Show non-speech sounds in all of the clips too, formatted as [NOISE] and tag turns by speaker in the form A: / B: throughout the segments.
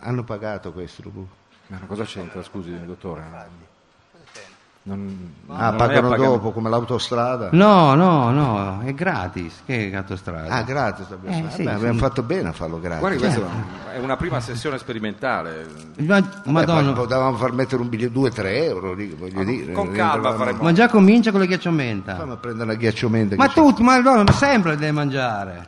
A: Hanno pagato questo Rubu.
B: Ma cosa c'entra, scusi, dottore? Non-
A: Ah,
B: non Mm. è
A: pagano
B: appagato.
A: dopo, come l'autostrada.
C: No, no, no, è gratis. Che autostrada?
A: Ah, gratis. abbiamo-
C: Eh, sì,
A: Vabbè, abbiamo
C: sì.
A: fatto bene a farlo gratis. Eh,
B: Guardi, questa è una prima sessione sperimentale.
C: Ma,
A: Eh,
C: Madonna.
A: poi potevamo far mettere un biglietto 2-3 euro, dico, voglio dire.
B: Ah, con calma
A: Entravamo-
B: faremo-
C: ma già comincia con le ghiacciomenta.
A: Fammi prendere la ghiacciomenta.
C: Ma
A: che c'è.
C: tutti, ma no, ma sempre deve mangiare.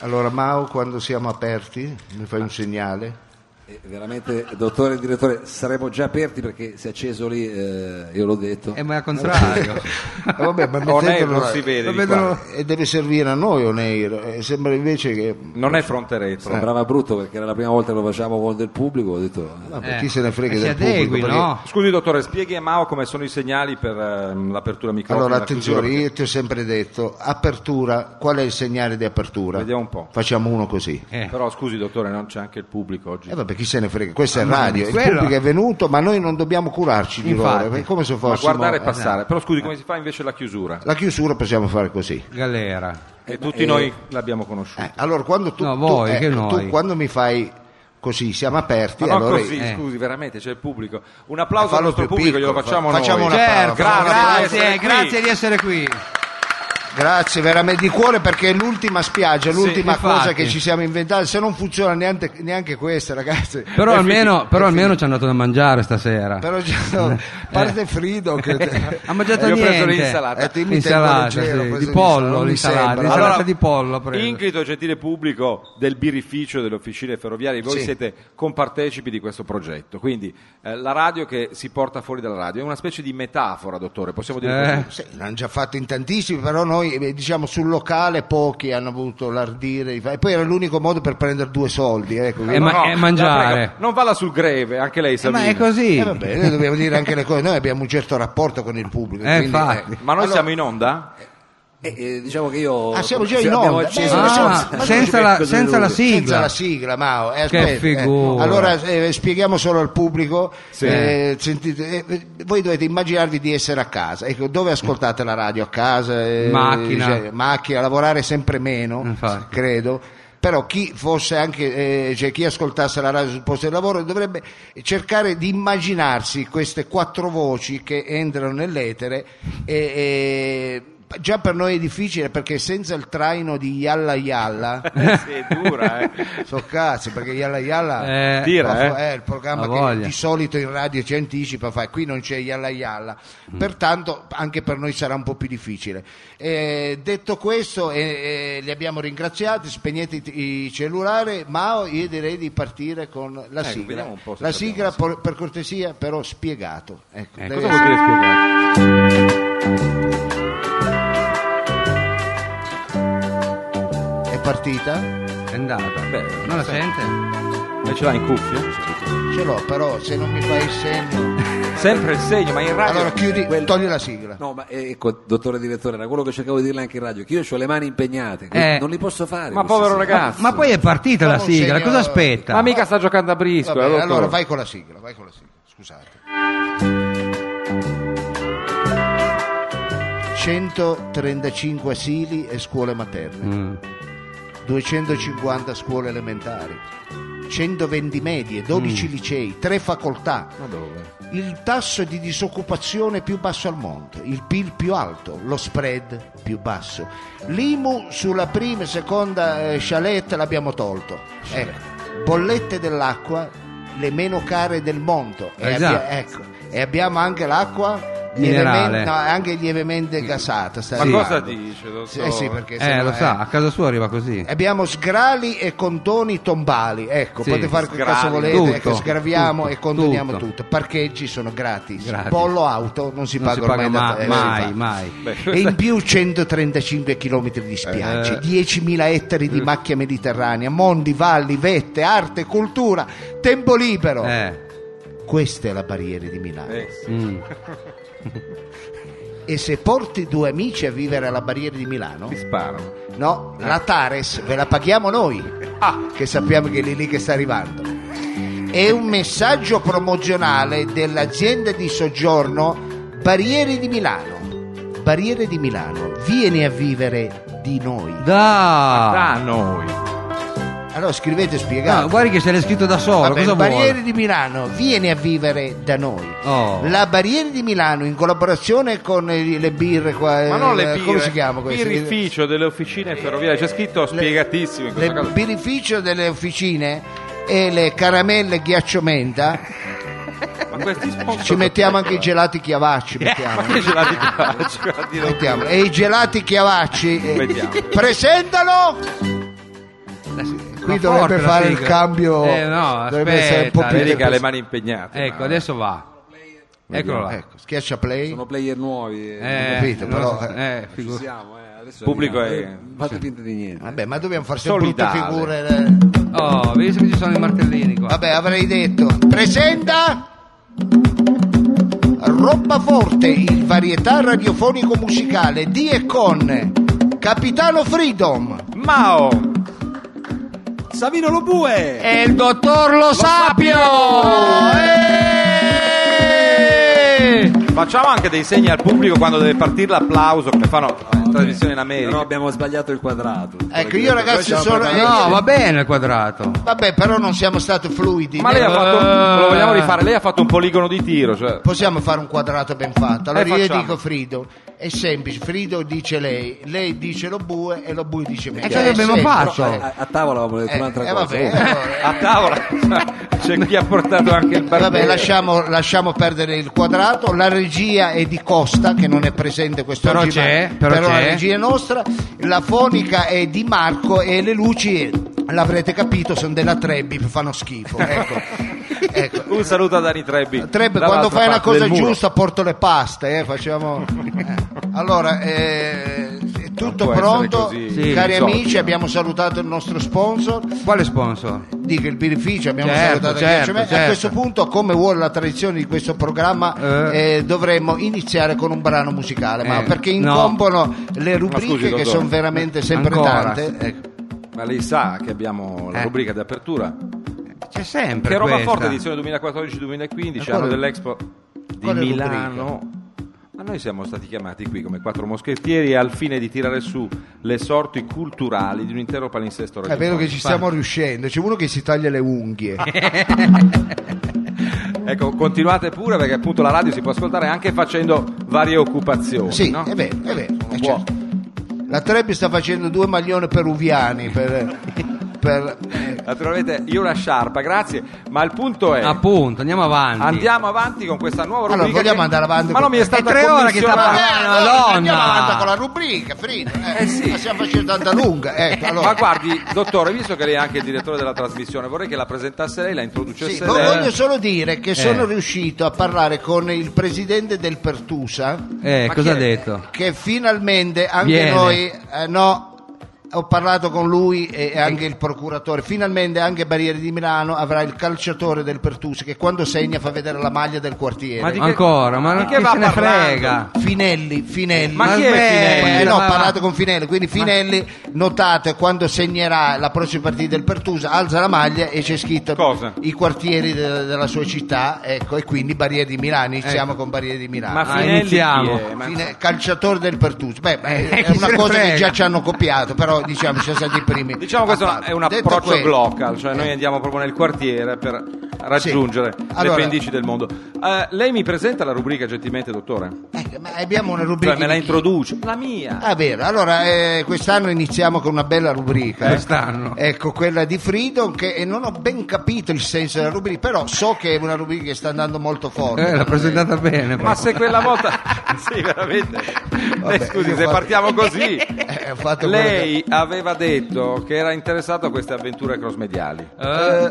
A: Allora, Mao, quando siamo aperti, mi fai un segnale?
D: Eh, veramente, dottore e direttore, saremo già aperti perché si è acceso lì, eh, io l'ho detto.
C: Eh, ma è al contrario.
A: Eh, vabbè, ma
B: [LAUGHS] On air
A: mettetelo-
B: non si vede
A: lo
B: di
A: vedono- e deve servire a noi Oneir. Sembra invece che.
B: Non è fronte retro.
D: Sembrava brutto perché era la prima volta che lo facciamo con del pubblico, ho detto... eh,
A: [LAUGHS] Vabbè,
C: Eh,
A: chi se ne frega
C: eh, si
A: del pubblico,
C: adegui,
A: perché-
C: no?
B: Scusi dottore, spieghi a Mao come sono i segnali per ehm, l'apertura microfono.
A: Allora,
B: la chiusura,
A: attenzione, io ti ho sempre detto, apertura, qual è il segnale di apertura?
B: Vediamo un po'.
A: Facciamo uno così.
C: Eh.
B: perché- Però scusi dottore, non c'è anche il pubblico oggi.
A: E vabbè, chi se ne frega, questo è
C: ma
A: radio, il
C: Ah, quello-
A: pubblico è venuto, ma noi non dobbiamo curarci di
C: Infatti.
A: loro, è come se
B: Ma
A: fossimo... Eh,
B: guardare e passare. Però scusi, come si fa invece la chiusura?
A: La chiusura possiamo fare così.
C: Galera.
B: E tutti noi l'abbiamo conosciuta.
A: Eh, allora, quando tu,
C: No,
A: tu-
C: voi, che
A: tu
C: noi.
A: quando mi fai così, siamo aperti,
B: Ma non
A: allora...
B: così,
C: eh.
B: scusi, veramente c'è il pubblico. Un applauso al
A: Fallo
B: nostro
A: più
B: pubblico,
A: piccolo,
B: glielo facciamo
A: fa-
B: noi.
A: facciamo una-
C: Certo,
B: bravo,
C: grazie,
B: bravo,
C: grazie,
B: grazie
C: di essere qui.
A: Grazie veramente di cuore perché è l'ultima spiaggia, l'ultima
C: infatti.
A: cosa che ci siamo inventati, se non funziona neanche, neanche questa ragazzi.
C: Però
A: È
C: almeno, però almeno Eh. ci hanno dato da mangiare stasera.
A: fi- Però già,
C: [LAUGHS]
A: a parte Frido che...
C: ha mangiato
B: Io ho preso
C: niente.
B: l'insalata.
A: Eh, ti imita il
C: Insalata,
A: Margero,
C: sì,
A: questo mi
C: di
A: sa-
C: pollo,
A: non mi
C: l'insalata,
A: sembra.
C: l'insalata
B: Allora,
C: di pollo. ho preso.
B: Inquieto gentile pubblico del birrificio delle officine ferroviarie, voi
A: Sì.
B: siete compartecipi di questo progetto, quindi eh, la radio che si porta fuori dalla radio è una specie di metafora, dottore, possiamo dire
C: Eh.
B: così.
A: Sì, l'hanno già fatto in tantissimi, però noi eh, diciamo sul locale pochi hanno avuto l'ardire di fare. E poi era l'unico modo per prendere due soldi, ecco.
C: Eh, ma- è mangiare.
B: la prego, non vada sul greve, anche lei
C: Eh,
B: Salvini.
C: ma è così.
A: Eh, vabbè, noi dobbiamo dire anche le cose, noi abbiamo un certo rapporto con il pubblico.
C: Eh,
A: quindi,
C: infatti.
A: eh.
B: Ma noi siamo in onda?
D: eh, eh, diciamo che io...
A: Ah, siamo già
D: se
A: in
D: abbiamo
A: onda.
D: acceso-
A: Beh, diciamo
D: ma-
C: Ah,
D: ma-
C: senza la, senza
A: Senza
C: la sigla.
A: la sigla, Mao. Eh,
C: Che
A: aspetta, eh.
C: figura.
A: Allora eh, spieghiamo solo al pubblico.
B: Sì.
A: eh, sentite, eh, voi dovete immaginarvi di essere a casa. Ecco, dove ascoltate la radio? A casa? eh,
C: Macchina.
A: cioè, macchina, lavorare sempre meno,
C: Infatti.
A: credo. Però chi fosse anche, eh, cioè chi ascoltasse la radio sul posto di lavoro dovrebbe cercare di immaginarsi queste quattro voci che entrano nell'etere e, e già per noi è difficile perché senza il traino di Yalla
C: [LAUGHS]
A: Yalla
B: Eh, sì, è dura, eh.
A: So cazzi, perché Yalla Yalla
C: Eh,
B: Tira, eh.
A: è il programma
C: La
A: che
C: voglia.
A: di solito in radio ci anticipa, fa, qui non c'è Yalla Yalla, pertanto anche per noi sarà un po' più difficile. Eh, detto questo, eh, eh, li abbiamo ringraziati, spegnete i, i cellulari, ma io direi di partire con la
B: Ecco,
A: sigla.
B: vediamo un po' se
A: La
B: abbiamo
A: sigla, por- per cortesia, però spiegato. Ecco,
C: Eh,
A: deve
B: Cosa
A: essere-
B: vuol dire spiegare?
A: è partita?
C: È andata.
B: Beh,
C: non la sente?
B: Lei Eh, ce l'ha in cuffia?
A: Ce l'ho, però se non mi fai il
B: [LAUGHS]
A: segno...
B: Sempre il segno, ma in radio...
A: Allora chiudi,
D: quel-
A: togli la sigla.
D: No, ma eh, ecco, dottore direttore, era quello che cercavo di dirle anche in radio, che io ho le mani impegnate,
C: Eh.
D: non li posso fare.
B: Ma
D: queste
B: povero
D: sere.
B: ragazzo.
C: Ma poi è partita la
A: Facciamo un
C: sigla,
A: segno-
C: cosa aspetta?
B: Ma mica sta giocando a brisco,
A: Vabbè,
B: eh, dottore.
A: allora vai con la sigla, vai con la sigla, scusate. 135 asili e scuole materne,
C: Mm.
A: 250 scuole elementari, 120 medie,
B: Mm.
A: 12 licei, 3 facoltà,
B: Ma dove?
A: il tasso di disoccupazione più basso al mondo, il PIL più alto, lo spread più basso. L'IMU sulla prima e seconda eh, chalette l'abbiamo tolto. Ecco. Bollette dell'acqua le meno care del mondo. E,
C: Esatto.
A: ecco. E abbiamo anche l'acqua
C: Minerale.
A: lievemente- no, anche lievemente gasata. sta
B: Ma cosa
A: arrivando.
B: dice, dottore?
A: Eh sì, perché se
C: Eh,
A: no,
C: lo
A: eh.
C: sa, a casa sua arriva così.
A: Abbiamo sgrali e condoni tombali, ecco,
C: Sì,
A: potete fare che cazzo
B: sgrali,
A: volete,
C: tutto,
A: ecco, sgraviamo
C: tutto,
A: e condoniamo tutto.
C: tutto.
A: Parcheggi sono gratis,
C: Gratis.
A: pollo auto non si
C: non si
A: paga
C: paga
A: ormai da-
C: ma-
A: eh, si
C: mai,
A: fa.
C: mai.
B: Beh,
A: E in più 135 km di
C: Eh.
A: spiagge, 10.000 ettari di macchia mediterranea, mondi, valli, vette, arte, cultura, tempo libero.
C: Eh,
A: Questa è la barriera di Milano.
B: eh, sì.
C: mm.
A: E se porti due amici a vivere alla barriera di Milano,
B: Ti sparano.
A: No, la Tares ve la paghiamo noi,
B: Ah.
A: che sappiamo che è lì lì che sta arrivando. È un messaggio promozionale dell'azienda di soggiorno Barriere di Milano. Barriere di Milano, vieni a vivere di noi.
C: Da!
B: Da noi.
A: Allora scrivete e spiegate.
B: Ah,
C: No, guardi che se l'è scritto da solo,
A: Vabbè,
C: cosa
A: Barriere
C: vuole?
A: di Milano, vieni a vivere da noi.
C: Oh.
A: La Barriere di Milano in collaborazione con eh, le birre qua.
B: Ma
A: eh,
B: non le birre,
A: Come si chiama questo?
B: birrificio delle officine ferroviarie, c'è scritto spiegatissimo in
A: Le
B: questa cosa.
A: birrificio delle officine e le caramelle ghiacciomenta.
B: Ma questi sponsor- Eh,
A: Ci mettiamo anche i gelati chiavacci.
B: Ma
A: Mettiamo.
B: che ce l'ha di
A: [LAUGHS]
B: qua? Ce l'ha di qua.
A: Mettiamo. E i gelati chiavacci. eh,
B: Mettiamo.
A: Presentalo! Qui
C: Ma
A: dovrebbe
C: forte la
A: fare il
C: sigla.
A: cambio.
C: Eh, no,
A: dovrebbe
C: aspetta,
A: essere un po' più.
B: Vedi che ha le
A: depresso-
B: mani impegnate.
C: Ecco,
B: ma-
C: adesso va. Eccolo là.
A: Ecco, schiaccia play.
D: Sono player nuovi. eh,
C: Eh,
A: capito,
C: non
A: però,
C: so-
A: eh.
C: eh,
D: Ci
C: figu-
D: siamo, eh, adesso
B: Pubblico
D: arriviamo.
B: è-
D: Eh, Fate finta di niente.
A: Vabbè, ma dobbiamo far sempre brutte
B: Solidale.
A: figure. eh.
C: Oh, vedi se ci sono i martellini qua.
A: Vabbè, avrei detto. Presenta Forte, il varietà radiofonico musicale di e con Capitano Freedom
B: Mao!
D: Savino Lobue!
C: E il dottor Lo, Sapio! Eh!
B: Facciamo anche dei segni al pubblico quando deve partire l'applauso come fanno in trasmissione in
D: Però
B: America.
D: abbiamo sbagliato il quadrato.
C: Eh.
A: Ecco, io ragazzi
D: Noi siamo
A: sono-
D: per-
C: No, va bene il quadrato.
A: Vabbè, però non siamo stati fluidi.
B: Ma lei ha
A: Eh,
B: fatto. Lo vogliamo rifare? Lei ha fatto un poligono di tiro. Cioè...
A: Possiamo fare un quadrato ben fatto. Allora
B: Eh,
A: io
B: facciamo.
A: dico Frido, è semplice. Frido dice lei, lei dice lo bue e lo bue dice me.
C: E cosa abbiamo
A: è semplice.
C: fatto?
D: A, a tavola avevamo detto
A: Eh,
D: un'altra
A: eh,
D: cosa.
A: vabbè,
D: Oh,
A: allora,
B: A
A: [LAUGHS]
B: tavola c'è chi ha portato anche il
A: Eh,
B: barbiere.
A: Vabbè, lasciamo, lasciamo perdere il quadrato. La regia è di Costa, che non è presente quest'oggi.
C: Però c'è,
A: ma-
C: però
A: la
C: c'è.
A: regia è nostra. La fonica è di Marco e le luci, l'avrete capito, sono della Trebbi, fanno schifo.
B: [LAUGHS]
A: Ecco. Ecco.
B: Un saluto a Dani Trebbi.
A: Trebbi, quando
B: dall'altra
A: fai una
B: parte
A: cosa
B: del muro.
A: giusta, porto le paste. eh, facciamo... eh. Allora, eh, è tutto
B: può essere
A: pronto.
B: così
A: Cari
B: esotico.
A: amici, abbiamo salutato il nostro sponsor
C: Quale sponsor?
A: dico il birrificio abbiamo
C: Certo,
A: salutato
C: certo,
A: anche Giacomo. a
C: certo.
A: questo punto come vuole la tradizione di questo programma
C: Eh.
A: eh, dovremmo iniziare con un brano musicale ma
C: Eh,
A: perché
C: no.
A: incombono le rubriche
B: scusi,
A: che
B: dottore.
A: sono veramente sempre
C: Ancora.
A: tante Ecco.
B: Ma lei sa che abbiamo la
C: Eh.
B: rubrica di apertura.
C: C'è sempre
B: Che roba
C: questa.
B: forte edizione 2014-2015,
A: Ma
B: anno
A: quale-
B: dell'Expo di
A: quale
B: Milano. Ma noi siamo stati chiamati qui come quattro moschettieri al fine di tirare su le sorti culturali di un intero palinsesto
A: è vero che ci
C: Infatti.
A: stiamo riuscendo c'è uno che si taglia le unghie
B: Ecco, continuate pure perché appunto la radio si può ascoltare anche facendo varie occupazioni.
A: Sì, eh.
B: no?
A: è vero, è vero,
B: Sono
A: è
B: buono.
A: certo. la Trebbi sta facendo due maglioni peruviani per, per-
B: Naturalmente io una sciarpa, grazie, ma il punto è...
C: Appunto, andiamo avanti.
B: Andiamo avanti con questa nuova rubrica.
A: Allora, vogliamo
B: che-
A: andare avanti
B: Ma
A: con-
B: non mi è
A: È
B: stata
C: tre ore che sta
B: commissionata-
C: parlando.
A: Eh, allora,
C: Madonna!
A: andiamo avanti con la rubrica Frida eh, la stiamo facendo tanta lunga ecco, allora.
B: Ma guardi, dottore, visto che lei è anche il direttore della trasmissione, vorrei che la presentasse lei, la introducesse
A: Sì, vo-
B: lei.
A: voglio solo dire che sono riuscito a parlare con il presidente del Pertusa
C: Eh,
B: Ma
C: cosa ha
B: chi è?
C: detto?
A: che finalmente anche
C: Viene.
A: noi eh, no ho parlato con lui e anche il procuratore. Finalmente anche Barriere di Milano avrà il calciatore del Pertusa che quando segna fa vedere la maglia del quartiere.
B: Ma di- che-
C: Ancora, ma
B: di
C: non
B: che
C: chi
B: va
C: se ne
B: parlando?
C: frega?
A: Finelli, Finelli.
B: Ma chi è
C: smettila,
B: Finelli?
A: Eh, no, ho
C: ma-
A: parlato con Finelli, quindi Finelli, notate quando segnerà la prossima partita del Pertusa, alza la maglia e c'è scritto
B: Cosa?
A: i quartieri de- della sua città, ecco, e quindi Barriere di Milano, iniziamo con Barriere di Milano.
B: Ecco. Ma
C: Ah,
B: Finelli
C: iniziamo.
B: chi è? Ma-
A: Fine- calciatore del Pertusa, beh, beh,
C: Eh,
A: è
C: chi se
A: una
C: ne
A: cosa che
C: frega.
A: già ci hanno copiato, però diciamo siamo stati i primi.
B: Diciamo
A: a
B: questo
A: farlo.
B: è un
A: Ah, Detto
B: approccio
A: questo- Eh.
B: local, cioè noi andiamo proprio nel quartiere per raggiungere
A: Allora-
B: le pendici del mondo. Eh, lei mi presenta la rubrica gentilmente, dottore?
A: Eh, ma abbiamo una rubrica.
B: Cioè me la
A: di chi?
B: introduce? La mia.
A: Ah, vero. Allora, eh, quest'anno iniziamo con una bella rubrica. eh.
C: Quest'anno.
A: Ecco, quella di Freedom, che e non ho ben capito il senso della rubrica, però so che è una rubrica che sta andando molto forte.
C: Eh, l'ha presentata
B: Ma
C: bene. proprio.
B: se
A: [LAUGHS]
B: quella volta... sì, veramente.
A: Vabbè,
B: lei, eh, scusi,
A: io
B: se
A: fa-
B: partiamo così...
A: [LAUGHS] Eh, ho fatto quello che-
B: Lei aveva detto che era interessato a queste avventure crossmediali.
C: Eh,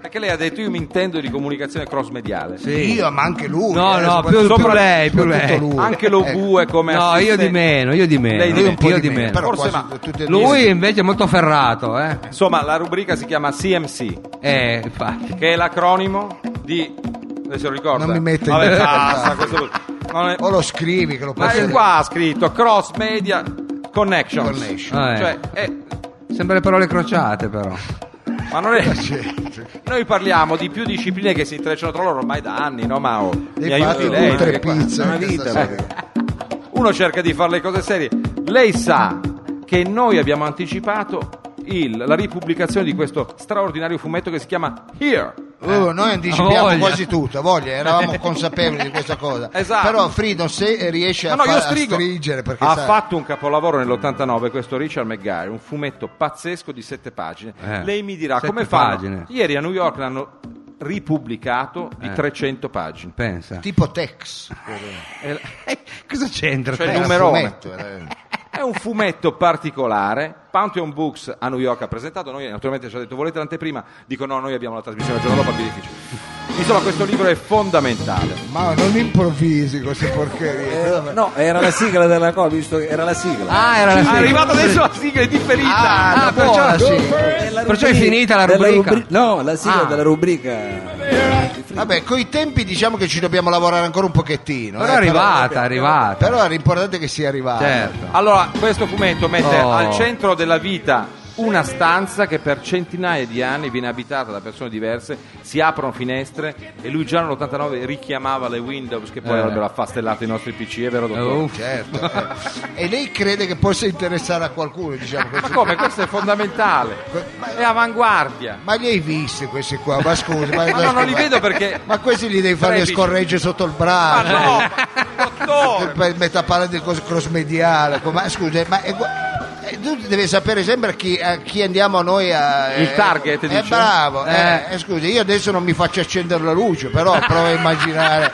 B: Perché lei ha detto io mi intendo di comunicazione crossmediale.
C: sì.
A: Eh, Io, ma anche lui.
C: No,
A: eh,
C: no,
A: soprattutto-
C: più- più
A: soprattutto
C: lei, più lei.
A: lui.
B: Anche lo
A: Ecco,
B: bue come
C: No, io
B: assistente.
C: di meno, io di meno.
B: Lei di
A: lui un po'
C: io
A: di meno, però
B: Forse
A: quasi
B: ma-
A: tutti e due.
C: Lui invece è molto ferrato, eh.
B: Insomma, la rubrica si chiama CMC,
C: Eh, infatti.
B: che è l'acronimo di lei se lo ricorda?
A: Non mi mette in [LAUGHS]
B: Vabbè,
A: difficoltà.
B: basta, questo- non è-
A: O lo scrivi che lo
B: Ma
A: posso
B: è qua ha scritto Cross Media Connections.
A: Connection.
C: Ah, eh.
B: Cioè, è-
C: Sembra le parole crociate, però.
B: ma
A: [LAUGHS]
B: non è
A: Cioè,
B: Noi parliamo di più discipline che si intrecciano tra loro ormai da anni, no Mao? Mi aiuti
A: Infatti,
B: lei?
A: due, tre
B: perché qua-
A: pizze.
D: una
A: che
D: vita,
A: stasera-
B: Uno cerca di fare le cose serie. Lei sa che noi abbiamo anticipato il- la ripubblicazione di questo straordinario fumetto che si chiama Here.
A: Uh, noi
C: Ha
A: anticipiamo
C: voglia.
A: quasi tutto, voglia,
B: [LAUGHS]
A: eravamo consapevoli di questa cosa.
B: Esatto.
A: Però Frido se riesce
C: Cioè,
A: a,
B: Ma no, io
A: fa- a
B: strigo.
A: stringere perché
B: ha
A: sai-
B: fatto un capolavoro nell'89 questo Richard McGuire, un fumetto pazzesco di sette pagine.
C: Eh,
B: Lei mi dirà
C: sette
B: come fanno.
C: pagine.
B: Ieri a New York l'hanno ripubblicato di
C: Eh.
B: 300 pagine.
C: Pensa.
A: tipo Tex,
B: È,
C: Cosa c'entra?
B: Cioè,
C: te?
A: Era
B: numerone.
A: fumetto, era-
B: è un fumetto particolare. Pantheon Books a New York ha presentato. Noi naturalmente ci ha detto volete l'anteprima? Dico no, noi abbiamo la trasmissione il giorno dopo, più difficile. Insomma, questo libro è fondamentale.
A: Ma non improvvisi queste porcherie.
D: Eh, no, era la sigla della cosa, visto che era la sigla.
C: Ah, era la
B: È
C: sigla.
B: arrivata adesso la sigla è differita.
C: Ah, perciò,
A: buona, sì.
D: Della
C: perciò è
D: rubrica-
C: finita la
D: della
C: rubrica.
D: rubri- no, la sigla
C: Ah.
D: della rubrica. Eh,
A: Vabbè, coi tempi diciamo che ci dobbiamo lavorare ancora un pochettino.
C: Però è
A: eh,
C: arrivata, è arrivata.
A: Però era importante che sia arrivata.
C: Certo.
B: Allora, questo fumetto mette
C: Oh.
B: al centro della vita una stanza che per centinaia di anni viene abitata da persone diverse, si aprono finestre e lui già nell'89 richiamava le Windows che poi
C: Eh.
B: avrebbero affastellato i nostri PC, è vero dottore?
C: Uff.
A: Certo, eh. E lei crede che possa interessare a qualcuno, diciamo
B: Ma
A: così.
B: come? Questo è fondamentale, è avanguardia.
A: Ma li hai visti questi qua? Ma scusi, ma,
B: Ma no, non li vedo perché-
A: Ma questi li devi fare le
B: Tredici.
A: scorregge sotto il
B: Ma
A: braccio.
B: no,
A: Per-
B: dottore!
A: per metà parla del cos- cross mediale. co- Ma scusa, ma è gu- eh, tu devi sapere sempre chi, a chi andiamo noi a.
B: Il
A: eh,
B: target,
A: eh,
B: dici?
A: bravo. eh, eh, scusi, io adesso non mi faccio accendere la luce, però provo a immaginare.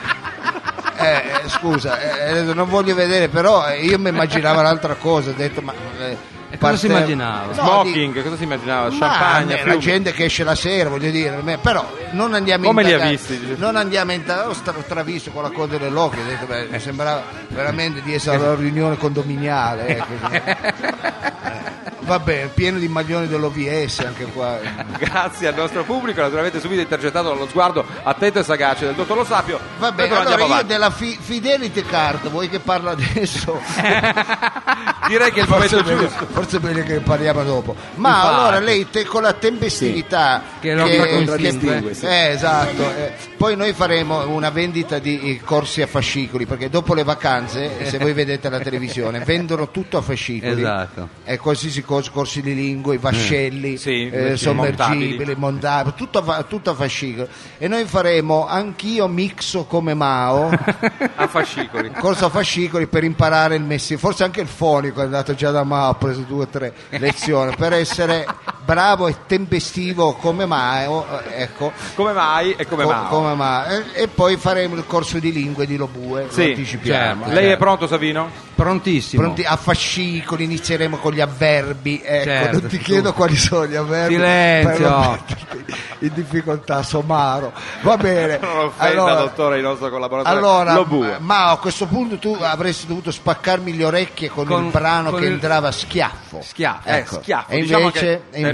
A: Eh, eh, scusa, eh, adesso non voglio vedere, però eh, io mi immaginavo un'altra cosa. Ho detto, ma. eh,
C: E cosa si
A: parte-
C: immaginava?
A: No, di-
B: Smoking, cosa si immaginava?
A: ma,
B: Champagne,
A: eh, la
B: fiumi?
A: gente che esce la sera, voglio dire, a me- però non andiamo
B: Come
A: in
B: li ha
A: Tagana-
B: visti?
A: Non andiamo in Tagana, ho stra- travisto con la coda dell'occhio, ho detto, beh,
B: Eh.
A: mi sembrava veramente di essere alla riunione
B: [LAUGHS]
A: condominiale. eh, così. Eh, Va bene, pieno di maglioni dell'OVS anche qua.
B: Grazie al nostro pubblico, naturalmente subito intercettato dallo sguardo attento e sagace del dottor Lo Sapio.
A: Va
B: Noi
A: bene,
B: però
A: allora
B: andiamo
A: io
B: avanti.
A: della fi- Fidelity Card, voi che parla adesso,
B: Direi che è il
A: forse,
B: momento
A: è meglio,
B: giusto.
A: forse è meglio che parliamo dopo. Ma
C: Infatti.
A: allora lei te- con la tempestività
C: Sì, che lo contraddistingue,
A: che-
D: sì.
A: eh, esatto. eh, Poi noi faremo una vendita di eh, corsi a fascicoli, perché dopo le vacanze, eh, se voi vedete la televisione, vendono tutto a fascicoli.
C: Esatto.
A: E qualsiasi cosa, corsi di lingue, i vascelli,
B: Sì,
A: eh,
B: sì,
A: sommergibili, mondabili, tutto a, fa- tutto a fascicoli. E noi faremo anch'io mixo come Mao
B: a fascicoli.
A: corso a fascicoli per imparare il messino, forse anche il fonico è andato già da Mao, ha preso due o tre lezioni per essere bravo e tempestivo come Mao, eh, ecco.
B: Come mai e come
A: Co-
B: mai?
A: come Mao. E, e poi faremo il corso di lingue di Lobue, lo
B: Sì,
A: anticipiamo.
B: certo. Lei
A: eh.
B: è pronto Savino?
C: Prontissimo.
A: Pronti a fascicoli, inizieremo con gli avverbi. Ecco,
C: Certo,
A: non ti
C: tu.
A: chiedo quali sono gli avverbi.
C: Silenzio.
A: per non metterti [LAUGHS] in difficoltà, somaro. Va bene.
B: Non offenda
A: Allora-
B: dottore il nostro collaboratore.
A: allora,
B: Lo bue.
A: ma a questo punto tu avresti dovuto spaccarmi le orecchie con,
C: Con-
A: il brano
C: con
A: che
C: il-
A: entrava a schiaffo.
C: Schiaffo.
B: Eh,
A: Ecco.
B: schiaffo,
A: E
B: diciamo
A: invece,
B: che-
A: e invece-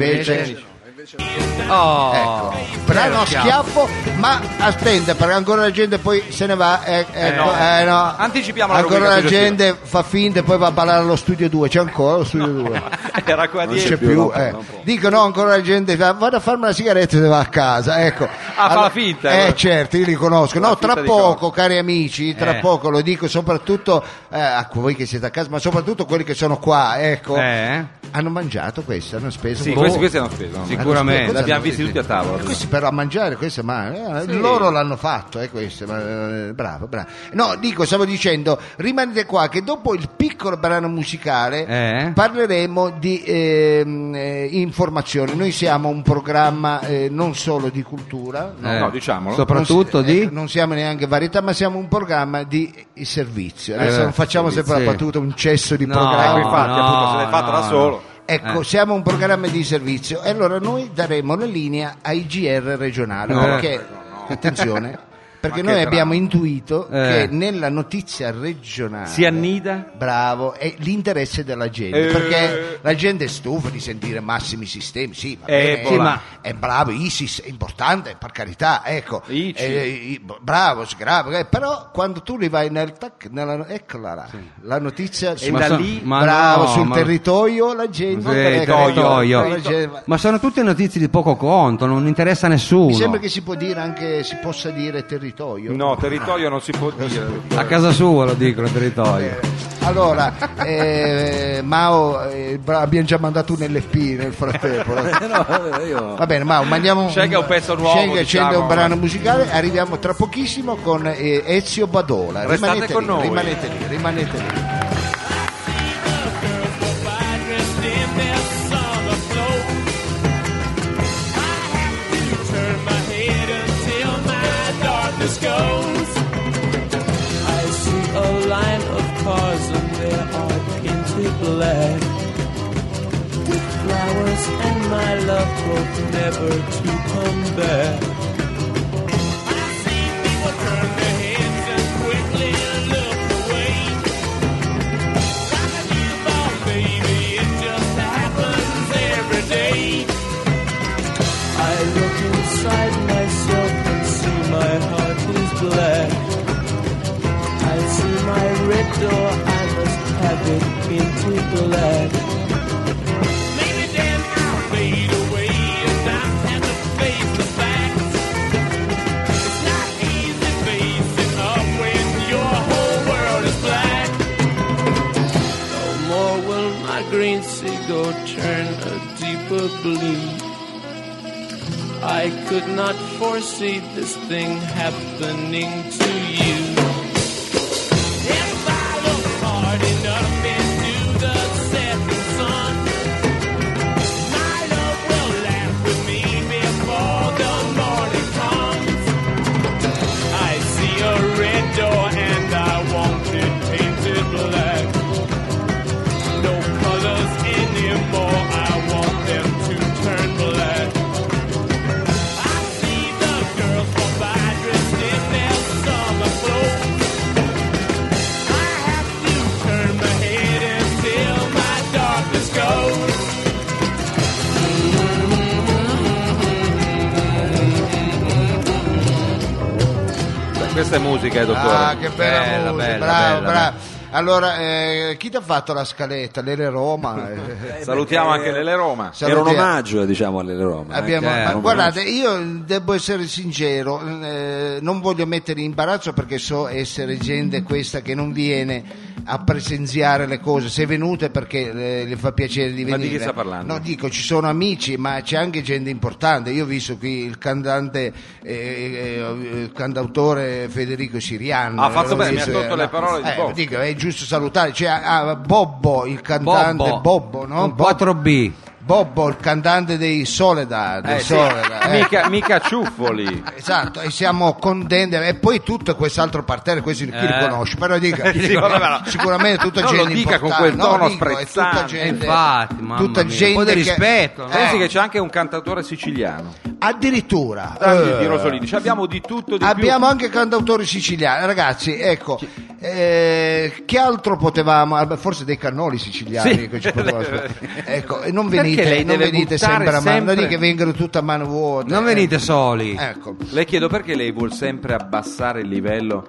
C: Eh, Oh,
A: ecco, brano a schiaffo, ma aspetta, perché ancora la gente poi se ne va. eh, ecco,
B: no.
A: eh, no.
B: Anticipiamo la
A: Ancora
B: rubrica
A: la
B: suggestiva.
A: gente fa finta e poi va a ballare allo studio 2. C'è ancora lo studio [LAUGHS]
B: [LAUGHS]
A: 2.
B: Era qua
A: ecco. Non c'è
B: dietro.
D: più,
A: più,
D: non può,
A: eh.
D: non può.
A: dicono ancora la gente fa, vado a farmi una sigaretta e se va a casa ecco
B: Ah, fa la finta,
A: eh
B: allora.
A: certo io li conosco no
B: La finta
A: tra
B: di
A: poco cari amici tra
C: Eh.
A: poco lo dico soprattutto eh, a voi che siete a casa ma soprattutto quelli che sono qua ecco
C: Eh,
A: hanno mangiato questo hanno speso
B: Sì,
A: Boh.
B: questi, questi hanno speso. no?
C: Sì. sicuramente.
B: L'abbiamo
A: Sì,
B: visti
C: sì.
B: tutti a tavola.
A: Eh, Questi però a mangiare, questo ma eh,
B: Sì.
A: loro l'hanno fatto, eh, questo, ma, eh, bravo, bravo. No, dico, stavo dicendo, rimanete qua che dopo il piccolo brano musicale
C: Eh?
A: parleremo di ehm, eh, informazione. Noi siamo un programma eh, non solo di cultura, no?
B: no, diciamolo.
C: Soprattutto
A: Non si-
C: di...
A: ecco, non siamo neanche varietà, ma siamo un programma di eh, servizio. Adesso
C: Eh,
A: non facciamo sempre la
C: sì.
A: battuta, un cesso di
C: No,
A: programma.
B: Ecco, infatti,
C: No,
B: appunto, se l'è fatta
C: no,
B: da
C: no.
B: solo.
A: Ecco,
C: Eh.
A: siamo un programma di servizio e allora noi daremo la linea ai GR regionali
C: No,
A: perché,
B: Eh. no. [LAUGHS]
A: attenzione, perché
B: che
A: noi
B: dramma.
A: abbiamo intuito
C: Eh.
A: che nella notizia regionale
B: Si annida?
A: Bravo, è l'interesse della gente
B: Eh.
A: perché la gente è stufa di sentire massimi sistemi. Sì, va
B: Eh,
A: bene,
B: sì, ma-
A: è bravo. ISIS è importante, per carità, ecco,
B: Ici.
A: Eh, i- bravo, sgravo, eh, però quando tu li vai nel tac, nella, eccola là, la notizia su-
B: da
C: so-
B: lì,
C: ma
A: bravo
C: no,
A: sul
C: ma-
A: territorio la
C: Sì, eh,
A: gente
B: territorio.
A: territorio, la
C: territorio.
A: gente-
C: Ma sono tutte notizie di poco conto, non interessa a nessuno.
A: mi sembra che si può dire anche si possa dire territorio.
B: No, territorio non si può dire.
C: A casa sua lo dicono, il territorio.
A: Allora, eh, Mao, eh, bra- abbiamo già mandato un LP nel frattempo.
D: Eh, No, vabbè,
C: [LAUGHS]
D: io-
A: Va bene, Mao, mandiamo un-
B: Sceglie un pezzo nuovo,
A: sceglie-
B: diciamo.
A: sceglie un brano musicale, arriviamo tra pochissimo con eh, Ezio Badola.
B: Restate
A: rimanete
B: con
A: lì,
B: noi.
A: rimanete lì, rimanete lì.
E: Goes. I see a line of cars and they are painted black with flowers and my love hope never to come back. I see people turn their heads and quickly look away. Like a newborn baby, it just happens every day. I look inside myself and see my heart is black. I see my red door, I must have it painted black. Maybe then I'll fade away and not have to face the facts. It's not easy facing up when your whole world is black. No more will my green seagull turn a deeper blue. I could not foresee this thing happening to you. If I look hard enough into the setting sun, my love will laugh with me before the morning comes. I see a red door and I want it painted black. No colors anymore, I want them to turn black. I see the girls go by dressed in their summer clothes. I have to turn my head until my darkness goes.
B: Questa è musica, eh, dottore.
A: Ah, che bella,
C: Bella,
A: musica,
C: bella,
A: bravo,
C: bella.
A: bravo. Allora, eh, chi ti ha fatto la scaletta? L'Ele Roma? Eh,
B: Salutiamo anche Lele Roma.
D: Era un
A: salutiamo.
D: omaggio, diciamo, alle Roma. eh.
A: Abbiamo-
C: Eh,
B: cioè,
A: ma
C: non
A: guardate, io devo essere sincero, eh, non voglio mettere in imbarazzo perché so essere gente questa che non viene a presenziare le cose. Se venute perché eh, le fa piacere di venire.
B: Ma di chi sta parlando?
A: No, dico, ci sono amici, ma c'è anche gente importante. Io ho visto qui il cantante, eh, eh, il cantautore Federico Siriano.
B: Ah, Ha fatto
A: L'ho
B: bene, mi ha
A: visto,
B: tolto
A: eh,
B: le
A: no.
B: parole di
A: Eh,
B: Bobbo.
A: dico, è giusto salutare. C'è ah, Bobbo, il cantante Bobbo, no?
C: Un 4B.
A: Bobbo, il cantante dei Soledad. dei
B: Eh, sì.
A: Soledad, eh.
B: Mica, mica ciuffoli.
A: Esatto, e siamo contenti e poi tutto quest'altro parterre, questo chi li
C: Eh.
A: conosce, però dica,
B: [LAUGHS] Sì, vabbè, ma-
A: sicuramente
B: [LAUGHS]
A: tutta
B: Non lo
A: gente
B: dica con
A: importante,
B: quel tono
A: no, dico, è tutta
B: sprezzante.
A: gente,
C: Infatti, mamma
A: tutta
C: mia, un
A: gente
C: po' di
A: che-
C: rispetto, no?
B: Pensi
A: Eh,
B: che c'è anche un cantautore siciliano,
A: addirittura
B: Davide
A: eh,
B: Ah, di Rosolini. Ci abbiamo di tutto di
A: abbiamo anche cantautori siciliani, ragazzi, ecco, eh, che altro potevamo, ah, beh, forse dei cannoli siciliani
B: Sì.
A: che ci
B: [LAUGHS]
A: potevamo aspettare. ecco, e non
B: Perché
A: venite,
B: lei
A: non
B: deve
A: venite
B: buttare
A: sempre a mano, non
B: sempre-
A: è che vengono tutte a mano vuote.
C: Non
A: eh.
C: venite soli.
A: Ecco.
B: più. Le chiedo perché lei vuol sempre abbassare il livello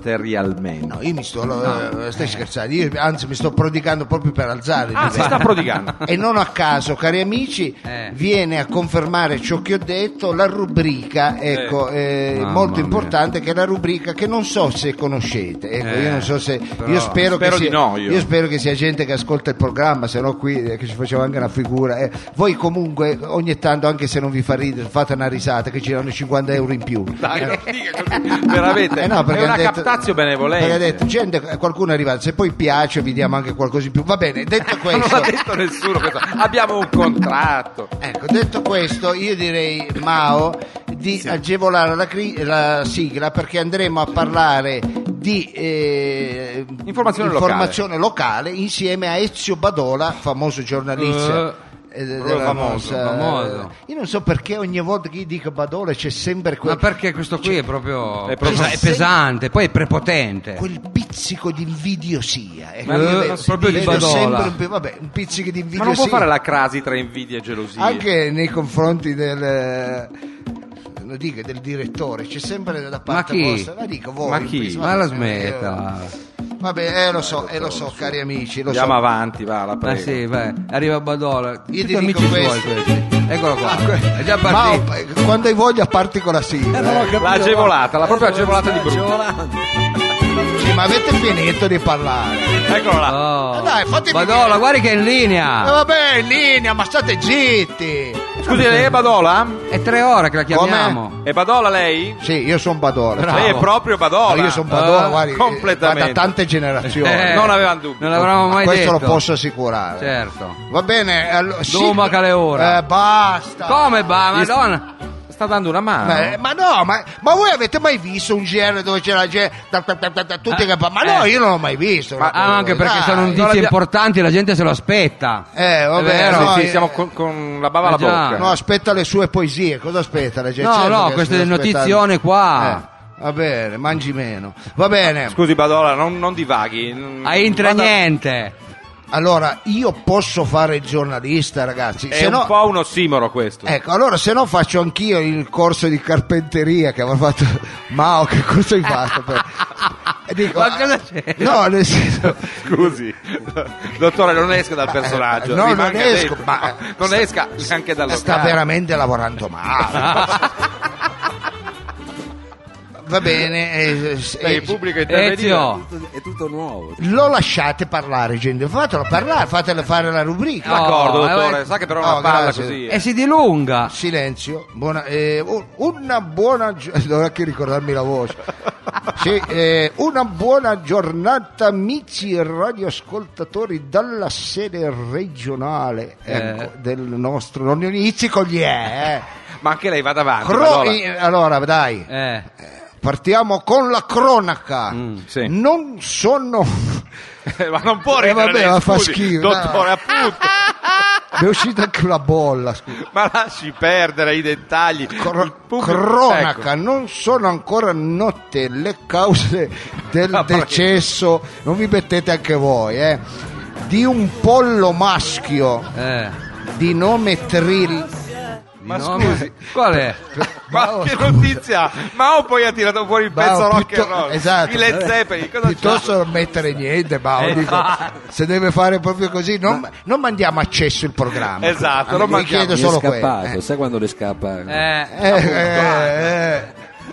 B: rasoterrialmente.
A: No, io mi sto. eh, stai scherzando, io anzi mi sto prodigando proprio per alzare. il
B: ah, si
A: livello.
B: sta
A: [LAUGHS]
B: prodigando.
A: E non a caso, cari amici,
C: Eh.
A: viene a confermare ciò che ho detto la rubrica, ecco, eh,
C: Mamma
A: molto
C: mia.
A: importante, che è la rubrica che non so se conoscete. Ecco,
C: Eh,
A: io non so se.
C: però-
A: Io spero,
B: spero
A: che
B: di
A: sia,
B: no, io.
A: spero che sia gente che ascolta il programma, se no qui eh, che ci facciamo anche una figura. eh. Voi comunque ogni tanto, anche se non vi fa ridere, fate una risata che ci danno 50 euro in più.
B: Dai,
A: Eh.
B: non dica così. Veramente.
A: [LAUGHS] Eh no, perché
B: è una
A: ha detto-
B: captazio
A: perché ha
B: benevolente.
A: detto, gente, qualcuno è arrivato, se poi piace vi diamo anche qualcosa in più. Va bene, detto
B: Ma [LAUGHS] non
A: questo,
B: l'ha detto nessuno questo. Abbiamo un contratto.
A: ecco, detto questo, io direi, Mao, di agevolare la, cri- la sigla perché andremo a parlare di eh,
B: Informazione
A: informazione locale. insieme a Ezio Badola, famoso giornalista. eh, della
C: famoso,
A: nostra-
C: famoso.
A: Io non so perché ogni volta che io dico Badola c'è sempre quel,
C: Ma perché questo qui è proprio,
B: È proprio-
C: è pesante, poi è prepotente.
A: quel pizzico di invidiosia. Ecco,
C: Ma
A: io
C: non-
A: vedo-
C: non si Eh, proprio
A: vedo
C: di Badola.
A: sempre un, pi- vabbè, un pizzico di
B: Ma non
A: invidiosia
B: può fare la crasi tra invidia e gelosia.
A: anche nei confronti del eh, lo dico, del direttore c'è sempre da parte
C: Ma chi?
A: vostra la dico voi
B: Ma chi?
C: Ma la
A: eh,
C: smetta.
A: eh, vabbè eh, lo so eh, lo so cari amici lo so
B: Andiamo avanti, va, la
C: Ma
B: prego.
C: sì, vai, arriva Badola.
A: Io ti
C: Tutti
A: dico
C: amici suoi
A: questo. Ah,
C: questi. Eccolo qua. È già
A: Ma
C: partito.
A: eh, quando hai voglia parti con la sigla. eh.
B: L'ha agevolata, l'ha proprio agevolata di brutto.
D: Agevolata.
A: Sì, ma avete finito di parlare.
B: Eccolo là.
C: Oh.
A: Eh, Dai, fatemi
C: Madonna,
A: dire.
C: guarda che è in
A: Eh,
C: linea.
A: vabbè, in linea, ma state zitti.
B: Scusi, lei è Badola?
C: È tre ore che la chiamiamo.
B: È Badola lei?
A: Sì, io sono Badola.
C: Bravo.
B: Lei è proprio Badola.
A: Ma io sono Badola,
C: Eh,
A: guardi, eh,
B: completamente.
A: ma da tante generazioni.
B: Eh, non avevamo dubbi.
C: Non l'avevamo
A: Ma
C: mai
A: questo
C: detto.
A: lo posso assicurare.
C: Certo.
A: Va bene, allora...
C: Duma che le ore.
A: Eh, basta.
C: Come va, Madonna?
B: Sta dando una
C: Ah,
B: mano.
A: Ma, ma no, ma, ma voi avete mai visto un GR dove c'è la gente, ta- ta- ta- ta- ta- tutti
C: Eh,
A: che parlano? Ma no,
C: eh.
A: io non l'ho mai visto.
C: Ma ah, anche perché
A: Dai.
C: sono
B: non
C: notizie
B: l'abbia-
C: importanti, la gente se lo aspetta.
A: Eh,
C: È
A: vabbè,
C: vero,
A: no,
B: sì,
A: eh,
B: siamo con, con la bava alla
C: Eh già.
B: bocca.
A: no, aspetta le sue poesie, cosa aspetta la gente?
C: No,
A: Certo
C: no,
A: che
C: queste
A: aspetta-
C: notizione
A: Eh,
C: qua.
A: va bene, mangi meno. Va bene.
B: Scusi Badola, non, non divaghi.
C: A
A: Ah,
C: intra
B: Vada-
C: niente.
A: Allora, io posso fare il giornalista, ragazzi.
B: È
A: se
B: un
A: no,
B: po' un ossimoro questo.
A: Ecco, allora se no faccio anch'io il corso di carpenteria che avevo fatto. [LAUGHS] Mao, che corso hai fatto? per-
C: [LAUGHS]
A: E dico,
C: Ma cosa c'è?
A: No, nel senso. [LAUGHS]
B: Scusi, dottore, non esca dal personaggio.
A: no, non
B: rimanga
A: esco,
B: dentro.
A: ma-
B: non esca neanche dal
A: Sta
B: locale.
A: veramente lavorando male.
B: [LAUGHS]
A: Va bene. eh, s-
B: Dai,
A: eh,
B: il pubblico interveniva.
C: Ezio.
D: Tutto- È tutto nuovo.
A: lo lasciate parlare, gente. Fatelo parlare, fatelo fare la rubrica.
C: No.
B: D'accordo,
C: Oh,
B: dottore,
C: eh,
B: sa che però
A: no,
B: una palla
A: grazie.
B: così. eh.
C: E si dilunga.
A: Silenzio, buona, eh, un- una buona [LAUGHS] gio- dovrò anche ricordarmi la voce. Sì, eh, una buona giornata amici e radioascoltatori dalla sede regionale ecco,
B: Eh.
A: del nostro non inizi con gli E. eh.
B: Ma anche lei vada avanti.
A: Cro-
B: Badola. [LAUGHS]
A: eh, allora dai,
C: Eh.
A: partiamo con la cronaca.
B: Mm, sì.
A: Non sono [LAUGHS]
B: ma non può
A: Eh,
B: ridere.
A: vabbè,
B: lei,
A: ma fa
B: scusi,
A: schifo,
B: Dottore,
A: dai.
B: appunto.
A: mi è uscita anche una bolla, scusa.
B: Ma lasci perdere i dettagli.
A: Cro-
B: Il pubblico- ecco.
A: cronaca, non sono ancora note le cause
B: Ah,
A: del decesso, non vi mettete anche voi, eh, di un pollo maschio
C: Eh.
A: di nome Trill.
B: Ecco. Ma
C: No,
B: scusi,
C: ma- Qual è?
B: Ecco, ma che notizia! Mao poi ha tirato fuori il
A: oh, Ma
B: pezzo
A: ho
B: rock
A: pitto-
B: and roll.
A: esatto.
B: I Led Zeppelin, cosa Eh, c'è?
A: Piuttosto non mettere niente, ma dico, se deve fare proprio così, non, non mandiamo accesso il programma.
B: Esatto, non
A: vi
B: mandiamo.
A: chiedo
D: Mi è
A: solo
D: scappato,
A: quello.
D: sai quando le scappa
C: Eh.
A: Eh, eh, eh,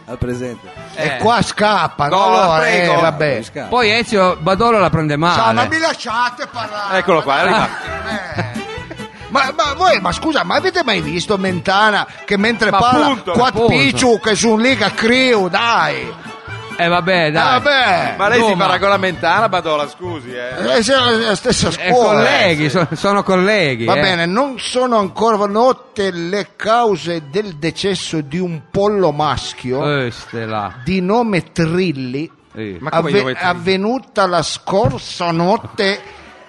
D: al presente?
A: E qua scappa,
B: Eh. No, la
A: allora, eh,
B: prego.
A: vabbè.
D: Mi scappa.
C: Poi Ezio Badolo la prende
A: Ciao, ma
C: male.
A: mi lasciate parlare. Eh.
B: Eccolo qua, è arrivato.
A: [LAUGHS] Ma, ma voi, ma scusa, ma avete mai visto Mentana che mentre
B: Ma
A: parla
B: appunto,
A: Quad
C: appunto.
A: Picciu che su un Liga Crew, dai! Ah,
C: Eh vabbè, dai.
A: Vabbè!
B: Ma lei si
C: Roma.
B: paragona a Mentana, Badola, scusi, eh.
A: Eh, siamo la stessa
C: Eh,
A: scuola.
C: colleghi, so- sono colleghi.
A: Va
C: eh.
A: bene, non sono ancora note le cause del decesso di un pollo maschio
C: Eh, stella.
A: di nome Trilli,
C: Eh.
B: Ma come
A: avve-
B: dove Trilli?
A: avvenuta la scorsa notte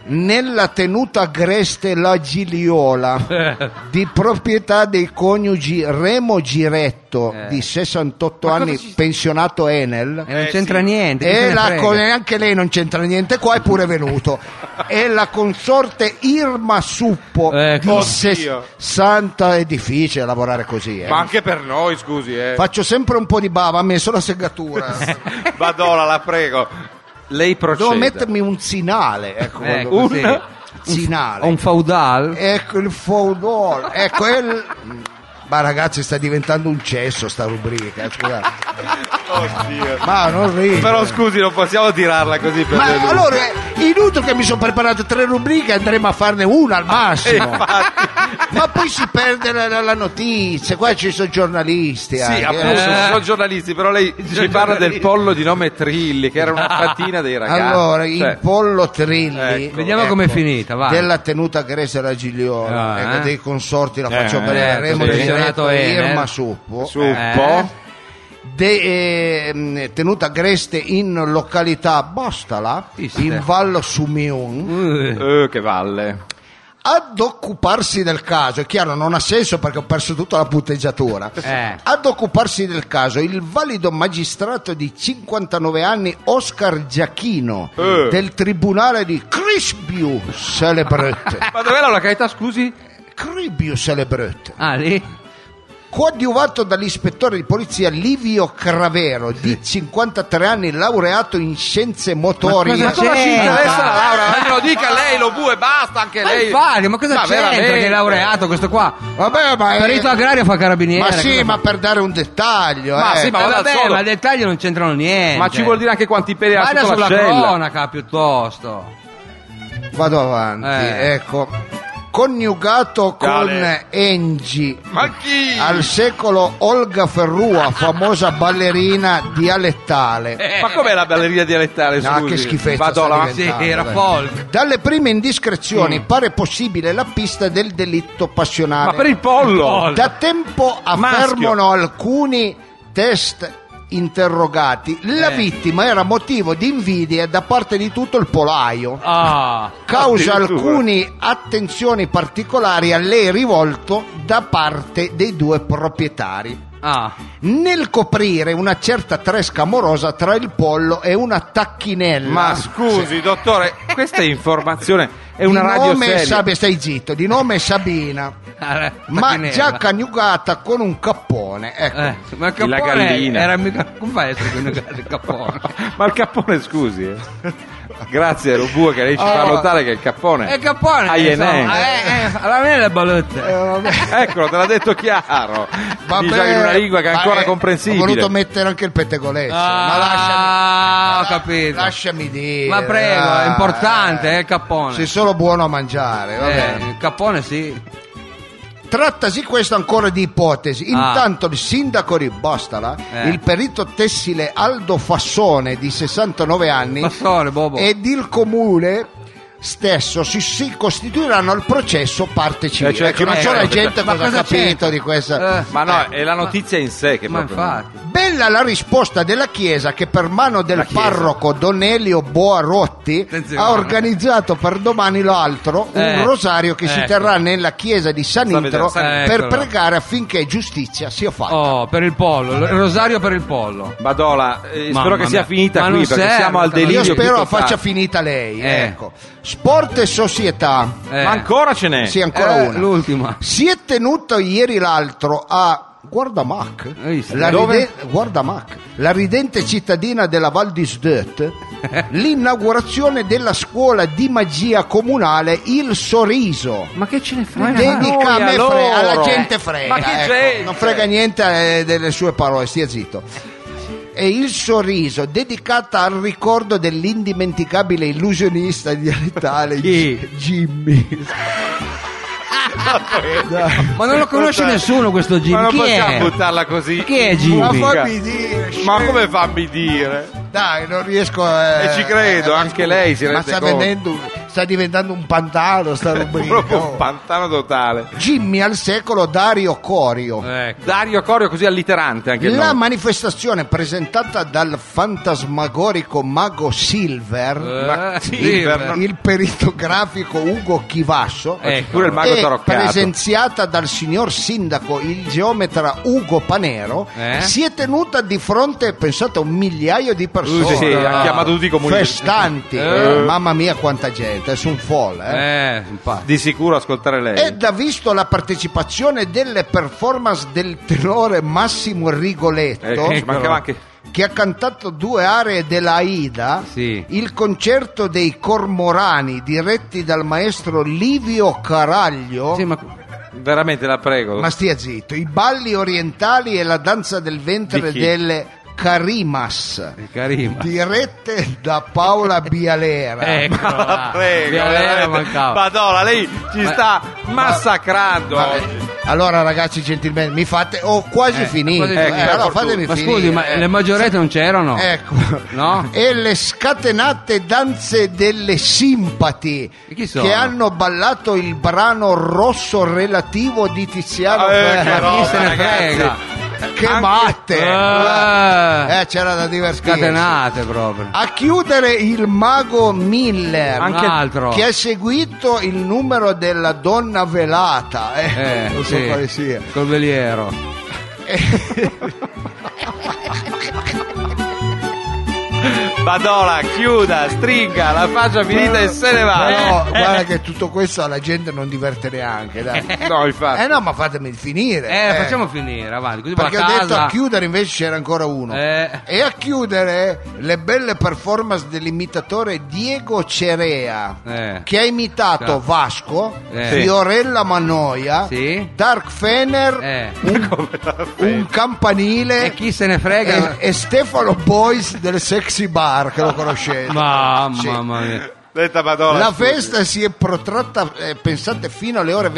A: nella tenuta agreste La
B: [LAUGHS]
A: Giliola.
C: Eh.
A: di proprietà dei coniugi Remo Giretto
B: Eh.
A: di 68 anni, pensionato
C: E
A: Enel.
C: non
B: Eh,
C: c'entra
B: sì.
C: niente. chi se
A: E
C: ne
A: la,
C: frega?
A: co- neanche lei non c'entra niente qua, è pure
B: [LAUGHS]
A: venuto. e la consorte Irma Suppo
C: Ecco.
A: di
B: Eh, Oddio.
A: 60 è difficile lavorare così. eh.
B: Ma anche per noi, scusi, eh.
A: Faccio sempre un po' di bava, ha messo la segatura.
B: [LAUGHS] Badola, la prego. Lei proceda.
A: Devo mettermi un zinale, ecco,
C: Ecco,
A: quando-
C: sì.
B: Eh, [LAUGHS] Un-
A: zinale.
C: Un feudal.
A: Ecco il football, ecco il... Ma ragazzi sta diventando un cesso sta rubrica, eh, scusate.
B: Oddio.
A: Ma non ridi.
B: Però scusi, non possiamo tirarla così per le
A: Ma
B: lunghe.
A: allora è inutile che mi sono preparato tre rubriche, andremo a farne una al
B: [LAUGHS] Eh,
A: massimo.
B: infatti,
A: Ma poi si perde la, la- la notizia, qua ci sono giornalisti.
B: sì,
A: anche,
B: appunto,
A: eh.
B: sono giornalisti, però lei ci parla del pollo di nome Trilli, che era una fatina dei ragazzi.
A: Allora,
B: Cioè,
A: il pollo Trilli,
B: Ecco.
C: Vediamo com'è finita, va.
A: della tenuta Grecia Ragiglione,
C: Ah,
A: ecco,
C: eh.
A: dei consorti, la faccio
B: Eh,
A: vedere,
C: certo,
A: Remo
C: pensionato
A: Giretto,
C: Enel.
A: Irma Suppo.
B: su
C: Eh.
B: un po'.
A: De- ehm, tenuta Greste in località Bostala,
C: Iste.
A: in Vallo Sumion,
C: Eh.
B: Eh, che valle.
A: ad occuparsi del caso, è chiaro non ha senso perché ho perso tutta la punteggiatura,
C: Eh.
A: ad occuparsi del caso il valido magistrato di 59 anni Oscar Giachino
B: Eh.
A: del tribunale di Crispiu Celebrette, [LAUGHS]
B: Ma dov'è la località, scusi?
A: Crispiu Celebrette,
C: Ah, lì?
A: coadiuvato dall'ispettore di polizia Livio Cravero, di 53 anni, laureato in scienze motorie.
B: Ma cosa
A: eh,
B: ci
C: c'entra?
B: interessa la Laura? Ma glielo dica lei, lo bue, basta anche
C: Ma
B: lei.
C: infatti, ma cosa c'entra
B: veramente?
C: che è laureato questo qua?
A: Vabbè, ma è-
C: Perito agrario fa carabiniere.
A: Eh, Ma sì,
C: cosa
A: ma
C: fa?
A: per dare un dettaglio,
B: Ma
A: eh.
B: sì, ma
C: Eh,
B: vada al
C: vabbè,
B: sodo.
C: ma i dettagli non c'entrano niente.
B: Ma ci vuol dire anche quanti peli ha
C: Vada
B: sotto
C: sulla
B: la cella.
C: cronaca piuttosto.
A: Vado avanti,
C: Eh.
A: ecco. Coniugato con
B: Dale.
A: Engi.
B: Ma chi?
A: Al secolo Olga Ferrua, famosa ballerina dialettale.
B: Ma com'è la balleria dialettale?
A: No,
B: Eh, scusi?
A: che schifezza
B: Vado
A: sta
B: là.
A: diventando.
C: Sì, era
A: vabbè.
C: folk.
A: Dalle prime indiscrezioni pare possibile la pista del delitto passionale.
B: Mm. Ma per il pollo.
A: Da tempo affermano alcuni test interrogati. La
C: Eh.
A: vittima era motivo di invidia da parte di tutto il polaio.
C: Ah.
A: Causa
B: Addirittura.
A: alcune attenzioni particolari a lei rivolto da parte dei due proprietari.
C: Ah.
A: Nel coprire una certa tresca amorosa tra il pollo e una tacchinella.
B: Ma scusi, dottore, questa è informazione. È
A: Di
B: una radio
A: nome
B: seria.
A: Sab- stai zitto, di nome Sabina,
C: Ah. Eh,
A: ma già coniugata con un cappone. Ecco.
C: Eh, ma il
B: La
C: cappone
B: gallina.
C: era mica come fai a essere con il cappone?
A: [LAUGHS]
B: [LAUGHS] Ma il cappone, scusi. eh. Grazie, Robue, che lei ci fa
A: Allora,
B: notare che il cappone.
C: E Eh, il cappone
B: Ah,
A: esatto.
C: insomma,
B: Iene.
C: eh, eh, alla fine le ballotte.
A: Eh, vabbè.
B: [LAUGHS] Eccolo, te l'ha detto chiaro.
A: Vabbè,
B: Diciamo in una lingua che è
A: ma,
B: ancora
A: eh,
B: comprensibile.
A: Ho voluto mettere anche il pettegolezzo. ma lasciami,
C: Ah,
A: la-
C: ho capito.
A: lasciami dire.
C: Ma prego,
A: dai.
C: è importante, eh, il cappone.
A: Sei solo buono a mangiare, va
C: Eh,
A: bene.
C: il cappone sì.
A: Trattasi questo ancora di ipotesi.
C: Ah.
A: Intanto il sindaco di Bostala,
C: Eh.
A: il perito tessile Aldo Fassone di 69 anni
C: Passone, bobo.
A: ed il comune stesso si, si costituiranno al processo parte civile.
B: Eh, cioè,
A: Ecco,
B: come
A: non so la
B: sarebbe?
A: gente
C: Ma
A: cosa ha
C: cosa
A: capito
C: c'entra?
A: di questa.
C: Eh,
B: Ma no, è la notizia in sé che
C: ma
B: proprio.
C: infatti.
A: Bella la risposta della Chiesa che per mano del parroco Don Elio Boarotti
C: Attenzione.
A: ha organizzato per domani l'altro un
C: Eh,
A: rosario che si
C: ecco.
A: terrà nella chiesa di San
B: Sta vedendo,
A: Itro
B: San
C: Itro.
A: per
C: Eccolo.
A: pregare affinché giustizia sia fatta.
C: Oh, per il pollo, il rosario per il pollo.
B: Badola, eh,
C: Mamma
B: spero che sia
C: mia.
B: finita
C: Ma
B: qui
C: non
B: perché
C: serve,
B: siamo al
C: tanto-
B: delirio.
A: Io
B: più
A: spero la
B: totale.
A: faccia finita lei.
C: Eh.
A: Ecco. Sport e società.
C: Eh.
B: Ma ancora ce n'è.
A: Sì, ancora
C: Eh,
A: una.
C: l'ultima.
A: Si è tenuto ieri l'altro a Guardamac,
C: Hai visto?
A: la,
C: Dove?
A: ride- Guardamac, la ridente cittadina della Val di Sdet, l'inaugurazione della scuola di magia comunale Il Sorriso.
C: Ma che ce ne frega?
A: Dedica a
B: noi,
A: me
B: a
A: fre- alla
B: loro.
A: gente frega.
B: Ma che
A: ecco.
B: gente?
A: Non frega niente eh, delle sue parole, stia zitto. E il sorriso, dedicata al ricordo dell'indimenticabile illusionista dialettale
C: Chi?
A: Jimmy.
C: Ma non lo conosce nessuno questo Jimmy.
B: Ma non
C: Chi
B: possiamo
C: è?
B: buttarla così.
C: Chi è
B: in
C: Jimmy?
A: Ma
C: Sì.
B: bocca.
A: fammi dire,
B: Ma
A: scemo.
B: come fammi dire?
A: Dai, non riesco a... eh,
B: E ci credo, anche lei si
A: Ma
B: rende
A: sta,
B: conto.
A: venendo- sta diventando un pantano
B: [LAUGHS]
A: sta rubrica.
B: Proprio
A: oh.
B: un pantano totale.
A: Jimmy al secolo Dario
B: Eh,
A: Corio.
C: Ecco.
B: Dario Corio così alliterante anche il
A: La
B: nome.
A: manifestazione presentata dal fantasmagorico mago Silver,
B: Ma-
C: Eh,
B: sì,
C: sì,
B: per-
C: beh.
B: non-
A: il perito grafico Ugo Chivasso,
C: Eh,
B: C'è pure il mago
A: e
B: taroccato.
A: presenziata dal signor sindaco, il geometra Ugo Panero,
C: Eh?
A: si è tenuta di fronte, pensate, a un migliaio di persone.
B: Sì, sì, ha
C: no.
B: chiamato tutti i comuni.
A: festanti.
C: Eh.
A: Mamma mia quanta gente, è su un folle. eh.
C: Eh, infatti.
B: Di sicuro ascoltare lei.
A: Ed ha visto la partecipazione delle performance del tenore Massimo Rigoletto,
C: ecco.
B: Eh, ci mancava anche.
A: che ha cantato due aree della Aida,
C: Sì.
A: il concerto dei Cormorani diretti dal maestro Livio Caraglio.
C: Sì, ma
B: Veramente la prego.
A: Ma stia zitto, i balli orientali e la danza del ventre
B: Di chi?
A: delle Carimas,
C: carino.
A: dirette da Paola Bialera.
C: Ecco.
B: la prego.
C: Era
B: veramente.
C: mancava.
B: Madonna, lei ci
C: Ma-
B: sta massacrando.
A: Ma- allora ragazzi gentilmente mi fate ho quasi finito
C: quasi
A: eh,
C: finito.
A: allora
B: Ecco,
A: fatemi
C: Ma
A: finire
C: scusi, ma
A: eh.
C: le maggiorette non c'erano?
A: [LAUGHS]
C: Eh,
A: ecco
C: No?
A: e le scatenate danze delle simpati
C: E chi sono?
A: che hanno ballato il brano rosso relativo di Tiziano
B: Ah,
A: Ferro.
B: eh, che
C: Ma chi se ne
B: roba, ragazzi.
C: frega?
A: che
B: Anche-
A: matte
C: Eh.
A: Eh, Ah, c'era da divertirsi
C: Scatenate proprio.
A: a chiudere il mago Miller
C: Anche
B: Anche-
C: un altro.
A: che ha seguito il numero della donna velata eh,
C: Eh,
A: non so
C: sì.
A: quale sia
C: Col veliero.
B: Badola, chiuda, stringa, la faccia finita e se ne va.
C: Eh.
A: Però guarda che tutto questo alla gente non diverte neanche, dai.
B: No, infatti.
A: Eh no, ma fatemi finire.
C: Eh,
A: eh.
C: facciamo finire, avanti. Così
A: Perché
C: va
A: ho
C: a
A: detto
C: casa.
A: a chiudere invece c'era ancora uno.
C: Eh.
A: E a chiudere le belle performance dell'imitatore Diego Cerea,
C: Eh.
A: che ha imitato
C: Ciao.
A: Vasco,
C: Eh.
B: Sì.
A: Fiorella Mannoia,
C: Sì.
A: Dark Fener,
C: Eh. [LAUGHS]
A: un, un campanile
C: E chi se ne frega?
A: e, e Stefano Boys del Sexy Bar, che lo conoscete.
C: Mamma
A: Eh. Sì.
C: mia.
B: Detta Badola.
A: La
B: scusi.
A: festa si è protratta, eh, pensate, fino alle ore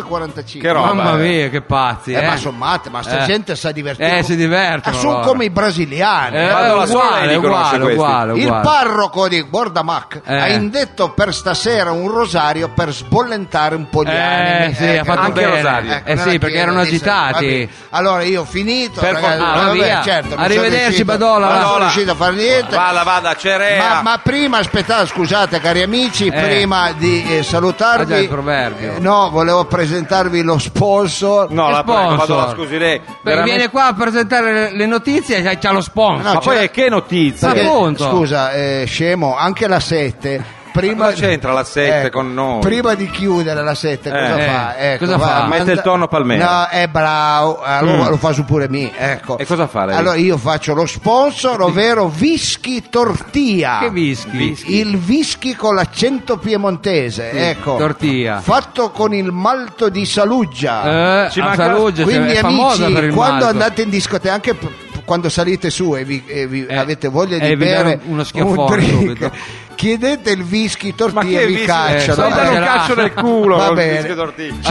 A: 22.45.
B: Che roba.
C: Mamma
B: eh.
C: mia, che pazzi.
A: Eh,
C: Eh,
A: ma sommate, ma sta
C: Eh.
A: gente sa divertire.
C: Eh, si divertono
A: Ah, sono
C: loro.
A: come i brasiliani.
C: Eh,
B: Vado alla scuola e li
C: uguale,
B: conosce
C: uguale,
B: questi.
C: uguale,
A: Il
C: uguale.
A: parroco di Bordamac
C: Eh.
A: ha indetto per stasera un rosario per sbollentare un po' gli
C: Eh,
A: animi.
C: sì, ha fatto
A: capito?
B: bene. Rosario.
A: Ecco,
C: Eh
A: non
C: sì,
A: la
C: perché
A: chiedo,
C: erano
A: disse,
C: agitati.
A: vabbè. Allora io ho finito.
B: Per
A: ragazzi,
B: fortuna.
C: Ah,
A: vabbè,
C: via.
A: certo, non sono
C: Arrivederci,
A: riuscito-
C: Badola.
A: Non sono
B: Badola.
A: riuscito a fare niente.
B: Vada, vada, cerea.
A: Ma, ma prima, aspettate, scusate cari amici, prima di eh, salutarvi,
C: Ah, già, il proverbio.
A: eh, no, volevo presentarvi lo sponsor.
B: No,
C: Che
B: la prego,
C: sponsor?
B: Badola, scusi lei.
C: Beh,
B: veramente-
C: Viene qua a presentare le, le notizie e c'ha- c'ha lo sponsor.
A: No,
B: Ma poi
A: c'era-
B: è che notizie?
C: Ma
A: Perché,
C: appunto.
A: Scusa, eh, scemo, anche la 7. Prima, Ecco,
B: cosa c'entra la 7 con noi?
A: Prima di chiudere la 7, cosa
B: Eh,
A: fa?
C: eh,
A: Ecco,
C: cosa
A: va,
C: fa?
B: Mette il tonno palmero.
A: No, è bravo, allora
B: Mm.
A: lo fa su pure me. Ecco.
B: E cosa fa lei?
A: Allora io faccio lo sponsor, ovvero Vischi Tortilla.
C: Che vischi?
A: Il whisky con l'accento piemontese, ecco.
C: tortilla.
A: Fatto con il malto di Saluggia.
C: Eh,
B: Ci
C: a
B: manca-
C: Saluggia, cioè,
A: Ah, Quindi
C: è famosa
A: amici,
C: per il
A: quando
C: malto.
A: andate in discoteca, anche p- p- quando salite su e vi, e vi-
C: Eh,
A: avete voglia di
C: e vi dare
A: bere
C: uno schiaffone
A: drink,
C: subito.
A: chiedete il whisky
B: Ma
A: tortilla
B: che
A: e vi
B: visto-
A: cacciano.
B: Eh,
C: Dai,
B: mi danno
A: Eh,
B: un
C: Gerardo.
B: calcio nel culo
A: Va
B: col
A: bene.
B: rischio d'ortigia.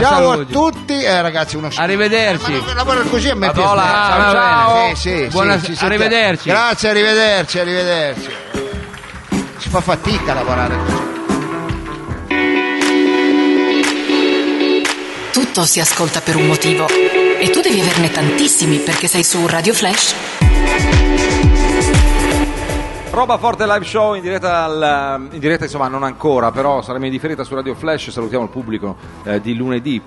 A: Ciao a
C: Saluggia.
A: tutti, eh, ragazzi, uno schiaffo.
C: Arrivederci.
A: Ma lavorare così a me piace.
C: Madonna,
A: Ciao,
C: va
A: ciao.
C: bene.
A: Sì, sì,
C: Buona-
A: sì, ci sentiamo.
C: arrivederci.
A: Grazie, arrivederci, arrivederci. Si fa fatica a lavorare così.
F: Tutto si ascolta per un motivo e tu devi averne tantissimi perché sei su Radio Flash.
B: Roba forte live show in diretta, al- eh, in diretta, insomma non ancora, però saremo in differita su Radio Flash, salutiamo il pubblico eh, di lunedì.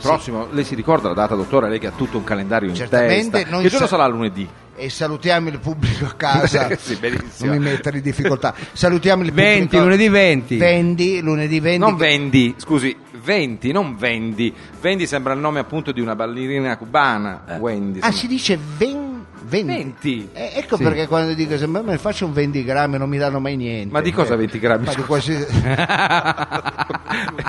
B: Prossimo, lei si ricorda la data, dottore? Lei che ha tutto un calendario in
A: Certamente,
B: testa.
A: noi
B: Che giorno
A: sa-
B: sarà lunedì?
A: E salutiamo il pubblico a casa.
B: [LAUGHS] Sì, benissimo.
A: non mi mettere in difficoltà. Salutiamo il
C: 20,
A: pubblico.
C: lunedì 20.
A: Vendi, lunedì 20.
B: Non vendi, scusi, venti, non vendi. Vendi sembra il nome appunto di una ballerina cubana, Wendy.
A: Ah,
B: insomma.
A: si dice ven- 20.
B: 20.
A: Eh, ecco
C: Sì.
A: perché quando dico se me faccio un 20 grammi non mi danno mai niente.
B: Ma di cosa
A: Eh,
B: 20 grammi?
A: Ma di qualsiasi...
B: [LAUGHS]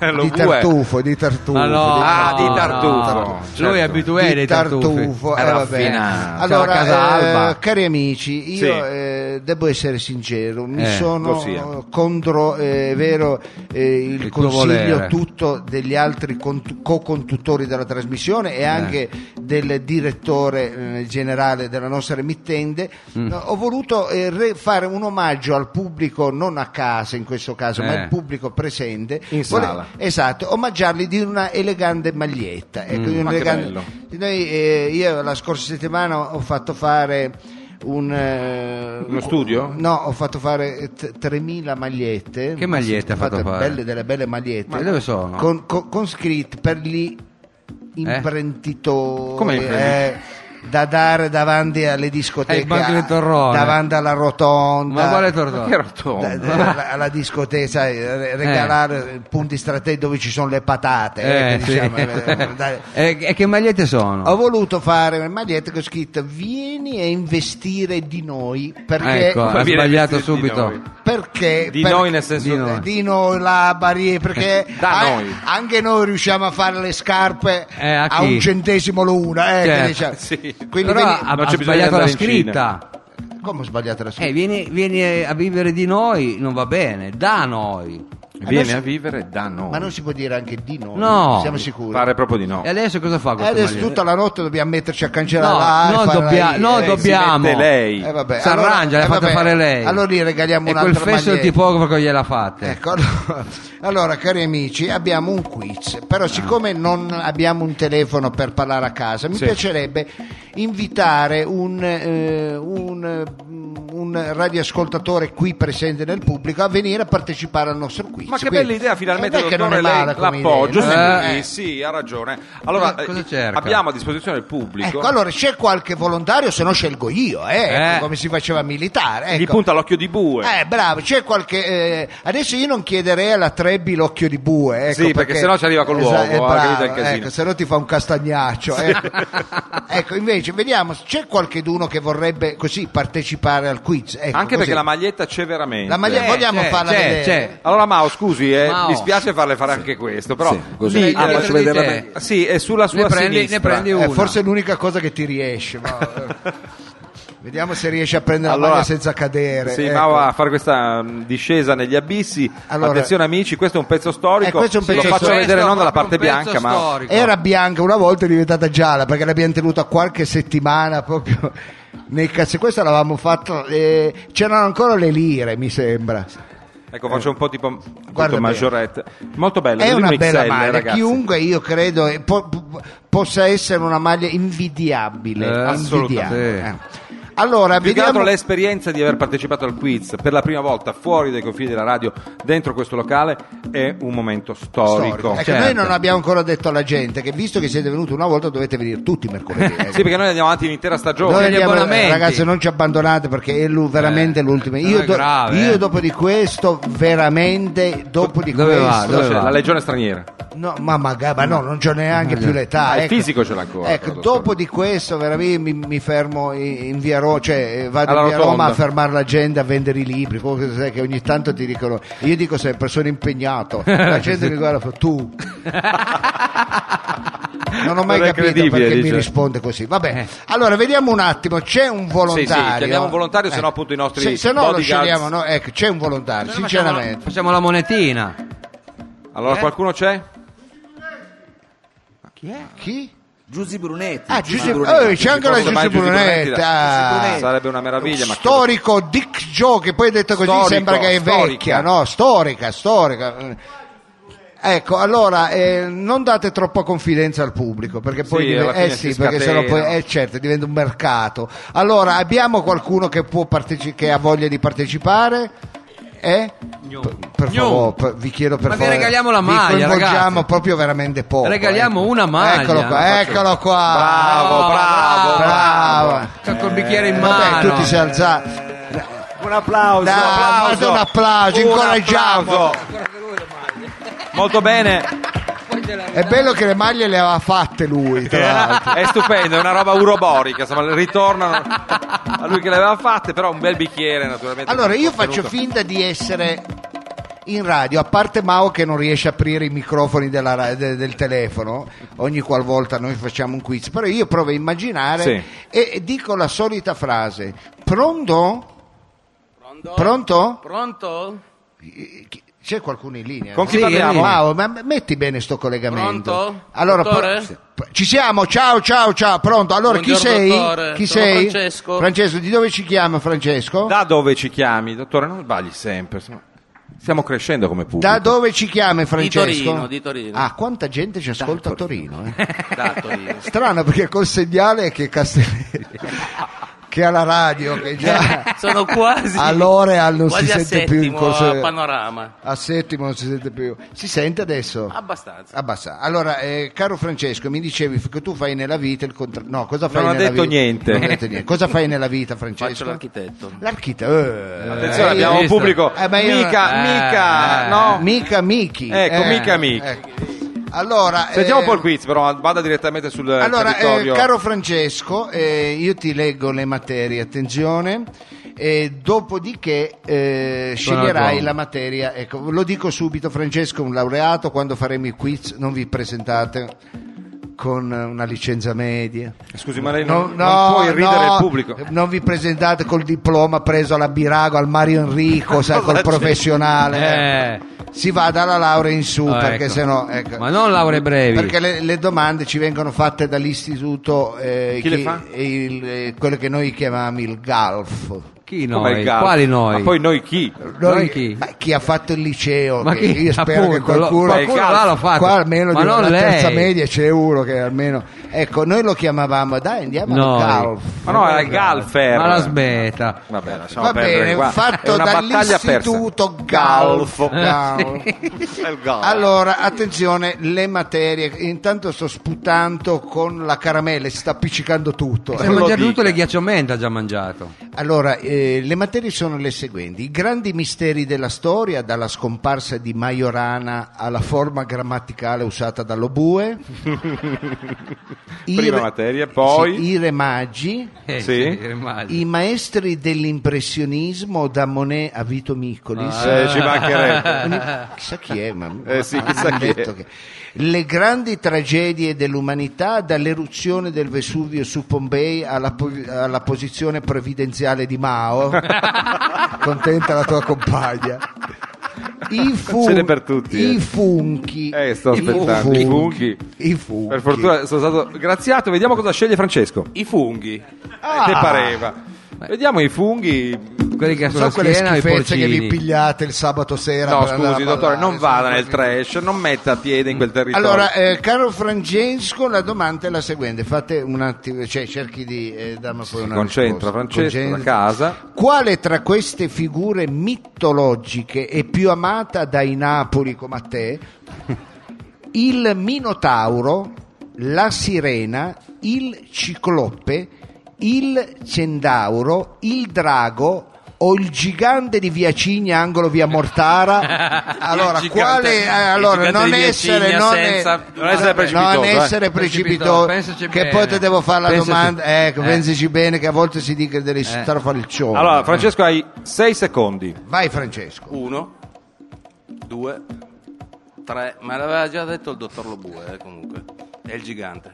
B: Lo
A: di
B: vuoi?
A: tartufo, di tartufo.
C: Ma no,
A: di-
B: Ah, di
C: no,
B: tartufo.
C: no.
B: Certo.
C: Lui è abituato
A: di
C: ai tartufi.
A: tartufo, eh,
B: Era
A: vabbè.
B: affinato.
A: allora
C: C'era Casa
A: eh,
C: Alba.
A: cari amici io
B: Sì.
A: eh, devo essere sincero mi
C: Eh,
A: sono
B: così, eh.
A: contro eh, è vero eh, il,
C: Il tuo
A: consiglio
C: volere.
A: tutto degli altri cont- co-conduttori della trasmissione
C: Eh.
A: e anche del direttore eh, generale della nostra emittente
C: Mm.
A: No, ho voluto eh, re- fare un omaggio al pubblico non a casa in questo caso ma
C: Eh.
A: al pubblico presente
B: In
A: Vole-
B: sala.
A: esatto omaggiarli di una elegante maglietta
C: Mm.
A: ecco, di un
B: Ma che
A: elegante-
B: bello.
A: noi, eh, io la scorsa settimana ho fatto fare un, eh,
B: Uno studio?
A: No, ho fatto fare t- 3000 magliette.
C: Che magliette
A: Ho
C: ha fatto
A: fatto
C: fare?
A: Belle, delle belle magliette.
C: Ma dove sono? Eh?
A: Con, con, con scritto per gli imprenditori.
B: Come imprenditori?
A: eh, da dare davanti alle discoteche.
C: Ai banchi Eh, del torrone.
A: Davanti alla rotonda.
C: Ma quale
B: Ma
C: tortone?
B: che rotondo.
A: da- da- alla, alla discoteca sai, re- regalare punti strategici dove ci sono le patate eh,
C: Eh,
A: che
C: sì.
A: diciamo,
C: [LAUGHS]
A: eh, dai. Oh,
C: Eh, e che magliette sono?
A: Ho voluto fare una maglietta che ho scritto Vieni a investire di noi perché,
C: ecco, ha
B: Come viene
C: sbagliato
B: vestito di
C: subito.
B: noi.
A: perché
B: Di
A: per-
B: noi nel senso-
A: di noi, di noi, la barriera perché
C: Eh,
B: Da
A: a-
B: noi.
A: anche noi riusciamo a fare le scarpe
C: Eh, a chi?
A: un centesimo l'una eh,
C: Certo,
A: che diciamo.
B: sì.
A: quindi
C: Però
A: veni-
C: ha,
B: Non
C: ha
B: c'è bisogno di
C: sbagliato la
B: andare in Cina.
C: scritta.
A: come ho sbagliato la
C: Eh,
A: scritta
C: vieni, vieni a vivere di noi, non va bene, da noi.
B: Viene
A: Adesso-
B: a vivere da noi.
A: ma non si può dire anche di noi
C: No.
A: siamo sicuri
B: Pare proprio di no.
C: E adesso cosa fa
A: E
C: questa
A: Eh, adesso
C: maglietta?
A: tutta la notte dobbiamo metterci a cancellare
C: No,
A: la
C: non dobbia- no,
B: Eh, si
C: dobbiamo.
B: mette lei.
A: Eh, vabbè,
C: Si arrangia, l'ha
A: eh,
C: fatta
A: vabbè,
C: fare lei.
A: Allora gli regaliamo
C: E
A: un'altra
C: quel fesso il
A: maglietta.
C: tipografo gliel'ha fatta.
A: Ecco, allora, allora, cari amici, abbiamo un quiz, però
B: Ah.
A: siccome non abbiamo un telefono per parlare a casa, mi
B: Sì.
A: piacerebbe invitare un, eh, un, eh, un un radioascoltatore qui presente nel pubblico a venire a partecipare al nostro quiz.
B: Ma che
A: Quindi-
B: bella idea, finalmente
A: Eh, beh, che non
B: dottore,
A: è male
B: lei
A: come
B: l'appoggio.
A: idea, Eh, non è male.
B: Sì, sì, ha ragione. Allora,
C: Cosa- cosa
B: eh,
C: cerca?
B: abbiamo a disposizione il pubblico.
A: Ecco, allora c'è qualche volontario, se no scelgo io, eh, ecco,
C: Eh.
A: come si faceva militare.
B: Gli
A: ecco.
B: punta l'occhio di bue.
A: Eh, bravo, c'è qualche. eh, adesso io non chiederei alla Trebbi l'occhio di bue. Ecco,
B: Sì, perché sennò ci arriva col
A: Esa- eh,
B: uovo, ha capito il
A: bravo,
B: casino.
A: ecco, se no ti fa un castagnaccio. Ecco. [LAUGHS] Ecco, invece, vediamo, c'è qualcheduno che vorrebbe così partecipare al quiz. Ecco,
B: Anche
A: così.
B: perché la maglietta c'è veramente. Eh.
A: La maglia-
C: C'è,
A: vogliamo
C: c'è,
A: farla
C: c'è,
A: vedere.
C: c'è.
B: Allora, Mao, scusi, eh,
C: Mao.
B: mi spiace farle fare anche questo, però.
D: Sì, così
B: Lei-
D: ah,
C: dietro
D: faccio
C: di
D: vedere
C: te.
D: la me-
B: Sì, è sulla sua
C: Ne prendi-
B: sinistra.
C: ne prendi
A: Eh,
C: una.
A: forse è l'unica cosa che ti riesce. ma,
B: [LAUGHS]
A: eh, vediamo se riesci a prendere la maglia senza cadere.
B: Sì,
A: ecco.
B: ma va a fare questa mh, discesa negli abissi.
A: Allora-
B: Attenzione, amici, questo è un pezzo storico.
A: Eh, questo è un
B: Sì,
A: pezzo
B: Lo faccio
A: storico.
B: vedere non dalla
C: Questo
B: parte
C: è proprio un
B: bianca,
C: pezzo
B: ma.
C: storico.
A: Era bianca una volta è diventata gialla perché l'abbiamo tenuta qualche settimana proprio [LAUGHS] nei cazzi. Questa l'avevamo fatta. eh, c'erano ancora le lire, mi sembra.
B: Ecco, faccio un po' tipo appunto,
A: bene.
B: Majorette. Molto bella,
A: È
B: così
A: una
B: un
A: bella
B: XL,
A: maglia.
B: ragazzi.
A: Chiunque io credo eh, po- po- possa essere una maglia invidiabile.
C: Eh,
A: invidiabile.
C: assolutamente.
A: Eh. Allora,
B: Più che altro
A: vediamo.
B: l'esperienza di aver partecipato al quiz per la prima volta fuori dai confini della radio, dentro questo locale, è un momento storico. Cioè,
A: Ecco,
C: Certo.
A: Noi non abbiamo ancora detto alla gente che visto che siete venuti una volta dovete venire tutti
B: [LAUGHS]
A: mercoledì. ecco.
B: Sì, perché noi andiamo avanti un'intera stagione.
A: Noi
C: gli
A: andiamo-
C: abbonamenti.
A: ragazzi, non ci abbandonate perché è lu- veramente l'ultimo.
C: no,
A: Io,
C: è grave,
A: io
C: eh.
A: dopo di questo, veramente dopo di
C: Dove va?
A: questo,
B: Cosa c'è?
C: Dove va?
B: La legione straniera.
A: no, ma magari, ma no, non c'ho neanche più l'età.
B: Ah, il
A: ecco.
B: fisico ce l'ha ancora,
A: Ecco,
B: però,
A: dopo
B: dottore.
A: di questo, veramente mi, mi fermo in, in via Roma, cioè eh, vado
B: Alla
A: in via
B: rotonda.
A: Roma a fermare la gente a vendere i libri. Poi che sai che ogni tanto ti dicono, io dico sempre sono impegnato.
B: [LAUGHS]
A: La gente mi guarda e fa tu. Non ho mai
B: Non è
A: capito
B: credibile,
A: perché mi
B: dice. Eh.
A: risponde così. Vabbè, allora vediamo un attimo. C'è un volontario.
B: Sì, sì, chiamiamo un volontario, sennò appunto i nostri
A: Se, se no lo
B: bodyguards-
A: scegliamo, no? Ecco, c'è un volontario,
C: Facciamo la-
A: sinceramente.
C: Facciamo la monetina.
B: Allora,
A: Eh?
B: qualcuno c'è?
A: Chi?
D: Giussi Brunetti.
A: Ah,
D: Giusy
A: Giuseppe,
D: Brunetti.
A: eh, c'è anche la
B: Ricordo mai
A: Giuseppe
B: Giusy
A: Brunetti.
B: Brunetti,
A: ah.
B: Sarebbe una meraviglia, ma
A: storico Dick Joe che poi detto così
B: Storico,
A: sembra che è
B: storica.
A: vecchia no? storica storica ecco allora eh, non date troppa confidenza al pubblico perché poi
B: Sì, alla
A: div- eh
B: fine
A: sì
B: si
A: perché sennò poi
B: scatena.
A: eh, certo diventa un mercato allora abbiamo qualcuno che può parteci- che ha voglia di partecipare eh? P- per
C: Gnu.
A: favore, p- vi chiedo per
C: Ma vi
A: favore.
C: regaliamo la
A: vi
C: maglia,
A: coinvolgiamo
C: ragazzi.
A: proprio veramente poco.
C: Regaliamo
A: ecco.
C: una maglia.
A: Eccolo qua,
C: Faccio-
A: eccolo qua.
B: Bravo, bravo,
A: bravo. Eh,
C: C'ho col bicchiere in
A: Vabbè,
C: mano.
A: tutti si alzati.
B: Un applauso,
A: Dai, fate un applauso, incoraggiamo.
B: Molto bene,
A: È bello che le maglie le aveva fatte lui,
B: Eh.
A: tra l'altro.
B: è stupendo, è una roba uroborica, insomma, ritornano a lui che le aveva fatte, però un bel bicchiere naturalmente.
A: Allora, io
B: Contenuto.
A: faccio finta di essere in radio, a parte Mao che non riesce a aprire i microfoni della ra- de- del telefono ogni qualvolta noi facciamo un quiz, però io provo a immaginare
B: Sì.
A: e e dico la solita frase. Pronto? Pronto?
G: Pronto?
A: Chi- C'è qualcuno in linea?
B: Con chi
A: Sì,
B: parliamo?
A: Mao, ma metti bene sto collegamento.
G: Pronto?
A: Allora,
G: Dottore?
A: pro- sì. ci siamo, ciao, ciao, ciao, pronto. Allora, chi
G: Buongiorno,
A: sei?
G: dottore.
A: Chi
G: Sono
A: sei?
G: Francesco.
A: Francesco, di dove ci chiama Francesco?
B: Da dove ci chiami, dottore? Non sbagli sempre. insomma. Stiamo crescendo come pubblico.
A: Da dove ci chiami Francesco?
G: Torino, di Torino.
A: Ah, quanta gente ci ascolta a Torino. eh.
G: [LAUGHS] Da Torino.
A: Strano perché col segnale
G: [LAUGHS]
A: che Castelletti che alla radio che già
G: Sono quasi
A: all'Oreal non
G: quasi
A: si
G: a
A: sente più il
G: settimo
A: corso
G: a panorama. Ah,
A: a settimo non si sente più. Si sente adesso?
G: Abbastanza.
A: Abbassa. Allora, eh, caro Francesco, mi dicevi f- che tu fai nella vita il contrario. No, cosa fai
B: Non ho
A: nella
B: detto
A: vita?
B: niente.
A: Non ho detto niente. Cosa fai nella vita, Francesco?
G: Faccio l'architetto.
A: L'archite- eh.
B: Attenzione,
A: Eh,
B: abbiamo
A: io-
B: un
C: visto.
B: pubblico.
A: Eh, ma io-
B: mica,
C: eh,
B: mica,
C: eh.
B: no.
A: Mica Michi.
B: Ecco, mica Michi.
A: ecco. Allora,
B: Sentiamo
A: eh,
B: un po' il quiz, però vada direttamente sul
A: Allora, eh,
B: territorio.
A: caro Francesco, eh, io ti leggo le materie, attenzione, e dopodiché eh,
C: Suona il
A: sceglierai
C: gong.
A: la materia. Ecco, lo dico subito, Francesco, è un laureato, quando faremo i quiz non vi presentate con una licenza media.
B: Eh, Scusi, ma lei
A: No,
B: non,
A: no,
B: non può irridere
A: no, Eh,
B: il pubblico.
A: Non vi presentate col diploma preso alla Birago, al Mario Enrico, sai,
B: Cosa
A: col
B: c'è?
A: professionale.
C: Eh,
A: Si va dalla laurea in su,
C: Ah,
A: perché
C: ecco.
A: sennò... Ecco.
C: Ma non lauree brevi.
A: Perché le, le domande ci vengono fatte dall'istituto, eh,
B: Chi le fa?
A: il- eh, quello che noi chiamiamo il GALF.
C: Chi
B: Come
C: noi?
B: il gatto.
C: Quali noi?
B: Oh Ma poi noi chi?
C: Noi chi?
A: Ma chi ha fatto il liceo?
C: Ma
A: che
C: chi?
A: Io spero che
C: Appunto, lo-
A: qualcuno,
B: qualcuno là
C: l'ha fatto.
A: Qua almeno
C: Ma
A: di
C: non
A: una
C: lei.
A: terza media c'è uno che almeno. Ecco, noi lo chiamavamo, dai, andiamo
C: Noi.
A: al golf.
B: Ma no, è Galfer.
C: Ma la smetta.
B: Vabbè, lasciamo
A: Va
B: perdere
A: bene,
B: qua. è
A: fatto
B: una battaglia persa.
A: dall'istituto Galfo. Galfo. Allora, attenzione, le materie. Intanto sto sputando con la caramella, si sta appiccicando tutto.
C: Si è mangiato tutte le ghiacciomenta ha già mangiato.
A: Allora, eh, le materie sono le seguenti. I grandi misteri della storia, dalla scomparsa di Majorana alla forma grammaticale usata
B: [LAUGHS]
A: dall'Obue. I
B: Prima
A: re-
B: materia, poi-
A: sì, I re maggi,
C: Eh,
B: Sì.
C: immagino.
A: i maestri dell'impressionismo da Monet a Vito Micolis.
B: Eh, ci mancherebbe.
A: Chissà chi è, ma
B: Eh sì, chissà
A: hanno
B: chi è.
A: detto che- le grandi tragedie dell'umanità, dall'eruzione del Vesuvio su Pompei alla, po- alla posizione previdenziale di
B: [LAUGHS]
A: Mao. Contenta la tua compagna. I, fu-
B: Ce n'è per tutti,
A: i
B: eh.
A: funchi.
B: Eh, sto
A: I
B: aspettando, i funghi.
A: I funghi.
B: Per fortuna sono stato graziato. Vediamo cosa sceglie Francesco.
G: I funghi.
A: Ah,
B: Che pareva. Vediamo i funghi.
C: Quelli che
A: so
C: sono
A: quelle
C: schiena e i
A: schifezze che vi
C: porcini.
A: pigliate il sabato sera.
B: No,
A: per andare a
B: scusi, dottore,
A: ballare,
B: non
A: sono
B: vada nel
A: così.
B: trash, non metta piede in quel territorio.
A: Allora, eh, caro Francesco, la domanda è la seguente: fate un attimo, cioè cerchi di eh, darmi poi una risposta.
B: concentra, Francesco,
A: Concentra.
B: da casa.
A: Quale tra queste figure mitologiche è più amata dai Napoli come a te? Il Minotauro, la Sirena, il Cicloppe, il Centauro, il Drago o il gigante di Via Cigna, angolo Via Mortara? Allora,
G: Il gigante-
A: quale eh,
G: il
A: allora,
G: gigante
A: non
G: di Via
A: essere,
G: Cigna
A: non,
G: senza-
B: non essere precipitoso,
A: non
B: eh.
A: essere
C: Precipitoso,
A: precipitoso,
C: pensaci
A: che
C: bene.
A: poi te devo fare la
C: Pensaci-
A: domanda, ecco,
C: eh.
A: pensaci bene che a volte si dica delle strafalcioni.
B: Allora, Francesco, hai 6 secondi.
A: Vai Francesco.
G: Uno, due, tre. Ma l'aveva già detto il dottor Lobue, eh, comunque. È il gigante.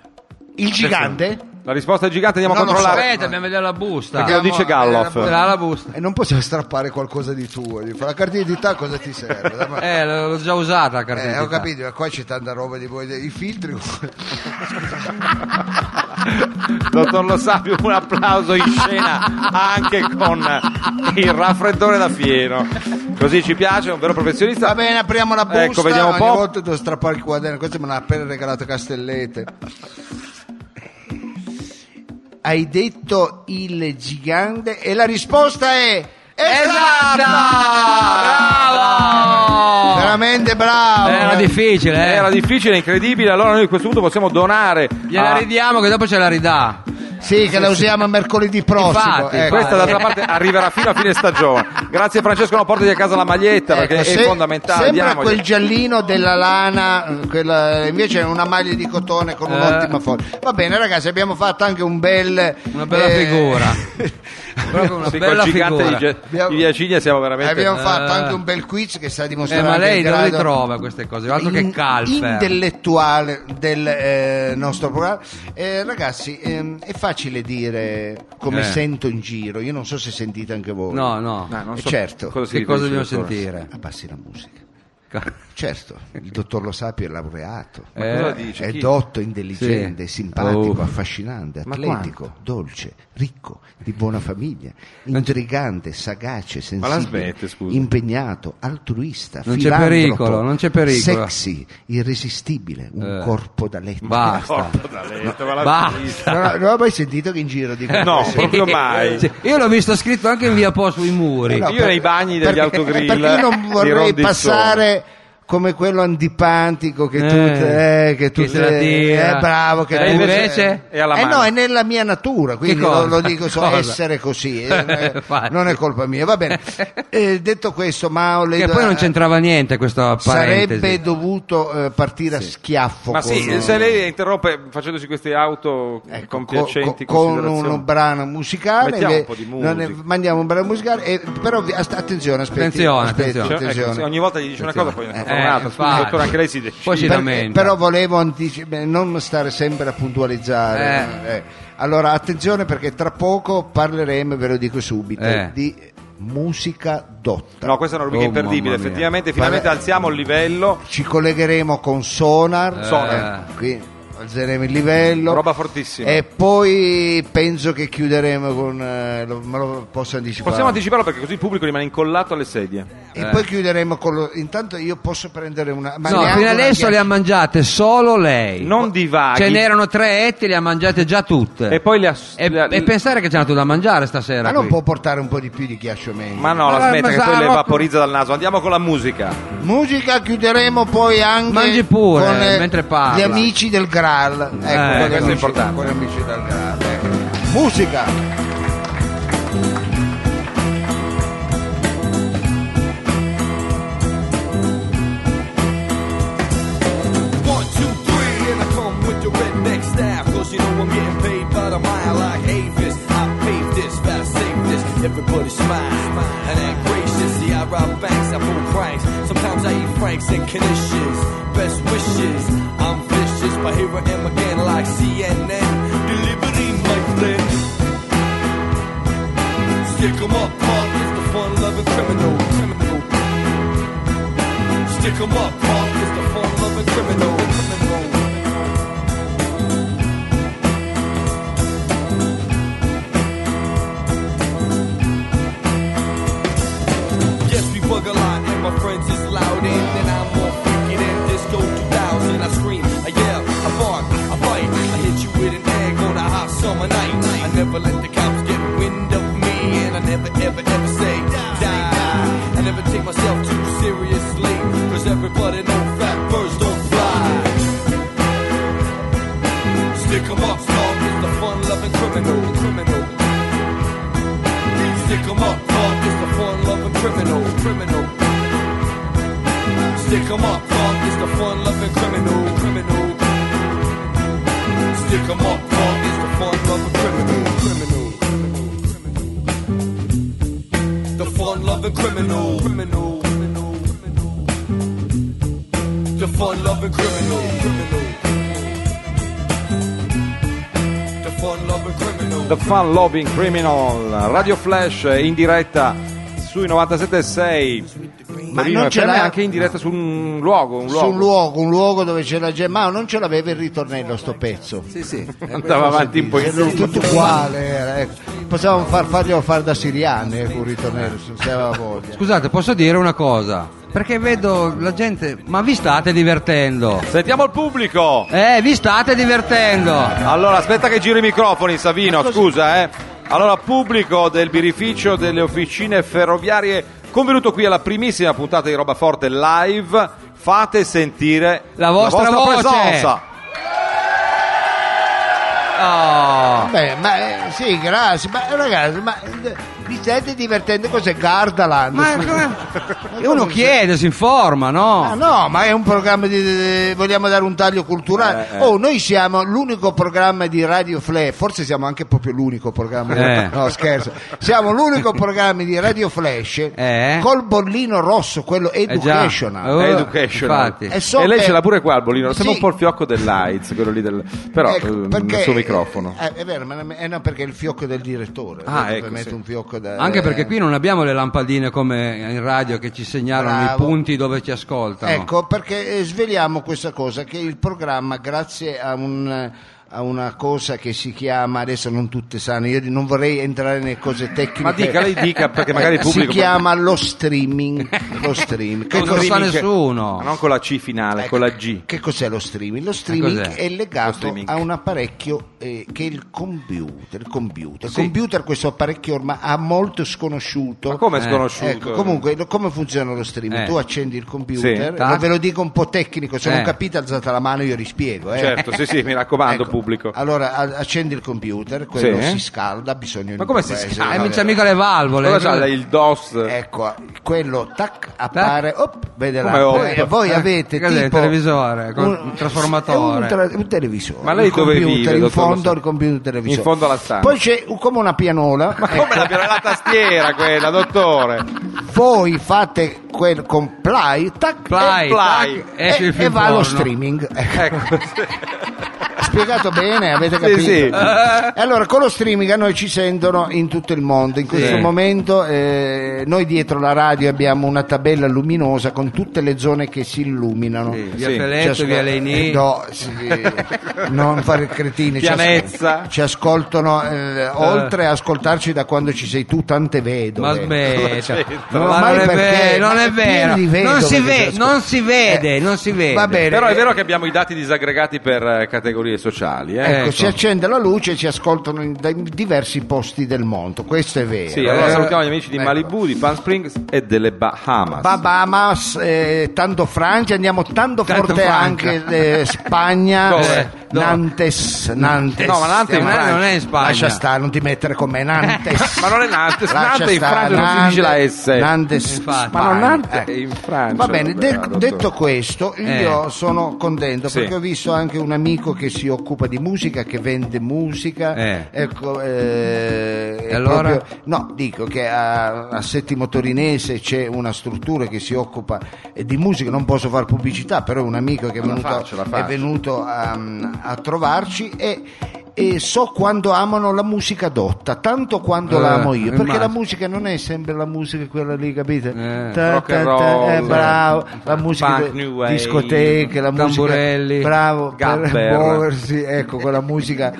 A: Il gigante?
B: La risposta è gigante, andiamo a
A: Non lo so.
B: controllare.
C: Aspetta, dobbiamo vedere la busta.
B: Perché lo
A: Ah,
B: dice Gallof.
C: Ce l'ha la busta.
A: E non possiamo strappare qualcosa di tuo. gli fa, La carta d'identità cosa ti serve? Dai, ma-
C: Eh, l'ho l'ho già usata la carta
A: Eh, ho
C: d'identità.
A: capito, ma qua c'è tanta roba di voi, i filtri.
B: Dottor Lo Sapio, un applauso in scena anche con il raffreddore da fieno. Così ci piace, è un vero professionista.
A: Va bene, apriamo la busta.
B: Ecco, vediamo un
A: Ogni
B: po'.
A: volta devo strappare il quaderno, questo me l'ha appena regalato Castellete. Hai detto il gigante e la risposta è
C: Bravo!
A: Veramente bravo.
C: Era difficile, eh.
B: Era difficile, incredibile. Allora noi a questo punto possiamo donare.
C: Gliela
A: Ah.
B: a-
C: ridiamo che dopo ce la ridà.
A: Sì, che la usiamo mercoledì prossimo.
C: Infatti,
A: ecco.
B: Questa d'altra parte arriverà fino a fine stagione. Grazie Francesco, non porti a casa la maglietta perché
A: Ecco,
B: è
A: se-
B: fondamentale.
A: Sembra
B: Diamogli.
A: quel giallino della lana, eh, quella- invece è una maglia di cotone
C: Eh.
A: con un'ottima forma. Va bene, ragazzi, abbiamo fatto anche un bel. eh,
C: Una bella figura. Proprio una
B: Sì, col
C: bella
B: gigante di,
C: figura.
B: Ge-
A: Abbiamo-
B: di Via Ciglia siamo veramente.
A: [LAUGHS] abbiamo fatto
C: Eh.
A: anche un bel quiz che sta
C: Eh,
A: dimostrando.
C: ma
A: che è
C: lei
A: in
C: dove le
A: grado-
C: trova queste cose? Altro che
A: in-
C: calfer.
A: intellettuale del eh, nostro programma Eh, ragazzi ehm, è facile dire come
C: Eh.
A: sento in giro io non so se sentite anche voi
C: No, no.
B: No, non
A: Eh,
B: so
A: certo.
B: si
C: Che cosa
B: riferisce,
C: dobbiamo
B: dottore.
C: sentire?
A: abbassi la musica
C: Ca-
A: Certo, il dottor Lo Sapio è laureato.
C: Ma cosa
B: dice?
A: È
B: Chi?
A: dotto, intelligente,
C: Eh, Sì.
A: simpatico,
C: Oh.
A: affascinante,
B: Ma
A: atletico, dolce, ricco, di buona famiglia,
C: Non c'è-
A: intrigante, sagace,
B: Ma la
A: sensibile,
B: smette, scusi.
A: impegnato, altruista,
C: Non c'è
A: filantropo,
C: pericolo, non c'è pericolo.
A: sexy, irresistibile, un
C: Eh.
A: corpo da letto.
C: Basta.
B: Porco da letto, ma la-
C: Basta.
A: Non, ho- non ho mai sentito che in giro dicono
B: No,
A: così.
B: proprio mai.
C: Sì, Io l'ho visto scritto anche in via Po sui muri.
A: No,
B: Io nei bagni degli autogrill eh,
A: Perché io non
B: di
A: vorrei
B: Rondizzone.
A: passare come quello antipantico che
C: Eh,
A: tu eh, che tu
C: che se la tira.
A: eh, bravo che
C: E
A: tu-
C: invece
B: è alla
A: eh
B: mano.
A: no è nella mia natura quindi
C: Che cosa?
A: lo, lo dico
B: [LAUGHS]
A: so
C: Cosa?
A: essere così eh, eh,
C: Infatti.
A: non è colpa mia va bene Eh, detto questo Mao lei
C: Che
A: do-
C: poi non c'entrava niente questa parentesi.
A: sarebbe dovuto eh, partire a schiaffo
B: Ma
A: con-
B: sì, se lei interrompe facendosi queste auto
A: Ecco,
B: compiacenti
A: co- co- con
B: considerazioni.
A: un brano musicale
B: Mettiamo un po' di
A: non è-
B: musica.
A: mandiamo un brano musicale e- però vi- ast- attenzione aspetti,
C: Attenzione,
A: aspetti,
C: attenzione.
B: Cioè, ecco, se ogni volta gli dice una cosa, poi ne fa
C: Eh,
B: un'altra. Scusi,
C: infatti.
B: dottore, anche lei si decide.
C: Poi si
A: Per-
C: lamenta.
A: però volevo antici- beh, non stare sempre a puntualizzare. Eh. Allora, attenzione perché tra poco parleremo, ve lo dico subito,
C: Eh.
A: di musica dotta.
B: No, questa è una rubrica
C: Oh,
B: imperdibile.
C: mamma mia.
B: Effettivamente, finalmente
A: Vabbè.
B: alziamo il livello.
A: Ci collegheremo con Sonar. eh,
B: Sonar.
A: qui- alzeremo il livello.
B: Roba fortissima.
A: E poi penso che chiuderemo con. eh, lo- me lo posso anticipare?
B: Possiamo anticiparlo perché così il pubblico rimane incollato alle sedie.
A: E poi chiuderemo con lo... Intanto io posso prendere una... ma
H: No,
A: neanche
H: fino
A: una
H: adesso le ha
A: ghiaccia-
H: mangiate solo lei.
B: Non divaghi.
H: Ce n'erano tre etti, le ha mangiate già tutte.
B: E poi le ha-
H: Eh. E,
B: le ha-
H: e pensare che c'è nato da mangiare stasera.
A: Ma non
H: qui.
A: può portare un po' di più di ghiaccio meglio.
B: Ma no, la
H: Ma-
B: smetta
H: ma
B: che poi
H: sa-
B: le vaporizza dal naso. Andiamo con la musica.
A: Musica chiuderemo poi anche...
H: Mangi pure,
A: con eh,
H: mentre parla. Eh,
A: Gli amici del Graal. Ecco, con gli
H: questo è
A: amici-
B: importante.
A: Con gli amici del Graal. ecco. Musica!
E: One, two, three, and I come with the redneck style. Cause you know I'm getting paid by the mile like Avis. I paved this, fast save this. Everybody smile, and act gracious. See, I rob banks, I pull pranks. Sometimes I eat franks and conditions. Best wishes, I'm vicious, but here I am again like CNN. Delivering my friend. Stick 'em up, Paul, is the fun loving criminal, criminal. Stick 'em up, Paul is the form of a criminal. Yes, we bug a lot, and my friends is loud in, and I'm more freaky than disco 2000. I scream, I yell, I bark, I bite, I hit you with an egg on a hot summer night. I never let the cops get wind of me, and I never, ever, ever say die. I never take myself too seriously, cause everybody know fat birds don't fly. Stick 'em up, song is the fun-loving criminal, criminal. Stick 'em up, funk is the fun loving criminal, criminal. Stick 'em up, funk is the fun loving criminal, criminal. Stick 'em up, funk is the fun loving criminal, criminal. The fun loving criminal, criminal. The fun loving criminal, criminal. The fun loving criminal.
B: The Fun Lobbying Criminal, Radio Flash in diretta sui 97.6.
A: Ma
B: Torino
A: non ce
B: FM,
A: l'ha-
B: anche in diretta su un luogo, un
A: Su
B: luogo.
A: un luogo, un luogo dove c'è la Gemma, non ce l'aveva il ritornello sto pezzo.
D: Sì, sì.
A: eh,
B: Andava avanti un po' in
A: Era tutto uguale, era, ecco. Possiamo far, farglielo fare da siriani eh, con il ritornello, se aveva voglia.
H: Scusate, posso dire una cosa? Perché vedo la gente. Ma vi state divertendo?
B: Sentiamo il pubblico.
H: Eh, vi state divertendo!
B: Allora, aspetta che giri i microfoni, Savino, scusa, eh. Allora, pubblico del birrificio delle officine ferroviarie, convenuto qui alla primissima puntata di Roba Forte live, fate sentire
H: La vostra voce.
B: presenza.
H: Oh.
A: Beh, ma eh, sì, grazie, ma ragazzi, ma eh, vi state divertendo? Cos'è Gardaland?
H: Ma e uno chiede, si informa, no?
A: Ah, no, ma è un programma di. di- vogliamo dare un taglio culturale.
H: Eh,
A: Oh, noi siamo l'unico programma di Radio Flash, forse siamo anche proprio l'unico programma.
H: Eh.
A: [LAUGHS] No, scherzo. Siamo l'unico programma di Radio Flash
H: Eh.
A: col bollino rosso, quello
H: Eh già.
A: educational.
H: Eh,
B: Educational.
H: infatti.
A: Eh, so
B: e lei
A: che-
B: ce l'ha pure qua il bolino.
A: Sì.
B: Sembra un po' il fiocco dell'AIDS, quello lì del. Però
A: Ecco,
H: eh,
B: ehm, il suo microfono.
A: eh, è vero, ma non- eh, no, perché è il fiocco del direttore.
B: Ah,
A: Eh,
B: ecco,
A: mette
B: sì.
A: un fiocco da-
H: Anche
A: eh,
H: perché qui non abbiamo le lampadine come in radio che ci segnalano
A: Bravo.
H: i punti dove ci ascoltano.
A: Ecco, perché eh, sveliamo questa cosa, che il programma, grazie a un- a una cosa che si chiama, adesso non tutte sanno, io non vorrei entrare nelle cose tecniche.
B: Ma dica, lei dica, perché magari il
A: Si
B: pubblico.
A: chiama lo streaming. Lo streaming. Che
H: Non lo
A: cos'è?
H: sa
B: Ma
H: nessuno.
B: non con la C finale,
A: Ecco,
B: con la G.
A: Che cos'è lo streaming? Lo streaming
H: cos'è?
A: è legato
B: streaming.
A: a un apparecchio eh, che è il computer. Il computer,
B: Sì.
A: Il computer questo apparecchio ormai ha molto sconosciuto.
B: Ma come è
H: Eh,
B: sconosciuto?
A: Ecco, comunque lo- come funziona lo streaming?
H: Eh.
A: Tu accendi il computer,
B: Sì, Ah.
H: tac.
A: ma ve lo dico un po' tecnico, se
H: Eh.
A: non capite alzate la mano io rispiego. eh.
B: Certo,
A: [LAUGHS]
B: sì, sì, mi raccomando,
A: Ecco,
B: pubblico.
A: Allora a- accendi il computer, quello
B: Sì.
A: si scalda, bisogna...
B: Ma come si
A: essere-
B: scalda?
H: Eh, non c'è mica le valvole. eh?
B: Cosa c'ha il DOS?
A: Ecco, quello tac appare, op, vede
B: Come Eh.
A: l'app.
B: op?
A: E voi avete
H: Cos'è,
A: tipo
H: il televisore, con un trasformatore?
A: è Un, tra- un televisore.
B: Ma lei
A: un
B: dove
A: computer,
B: vive,
A: In
B: dottor
A: fondo
B: Lossano?
A: al computer televisore.
B: In fondo alla stanza.
A: Poi c'è un- come una pianola. ecco,
B: Ma come la, la tastiera quella, dottore?
A: Voi fate quel con play, tac,
H: Play,
A: e,
B: tac,
A: tac,
H: esce
A: e-
H: il film
A: e va allo
H: porno.
A: streaming.
B: Ecco.
A: spiegato bene, avete capito.
B: sì.
A: E Allora, con lo streaming a noi ci sentono in tutto il mondo. In questo momento eh, noi dietro la radio abbiamo una tabella luminosa con tutte le zone che si illuminano.
H: Via
B: Sì.
H: Feletto,
A: Ci ascol-
H: via Leini.
A: Eh, No, sì, non fare cretini. ci ascol-
B: Pianezza.
A: Ci ascoltano, eh, oltre a ascoltarci da quando ci sei tu, tante vedove.
H: Ma smetta,
A: Ma
H: Ma
A: ormai
H: non è
A: perché?
H: vero, non
A: Ma
H: è
A: è
H: vero,
A: pieno di
H: non si,
A: vedove che
H: ve-
A: si
H: non si vede, non si vede.
A: Va bene.
B: Però è vero che abbiamo i dati disaggregati per eh, categorie sociali. eh.
A: Ecco, si accende la luce e ci ascoltano in da- in diversi posti del mondo, questo è vero.
B: Sì, allora
A: Eh,
B: salutiamo gli amici di
A: ecco.
B: Malibu, di Palm Springs e delle Bahamas.
A: Bahamas, eh, tanto Francia, andiamo tanto,
H: Tanto
A: forte
H: Francia.
A: anche eh, Spagna,
B: Dove?
A: eh, Nantes, Nantes.
B: No, ma Nantes
A: Stiamo-
B: non è-
H: non è in Spagna.
A: Lascia stare, non ti mettere con me, Nantes.
B: [LAUGHS] Ma non è Nantes,
A: Lascia
B: Nantes in
A: stare,
B: Francia non si dice la
A: Nantes,
B: S.
A: Nantes,
H: Infatti.
B: Ma non
A: Spagna,
B: Nantes
A: eh.
B: è in Francia.
A: Va bene,
B: vabbè,
A: de-
B: dottore.
A: detto questo, io sono contento
B: Sì.
A: perché ho visto anche un amico che si occupa di musica, che vende musica.
H: Eh.
A: Ecco, eh, è
H: allora?
A: proprio- no, dico che a, a Settimo Torinese c'è una struttura che si occupa eh, di musica, non posso fare pubblicità, però è un amico che è venuto,
B: faccio, la
A: è
B: faccio.
A: venuto a, a trovarci e, e so quanto amano la musica dotta, tanto quanto
H: Eh,
A: la amo io, perché la
H: immagino.
A: musica non è sempre la musica quella lì, capite?
H: Eh,
B: rock and
A: eh,
B: roll,
A: bravo, la musica
B: punk,
A: de-
B: new wave,
A: discoteche, la
H: tamburelli,
A: musica bravo per
B: gabber.
A: muoversi, ecco quella musica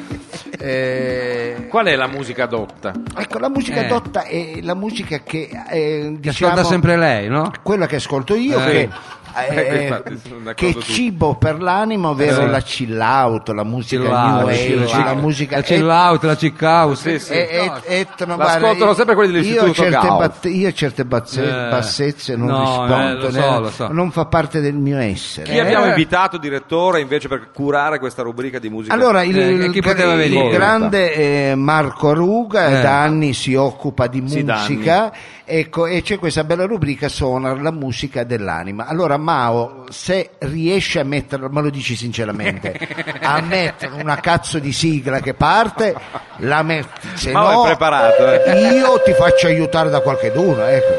A: eh,
B: Qual è la musica dotta?
A: ecco la musica
H: Eh.
A: dotta è la musica che eh,
H: Che
A: diciamo
H: ascolta sempre lei, no?
A: quella che ascolto io
H: Eh.
A: che
B: Eh,
A: eh,
B: infatti, sono d'accordo
A: che
B: tutti.
A: cibo per l'animo ovvero la chill out la musica
H: Chill
A: new
H: out,
A: age
H: chill
A: la
H: out.
A: musica
H: La chill out, Eh, la chick house.
B: sì.
A: e- e- etno-
B: L'ascoltano
A: guarda,
B: sempre quelli dell'Istituto
A: io certe,
B: Gao.
A: bat- io certe bazze-
H: Eh.
A: bassezze non
H: No, eh,
A: rispondo
H: lo so,
A: ne-
H: lo so.
A: non fa parte del mio essere
B: Chi abbiamo invitato, direttore, invece per curare questa rubrica di musica?
A: Allora, il,
H: Eh, e chi
A: il-
H: poteva
A: il
H: venire?
A: grande eh, Marco Ruga
H: Eh.
A: da anni si occupa di
B: Sì, da
A: musica ecco, e c'è questa bella rubrica Sonar, la musica dell'anima. Allora, Mao, se riesci a mettere, ma lo dici sinceramente,
H: [LAUGHS]
A: a mettere una cazzo di sigla che parte, la metti. Se
B: Mao
A: no,
B: è preparato, eh.
A: io ti faccio aiutare da qualcheduno. Ecco.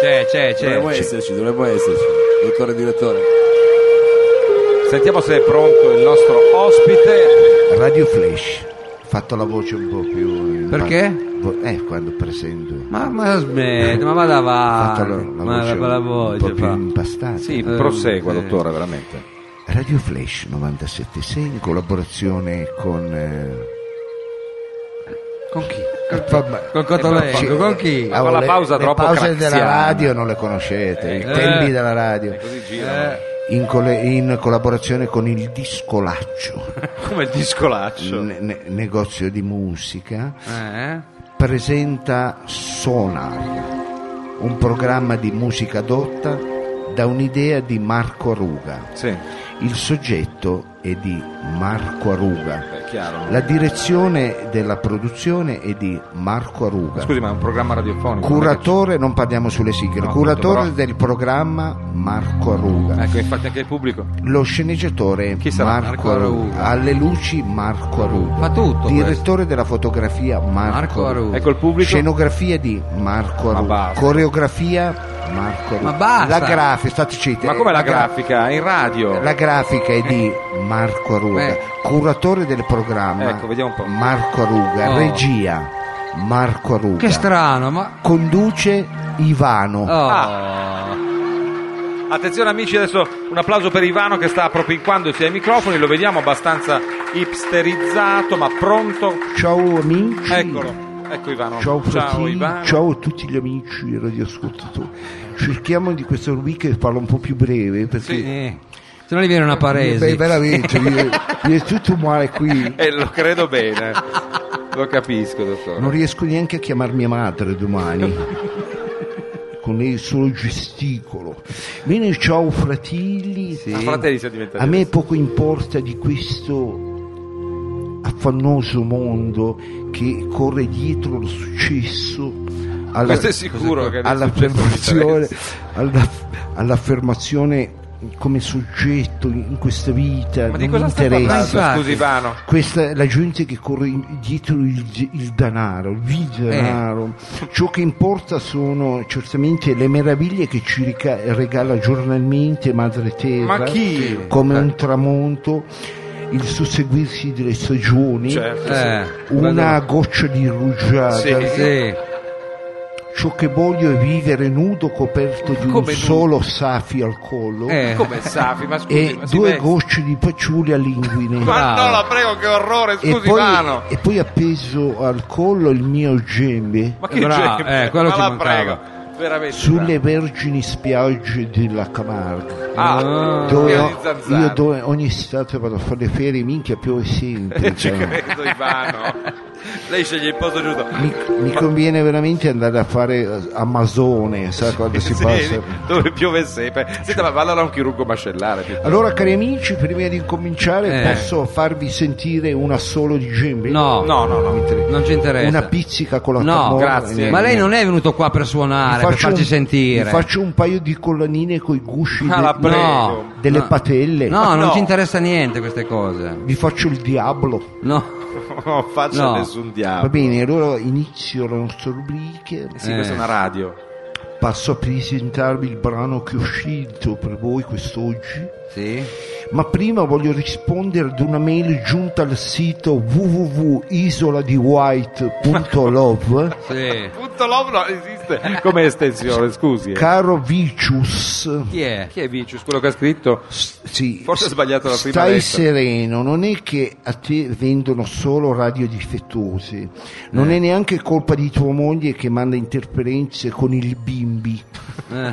H: C'è, c'è, c'è.
C: Eh,
D: Dovremmo esserci, dovremmo esserci, dottore direttore.
B: Sentiamo se è pronto il nostro ospite.
A: Radio Flash, ho fatto la voce un po' più.
H: Perché?
A: Vo- Eh, quando presento.
H: Ma, ma smetta, ma vada
A: fatto la,
H: avanti.
A: la
H: Ma
A: voce
H: la, la
A: un po'
H: voce
A: più
H: fa.
A: impastata.
B: Sì,
H: Eh,
B: prosegua,
H: sì.
B: dottore, veramente.
A: Radio Flash 976 in collaborazione con eh,
H: Con chi?
A: vabbè.
H: Col Cotolengo, con chi?
A: Ah,
B: Con la
A: le-
B: pausa
A: le
B: troppo
A: pause della
B: craxiana.
A: radio non le conoscete, i
H: Eh.
A: tempi della radio.
B: Così gira.
A: In, colle- in collaborazione con il Discolaccio,
B: Come il discolaccio.
A: ne- ne- negozio di musica,
H: Eh?
A: presenta Sonar, un programma di musica dotta da un'idea di Marco Ruga.
B: Sì,
A: Il soggetto è di Marco Aruga.
B: è chiaro.
A: La direzione della produzione è di Marco Aruga.
B: Scusi, ma è un programma radiofonico. non è che-
A: curatore, non parliamo sulle sigle,
B: No,
A: curatore
B: appunto,
A: del programma Marco Aruga.
B: Ecco, infatti anche il pubblico.
A: Lo sceneggiatore
B: Chi sarà?
A: Marco
H: Marco
A: Aruga.
H: Aruga.
A: Alle luci Marco Aruga.
H: Fa tutto
A: Direttore
H: questo.
A: della fotografia Marco,
H: Marco Aruga.
B: Ecco il pubblico.
A: Scenografia di Marco
B: Ma
A: Aruga.
B: basta.
A: Coreografia Marco Aruga.
H: Ma basta.
A: La grafica, state zitti,
B: Ma
A: eh,
B: com'è la
A: gra-
B: grafica? In radio?
A: la grafica è di Marco Aruga,
H: Eh.
A: curatore del programma
B: Ecco, vediamo un po'.
A: Marco Aruga,
H: Oh.
A: regia Marco Aruga,
H: Che strano, ma.
A: conduce Ivano.
H: Oh.
B: Ah, Attenzione amici, adesso un applauso per Ivano che sta appropinquandosi ai microfoni, lo vediamo abbastanza hipsterizzato, ma pronto.
A: Ciao amici,
B: Eccolo, ecco Ivano.
A: ciao, fratelli,
B: Ivano.
A: ciao a tutti gli amici radioascoltatori. Cerchiamo di questa rubrica che parla un po' più breve perché
H: Eh, Se no gli viene una paresi.
A: Beh, veramente mi è, mi è tutto male qui.
B: E Eh, lo credo bene, lo capisco dottore.
A: Non riesco neanche a chiamare mia madre domani. Con lei solo gesticolo. Bene, ciao fratelli.
B: Ah, fratelli si è diventato.
A: A me poco importa di questo affannoso mondo che corre dietro al successo, alla,
B: Questo è sicuro che del successo non
A: all'affermazione, alla- all'affermazione come soggetto in questa vita.
B: Ma
A: non
B: di
A: mi
B: cosa stai
A: interessa.
H: interessa.
B: parlando? Scusi Ivano.
A: Questa è la gente che corre in- dietro il, il danaro, il
B: Eh.
A: denaro. Ciò che importa sono certamente le meraviglie che ci rica- regala giornalmente Madre Terra
B: Ma chi? Eh.
A: come un tramonto il susseguirsi delle stagioni,
B: Certo.
C: Eh,
A: una goccia di rugiada.
B: Sì.
C: sì.
A: Ciò che voglio è vivere nudo coperto di un
B: Come nudo?
A: solo safi al collo
C: Eh.
B: Come Safi, ma scusi,
A: e
B: ma si
A: due
B: veste?
A: gocce di patchouli all'inguine.
B: Ma
C: Bravo.
B: no, la prego, che orrore,
A: E
B: scusi,
A: poi,
B: Mano.
A: e poi appeso al collo il mio gembe
B: Ma che
C: Bravo,
B: gente,
C: eh, quello
B: ma
C: ci
B: la
C: mancava.
B: prego, veramente.
A: sulle vergini spiagge della Camarga.
B: Ah,
A: Dove
B: pieno
A: ho-
B: di zanzare.
A: io dove ogni estate vado a fare le ferie, minchia piove sempre.
B: [LAUGHS] Ci
A: cioè.
B: credo,
C: [LAUGHS]
B: Ivano. Lei sceglie il posto giusto.
A: mi, mi conviene veramente andare a fare eh, Amazone, sai
B: [LAUGHS]
A: quando si
B: Sì,
A: passa.
B: dove piove sempre. Senta, ma va allora a un chirurgo mascellare. piuttosto.
A: Allora, cari amici, prima di cominciare,
C: Eh.
A: posso farvi sentire un assolo di gembe?
C: No,
B: No, eh. no, no. [LAUGHS]
C: non ci interessa.
A: Una pizzica con la
C: No,
A: tambora,
C: grazie.
A: eh,
C: Ma lei
A: eh.
C: non è venuto qua per suonare, per
A: Faccio
C: farci
A: un-
C: sentire.
A: vi Faccio un paio di collanine con i gusci
B: Ah, la
A: de-
B: prego.
C: No.
A: delle
C: No.
A: patelle.
C: No, non
B: No.
C: ci interessa niente queste cose.
A: Vi faccio il diavolo.
C: No.
B: Non faccia
C: No.
B: nessun
A: Va
B: diavolo.
A: bene, allora inizio le nostre rubriche.
B: Sì,
C: Eh.
B: questa è una radio.
A: Passo a presentarvi il brano che ho scelto per voi quest'oggi.
C: Sì.
A: Ma prima voglio rispondere ad una mail giunta al sito
B: [LAUGHS]
A: www.isoladiwhite.love
C: Sì.
B: Punto Love non esiste come
C: [LAUGHS]
B: estensione, scusi. eh.
A: Caro Vicius,
C: Chi è?
B: Chi è Vicius? Quello che ha scritto?
A: s- sì,
B: Forse ho
A: s-
B: sbagliato la prima
A: Stai
B: lettera.
A: sereno, non è che a te vendono solo radio difettose, non
B: Eh.
A: è neanche colpa di tua moglie che manda interferenze con il bimbi.
C: Eh.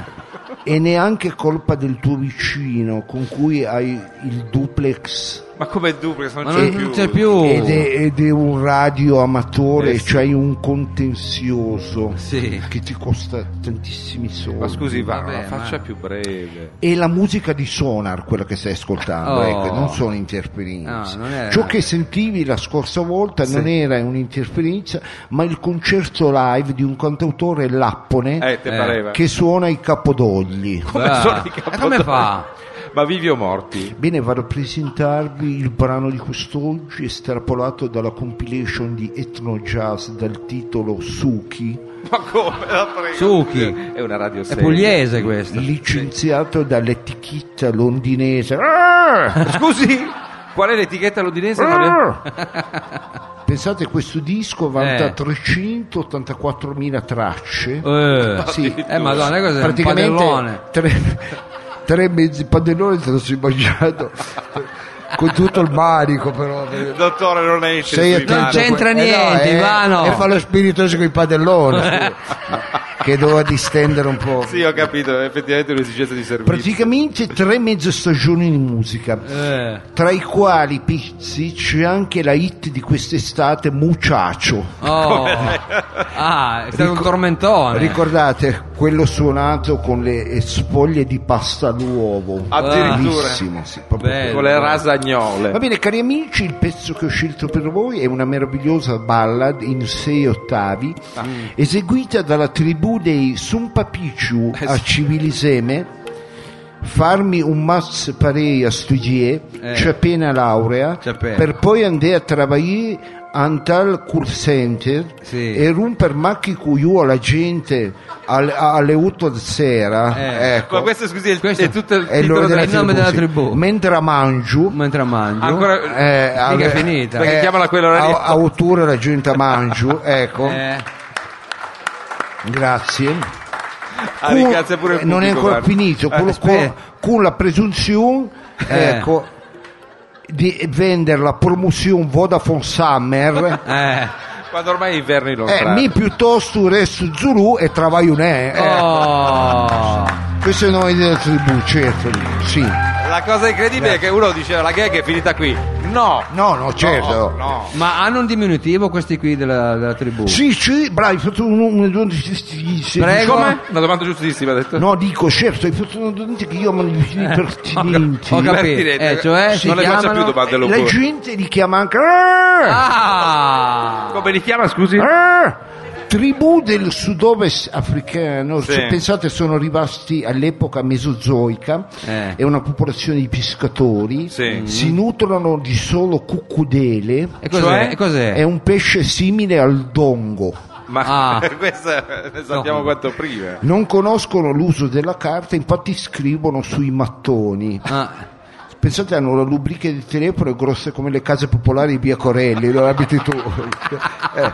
A: E neanche colpa del tuo vicino con cui hai il duplex
B: Ma come duplo? Non,
C: Ma
B: c'è
C: non
B: più.
C: non c'è più.
A: ed è, ed è un radio amatore,
B: Oh. Eh sì.
A: cioè un contenzioso
C: Sì.
A: che ti costa tantissimi soldi.
B: Ma scusi, va,
C: Vabbè,
B: la faccia
C: ma-
B: più breve.
A: È la musica di Sonar quella che stai ascoltando,
C: Oh.
A: ecco, non sono interferenze.
C: No, non è-
A: Ciò che sentivi la scorsa volta non era un'interferenza, ma il concerto live di un cantautore lappone
B: Eh, te
C: Eh,
B: pareva. [LAUGHS]
A: che suona i capodogli.
B: Come
C: Bravo.
B: sono i
C: E come fa?
B: Ma vivi o morti?
A: Bene, vado a presentarvi il brano di quest'oggi, estrapolato dalla compilation di Ethno Jazz dal titolo Suki,
B: Ma come la prego?
C: Suki.
B: [LAUGHS] È una radio
C: È
B: seria.
C: pugliese questo.
A: licenziato dall'etichetta londinese.
C: Ah!
B: Scusi, qual è l'etichetta londinese? Non abbiamo-
A: [LAUGHS] Pensate, questo disco vanta
C: Ah! Eh.
A: 384.000 tracce,
C: Eh,
A: Sì.
C: eh madonna, cos'è? Un padellone.
A: praticamente tre, tre mezzi padelloni te lo sei mangiato con tutto il manico però. perché-
B: Dottore, non esce.
A: Sei
B: sui
A: attento
C: Non
A: a
B: mari.
C: c'è- c'entra
A: que- eh
C: niente,
A: eh,
C: Ivano.
A: E fa lo spiritoso con i padelloni.
C: [LAUGHS]
A: scusa. che doveva distendere un po'.
B: Sì, ho capito, è effettivamente un'esigenza di servizio.
A: Praticamente tre mezze stagioni di musica.
C: Eh.
A: Tra i quali pizzi c'è anche la hit di quest'estate Muciaccio.
C: Oh. Ah, è stato un tormentone.
A: Ricordate quello suonato con le eh, spoglie di pasta all'uovo?
B: Addirittura.
A: Bellissimo, sì, proprio
C: Bello.
A: quello.
B: Con le rasagnole.
A: Va bene, cari amici, il pezzo che ho scelto per voi è una meravigliosa ballad in sei ottavi,
C: Ah.
A: eseguita dalla tribù dei Sumpapichu
C: Eh,
A: a Civiliseme. Farmi un mazz parei a studier,
C: Eh.
A: c'è appena laurea,
C: C'è appena.
A: per poi andare a lavorare an tal call center
C: Sì.
A: e romper macchi cuiù alla gente al- a- alle 8 di sera.
C: Eh.
A: Ecco,
B: Ma questo, scusi, è, il-
C: Questo-
B: è tutto il
A: è il,
B: titolo
A: nome
B: della-
A: della
C: il nome della
A: sì.
C: tribù.
A: Mentre mangio,
C: Mentre mangio.
B: Ancora-
A: eh,
C: Mica
A: alle-
C: è finita.
B: Perché chiamala quella lì?
A: a, a ottobre la gente a mangio ecco
C: Eh,
A: grazie
B: Ah, ringrazia pure il
A: Con- uh, non è
B: pubblico,
A: ancora
B: guarda.
A: finito con,
C: Eh,
A: con,
C: aspetta.
A: con la presunzione
C: Eh.
A: ecco di vendere la promozione Vodafone Summer
C: eh.
B: Quando ormai è inverno in
A: eh,
B: Londra.
A: mi piuttosto resto Zulu e travaglio ne eh.
C: Oh.
A: questo è il nome della tribù certo sì
B: La cosa incredibile è che uno diceva la gag è finita qui. No,
A: no no certo
B: no, no.
C: Ma hanno un diminutivo questi qui della, della tribù?
A: sì sì bravo hai fatto un, un, un- sì,
C: Prego.
A: insomma,
B: Una domanda giustissima ha detto.
A: No, dico certo, hai fatto una domanda che io mi
C: [LAUGHS]
A: impertinenti.
C: Ho capito.
B: Pertinente.
C: Eh, cioè, si
B: non le faccia
C: chiamano-
B: più domande
A: La
B: locali.
A: gente li chiama anche "Ah,
C: Ah.
B: Come li chiama, scusi?
A: ah", tribù del sud-ovest africano.
B: Sì.
A: Cioè, pensate, sono rimasti all'epoca mesozoica,
C: Eh. Mm-hmm.
A: è una popolazione di pescatori,
B: Sì.
A: si nutrono di solo cucudele.
C: E cos'è?
B: Cioè?
C: E cos'è?
A: È un pesce simile al dongo.
B: Ma
C: Ah.
B: [LAUGHS] questa ne sappiamo
C: No.
B: quanto prima.
A: Non conoscono l'uso della carta, infatti scrivono sui mattoni.
C: Ah,
A: Pensate, hanno le rubriche di telefono grosse come le case popolari di Via Corelli, dove abiti
B: [LAUGHS]
A: tu. Eh.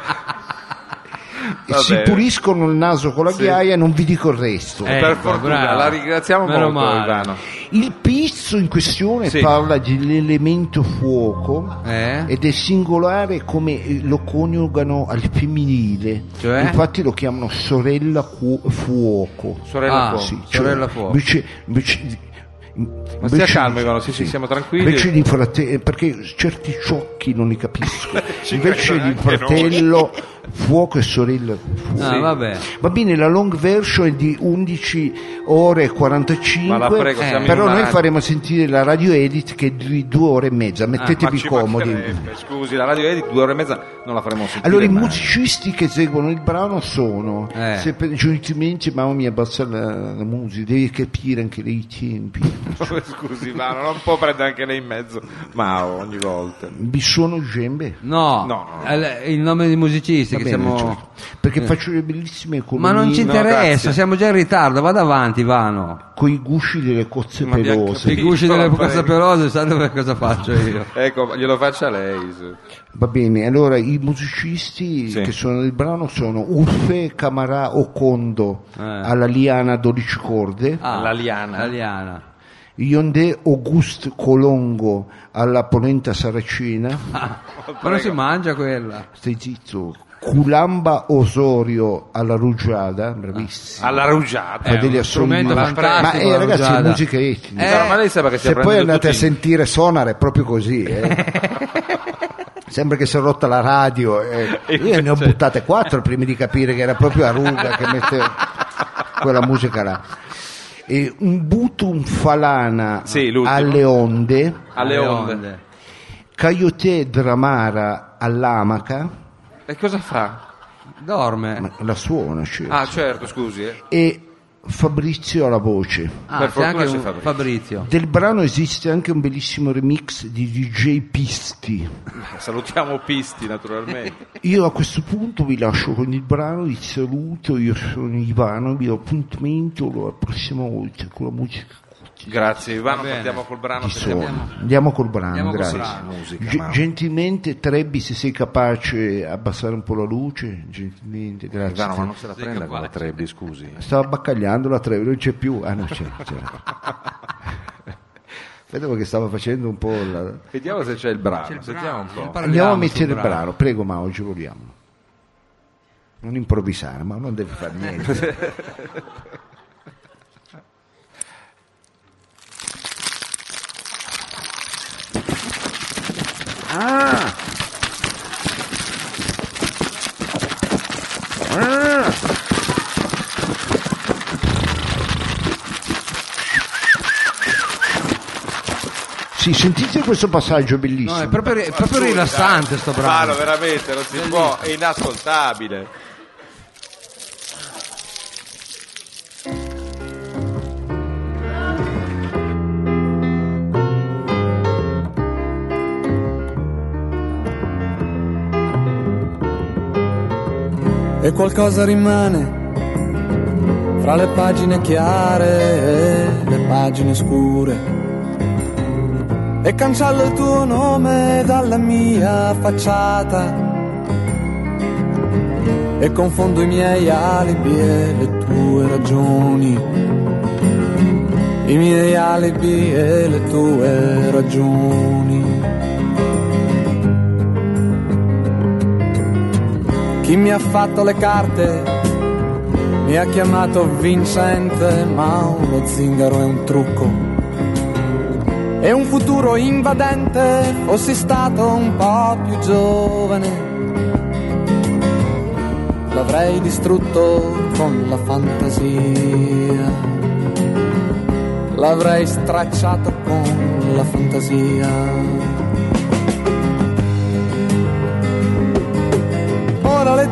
B: Va
A: si
B: bene. Eh.
A: puliscono il naso con la ghiaia, non vi dico il resto.
B: per fortuna, la ringraziamo
H: Meno
B: molto,
H: male.
B: Ivano.
A: Il pizzo in questione
B: Sì.
A: parla dell'elemento fuoco
H: Eh?
A: ed è singolare come eh, lo coniugano al femminile.
H: Cioè?
A: Infatti lo chiamano sorella cu- fuoco.
B: Sorella
H: Ah,
B: Cuoco.
A: Sì, cioè,
H: sorella fuoco.
A: Invece, invece di-
B: Ma
A: invece
B: stia
A: di-
B: calmo, Ivano, sì, sì, siamo tranquilli.
A: Invece di frate- eh, perché certi ciocchi non li
B: [LAUGHS]
A: capisco. invece di fratello, fuoco e sorella fuoco.
H: Ah, vabbè.
A: Va bene, la long version è di 11 ore e 45,
B: Ma la prego, siamo in
A: però
B: una
A: noi
B: radio.
A: faremo sentire la radio edit che è di due ore e mezza,
H: Ah,
B: Ma
A: mettetevi
B: ci
A: comodi.
B: mancherebbe, Scusi, la radio edit due ore e mezza non la faremo sentire.
A: Allora, i
B: mai.
A: musicisti che eseguono il brano sono,
H: Eh.
A: se per giustamente, mamma mia, abbassa la, la musica, devi capire anche lei i tempi.
B: Scusi, Ivano, non può prendere anche lei in mezzo. Ma ogni volta.
A: Vi sono gembe?
H: No,
B: No, no, no.
H: eh, il nome dei musicisti
A: Va
H: che
A: bene,
H: siamo... Eh.
A: certo. Perché faccio le bellissime
H: Ma
A: economie
H: non ci
B: No,
H: interessa,
B: grazie.
H: siamo già in ritardo, vada avanti Ivano.
A: con i gusci delle cozze
B: Ma abbiamo
A: pelose.
H: I
B: capito.
H: gusci delle
B: prego.
H: cose pelose sanno per cosa faccio io.
B: Ecco, glielo faccia lei. su.
A: Va bene, allora i musicisti
B: Sì.
A: che sono nel brano sono Urfe, Camarà, Ocondo,
H: Eh.
A: alla Liana 12 corde,
H: Ah,
B: La liana.
H: La liana.
B: Oh,
A: Yondé, Auguste, Colongo, alla Polenta
H: Ah.
A: Saracina,
H: Ma non si mangia quella.
A: stai zitto, Culamba Osorio alla Rugiada, bravissimo.
B: Alla rugiada. Eh,
A: Fratelli
H: uno
A: Assomma.
H: Ah. Eh, strumento
A: Ma-
H: fantastico,
A: Ma eh,
H: la
A: ragazzi, è
H: rugiada.
A: musica etnica.
H: Eh,
B: ma lei sembra che stia
A: Se poi
B: prendendo
A: andate a
B: tutti-
A: sentire Sonar è proprio
H: [LAUGHS]
A: così. eh. Sembra che si è rotta la radio. eh. Io ne ho buttate quattro prima di capire che era proprio a ruga che metteva quella musica là. E un butum falana
B: Sì, l'ultimo.
A: alle onde,
B: Alle
H: Le
B: onde.
A: Caiote dramara all'amaca,
B: E cosa fa?
H: Dorme.
A: ma la suona certo.
B: Ah, certo, scusi. eh.
A: e Fabrizio alla voce.
H: Ah,
B: per
H: c'è
B: fortuna
H: anche
B: c'è
H: un-
B: Fabrizio.
H: Fabrizio.
A: Del brano esiste anche un bellissimo remix di DJ Pisti.
B: Salutiamo Pisti, [LAUGHS] naturalmente.
A: Io a questo punto vi lascio con il brano, vi saluto, io sono Ivano, vi do appuntamento la prossima volta con la musica
B: Grazie, Ivano.
H: bene.
B: Partiamo col brano.
A: di
B: sentiamo-
A: suono. Andiamo col brano,
H: Andiamo col
A: grazie.
H: brano.
A: Ge- gentilmente Trebbi se sei capace abbassare un po' la luce, gentilmente, grazie.
B: Eh, Ivano, ma non se la prenda con la Trebbi, scusi.
A: Stava baccagliando la Trebbi, non c'è più. Ah no, c'è. c'è. Vedevo che stava facendo un po' la...
B: Vediamo se c'è il brano. Sentiamo un po'.
A: Andiamo a
H: Parliamo
A: mettere
H: sul
A: il brano, prego Mao, ci vogliamo. Non improvvisare, ma non deve fare niente.
H: [LAUGHS] Ah!
A: Ah! Sì, sentite questo passaggio bellissimo.
H: No, è proprio, è proprio rilassante sto brano.
B: Ivano, veramente, non si può. È inascoltabile.
I: e qualcosa rimane fra le pagine chiare e le pagine scure. E cancello il tuo nome dalla mia facciata e confondo i miei alibi e le tue ragioni. I miei alibi e le tue ragioni. Chi mi ha fatto le carte mi ha chiamato Vincente, ma uno zingaro è un trucco. E un futuro invadente fossi stato un po' più giovane. L'avrei distrutto con la fantasia. L'avrei stracciato con la fantasia. Ora le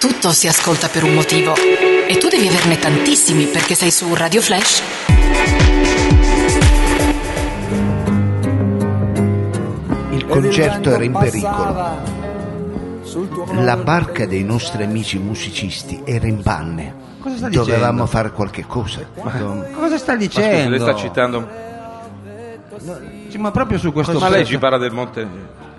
F: Tutto si ascolta per un motivo e tu devi averne tantissimi perché sei su Radio Flash
A: Il
I: Ed il
A: concerto era in
I: vento
A: pericolo.
I: passava sul tuo
A: La
I: volto.
A: barca dei nostri amici musicisti era in panne.
C: Cosa sta
A: Dovevamo
C: dicendo?
A: fare qualche cosa. Do-
C: Cosa sta
B: Ma scusi,
C: dicendo?
B: lei sta citando
C: Sì, ma proprio su questo
B: Ma lei
C: pezzo-
B: ci parla del Monte.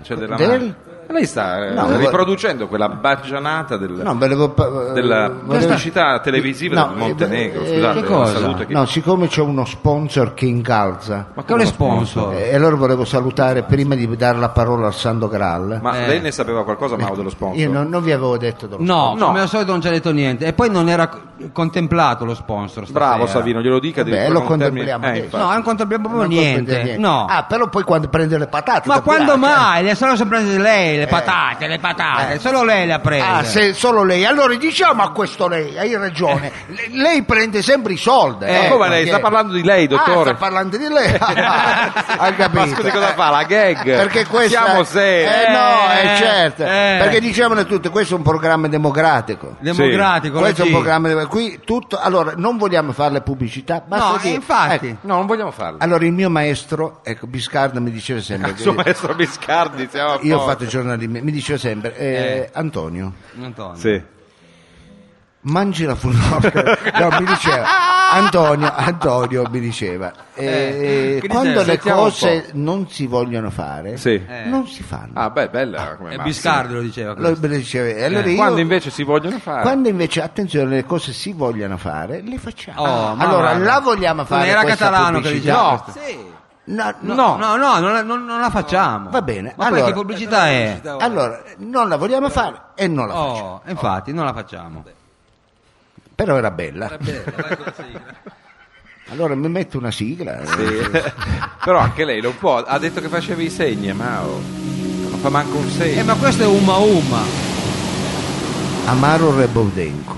B: cioè della
A: Del?
B: mare. Lei sta eh,
A: No,
B: riproducendo quella baggianata del,
A: No, volevo pa-
B: della
A: volevo-
B: pubblicità televisiva
A: Eh, No,
B: del Montenegro.
A: eh,
B: scusate,
C: che
B: la
C: cosa?
B: salute che-
A: No, siccome c'è uno sponsor che incalza,
C: Ma quale sponsor?
A: eh, e allora volevo salutare prima di dare la parola al Sando Graal.
B: Ma
C: Eh.
B: lei ne sapeva qualcosa, Mao, dello sponsor?
A: Io non, non vi avevo detto dove.
C: No,
B: No.
C: come al solito non ci ha detto niente. E poi non era co- contemplato lo sponsor. Stasera.
H: eh.
B: Bravo Savino, glielo dica.
A: Vabbè,
B: addirittura
A: lo
B: con un termine-
A: contempliamo
B: eh,
A: adesso.
B: infatti.
C: No, non contempliamo proprio
A: Non
C: niente.
A: comprende
C: No.
A: Ah, però poi quando prende le patate. cioè.
C: ma
A: da
C: quando
A: pirata.
C: mai? Le sono sempre prese lei, le patate, le patate.
A: Eh.
C: Solo lei le ha prese.
A: Ah, se solo lei. Allora diciamo a questo lei, hai ragione. Le- lei prende sempre i soldi.
B: Eh,
A: eh,
B: come lei?
A: perché-
B: Sta parlando di lei,
A: Ah,
B: dottore.
A: sta parlando di
B: [LAUGHS]
A: lei. eh, ha capito.
B: Ma scusi, cosa fa? La gag?
A: Perché questa...
B: Siamo seri.
A: Eh no, eh,
C: Eh,
A: certo.
C: eh.
A: Perché diciamone tutti, questo è un programma democratico.
C: Democratico. lo
A: Questo è un
C: dico.
A: programma democratico. Qui tutto... Allora, non vogliamo fare le pubblicità. basta
C: No,
A: dire-
C: eh, infatti.
A: ecco,
B: No, non vogliamo farlo.
A: allora, il mio maestro, ecco, Biscardo mi diceva sempre...
B: [LAUGHS] Il suo
A: che-
B: maestro Biscardi, siamo a
A: Io ho
B: posto.
A: fatto giornalismo, mi diceva sempre, eh, Antonio,
C: Antonio.
B: Sì.
A: mangi la
C: [LAUGHS]
A: funorca. No, mi diceva, Antonio, Antonio mi diceva, eh,
C: quindi
A: quando
C: se-
A: le
B: sentiamo un
A: cose non si vogliono fare,
B: Sì.
A: non si fanno.
B: Ah, beh, bella come
C: Eh,
B: massima.
C: Biscardi lo diceva.
A: Allora,
C: questo.
A: me lo diceva, e allora io-
B: Quando invece si vogliono fare.
A: quando invece, attenzione, le cose si vogliono fare, le facciamo.
C: Oh, ma
A: Ah, allora,
C: guarda.
A: la vogliamo fare.
C: Non era
A: questa
C: Catalano che
A: pubblicità?
C: diceva
A: No,
C: questo.
A: no,
C: No, no, no, non, la- non- non la facciamo.
A: Va bene,
C: Ma
A: allora-
C: poi che pubblicità è?
A: no. Allora, non la vogliamo fare e non la facciamo.
C: Oh, infatti, non la facciamo.
A: Però era bella. Allora mi metto una sigla. eh.
B: Sì. [LAUGHS] Però anche lei non può. Ha detto che faceva i segni, ma oh, non fa manco un segno.
C: Eh, ma questo è umma umma.
A: Amaro Rebaudenco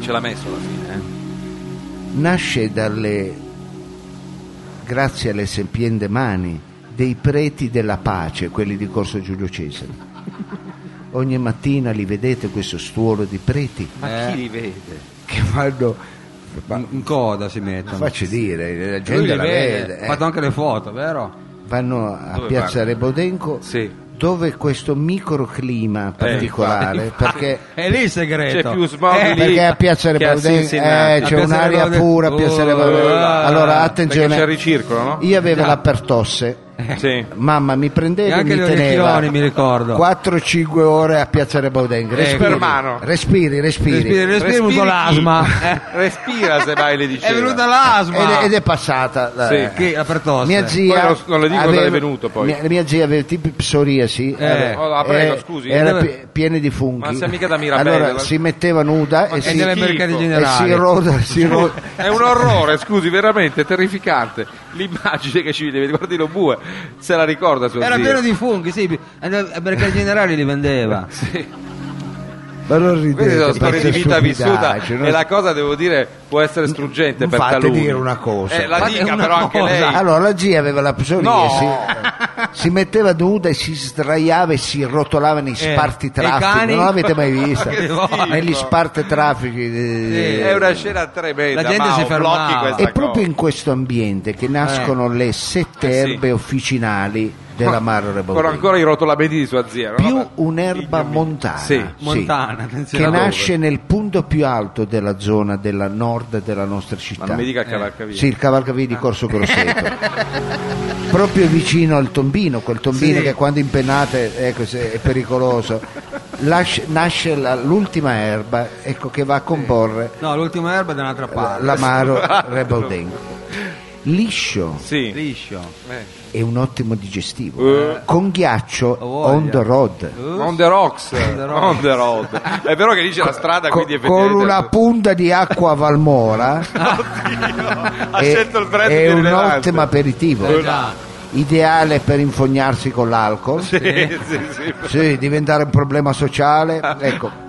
B: Ce l'ha messo alla fine. eh.
A: nasce dalle, grazie alle sempiende mani, dei preti della pace, quelli di Corso Giulio Cesare. Ogni mattina li vedete questo stuolo di preti
B: Ma chi li vede?
A: che vanno, ma,
C: eh? In coda si mettono.
A: faccio dire, la
C: Lui
A: gente
C: li
A: la
C: vede,
A: vede,
C: Ha
A: eh.
C: fatto anche le foto, vero?
A: vanno a
B: Dove
A: piazza
B: vanno?
A: Rebodenco
B: Sì.
A: dove questo microclima particolare,
H: Eh,
C: [LAUGHS]
A: perché
H: [LAUGHS]
C: È lì il segreto.
B: C'è più smog
C: Eh,
B: lì.
A: perché a Piazza
B: Che a
A: Rebaudin
B: Cincinnati.
A: c'è
C: A Piazza
A: un'aria
C: Rebaudin-
A: pura a Piazza
C: Oh,
A: Rebaudin.
C: là.
A: allora
B: Ah, Perché c'è il
A: attenzione
B: ricircolo, no?
A: io avevo la pertosse
B: [LAUGHS] Sì.
A: mamma mi
C: E
A: prendeva e
C: anche
A: mi
C: gli
A: teneva
C: orecchioni, mi ricordo.
A: 4-5 ore a Piazza Rebaudin respiri,
B: Eh, per mano.
A: respiri, respiri.
C: Respiri, respiri, un po'
B: chi?
C: l'asma. Eh,
B: Respira se vai le
C: È
B: diceva.
C: venuta
A: Ed,
C: l'asma.
A: è- ed è passata la- eh.
B: Sì.
C: Che la pertosse.
A: mia zia
B: Poi non- non le dico dove è venuto, poi.
A: mia, mia zia aveva tipo psoriasi
C: Eh,
B: oh, la prego, scusi.
A: era
C: Dove-
A: pi- piena di funghi
B: Ma sei mica da Mirabelle,
A: allora
B: la-
A: si metteva nuda e
C: E
A: si,
C: delle
A: e
C: mercati
A: si
C: generali.
A: roda
B: [LAUGHS]
A: si roda
B: È un orrore, scusi, veramente terrificante. L'immagine che ci vede, guardi lo bue, se la ricorda sua
C: Era
B: zia.
C: pieno di funghi, sì. Perché mercati generali li vendeva. [LAUGHS]
A: Ma non ridete,
B: Queste sono
A: per
B: storie di vita vissuta
A: stupidaggine,
B: e
A: non-
B: la cosa, devo dire, può essere struggente
A: non
B: per
A: fate
B: taluni.
A: dire una cosa.
B: Eh, la
C: Fate
B: dica
C: una
B: però anche
C: cosa.
B: lei.
A: Ah, Allora la zia aveva la psoriasi,
B: No!
A: eh, si metteva nuda e si sdraiava e si rotolava nei
B: Eh.
A: sparti
C: e i
A: traffici.
C: cani?
A: Non l'avete
B: [LAUGHS]
A: mai vista?
B: Che schifo.
A: Negli sparti traffici. eh,
B: È una scena tremenda.
C: La gente
B: Mao,
C: si fermava.
B: blocchi questa
A: È proprio
B: cosa.
A: in questo ambiente che nascono le sette
B: Eh, sì.
A: erbe officinali della Marre
B: Ancora, ancora i rotolamenti di sua zia. no?
A: più
B: Vabbè.
A: un'erba montana,
B: Sì,
A: sì,
H: montana, attenzione,
A: che
H: dove?
A: nasce nel punto più alto della zona della nord della nostra
B: Ma
A: città.
B: non mi
C: Eh.
B: dica Cavalcavia.
A: Sì, il cavalcavia di Corso
B: [LAUGHS]
A: Grosseto. Proprio vicino al tombino, quel tombino
H: Sì.
A: che quando impennate ecco, se- è pericoloso. Lasce- nasce la- l'ultima erba ecco, che va a comporre
H: No, l'ultima erba è da un'altra parte.
B: [LAUGHS]
A: l'amaro Rebel Ding. Liscio
B: Sì.
H: Liscio.
B: Eh.
A: è un ottimo digestivo. Con ghiaccio
H: voglia.
A: on the road.
B: On the rocks. On the road. È vero che lì c'è la strada,
A: Co-
B: quindi
A: con
B: effettivamente...
A: una punta di acqua Valmora
B: [LAUGHS] Ha
A: è,
B: scelto il brand
A: è
B: più
A: un
B: rilevante.
A: ottimo aperitivo
H: Eh, già.
A: ideale per infognarsi con l'alcol
B: [LAUGHS] Sì, sì, sì.
A: Sì, diventare un problema
B: [LAUGHS]
A: sociale ecco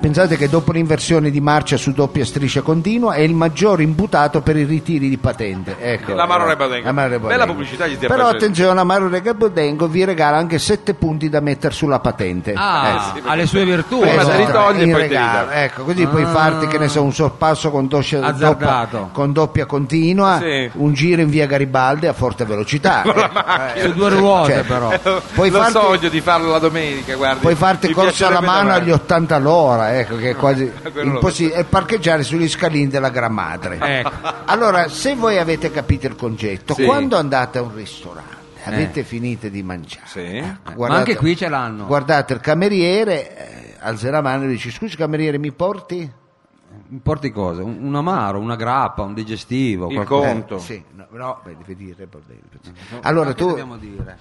A: pensate che dopo l'inversione di marcia su doppia striscia continua è il maggior imputato per i ritiri di patente ecco,
B: L'Amaro
A: eh,
B: Rebadengo.
A: Amaro Rebadengo.
B: Bella pubblicità gli stia
A: però
B: facendo.
A: attenzione Amaro Rebadengo vi regala anche 7 punti da mettere sulla patente Eh,
H: Ah,
B: sì,
H: ha le sue virtù.
B: Prima
A: Esatto,
B: te li togli e
A: in
B: poi te li
A: regalo.
B: dai.
A: Ecco, così puoi farti che ne so, un sorpasso con, doppia-
H: Ah. Azzardato.
A: doppia- con doppia continua,
B: Sì.
A: un giro in via Garibaldi a forte
B: [LAUGHS]
A: velocità. Eh,
H: Su due ruote
A: Cioè,
H: però.
A: puoi
B: Lo
A: farti-
B: sogno di farlo la domenica, guardi.
A: Puoi farti
B: Mi
A: corsa alla
B: piacerebbe
A: mano
B: davanti.
A: agli 80 all'ora, ecco, che è quasi
B: [LAUGHS] quello lo
A: impossibile, e parcheggiare sugli scalini della Gran Madre.
H: Ecco.
A: Allora, se voi avete capito il concetto,
B: Sì.
A: quando andate a un ristorante, avete finito di mangiare,
B: Sì. [LAUGHS]
A: ecco,
H: Eh. Ma anche qui ce l'hanno.
A: guardate il cameriere, eh, alza la mano e dice, scusi cameriere, mi porti?
H: Porti cosa? Un, un amaro, una grappa, un digestivo.
B: Il
H: qualcosa.
B: conto.
A: Eh, sì, no, no, beh, devi dire, bordello. Eh, Allora
H: Ma che
A: tu,
H: dobbiamo dire?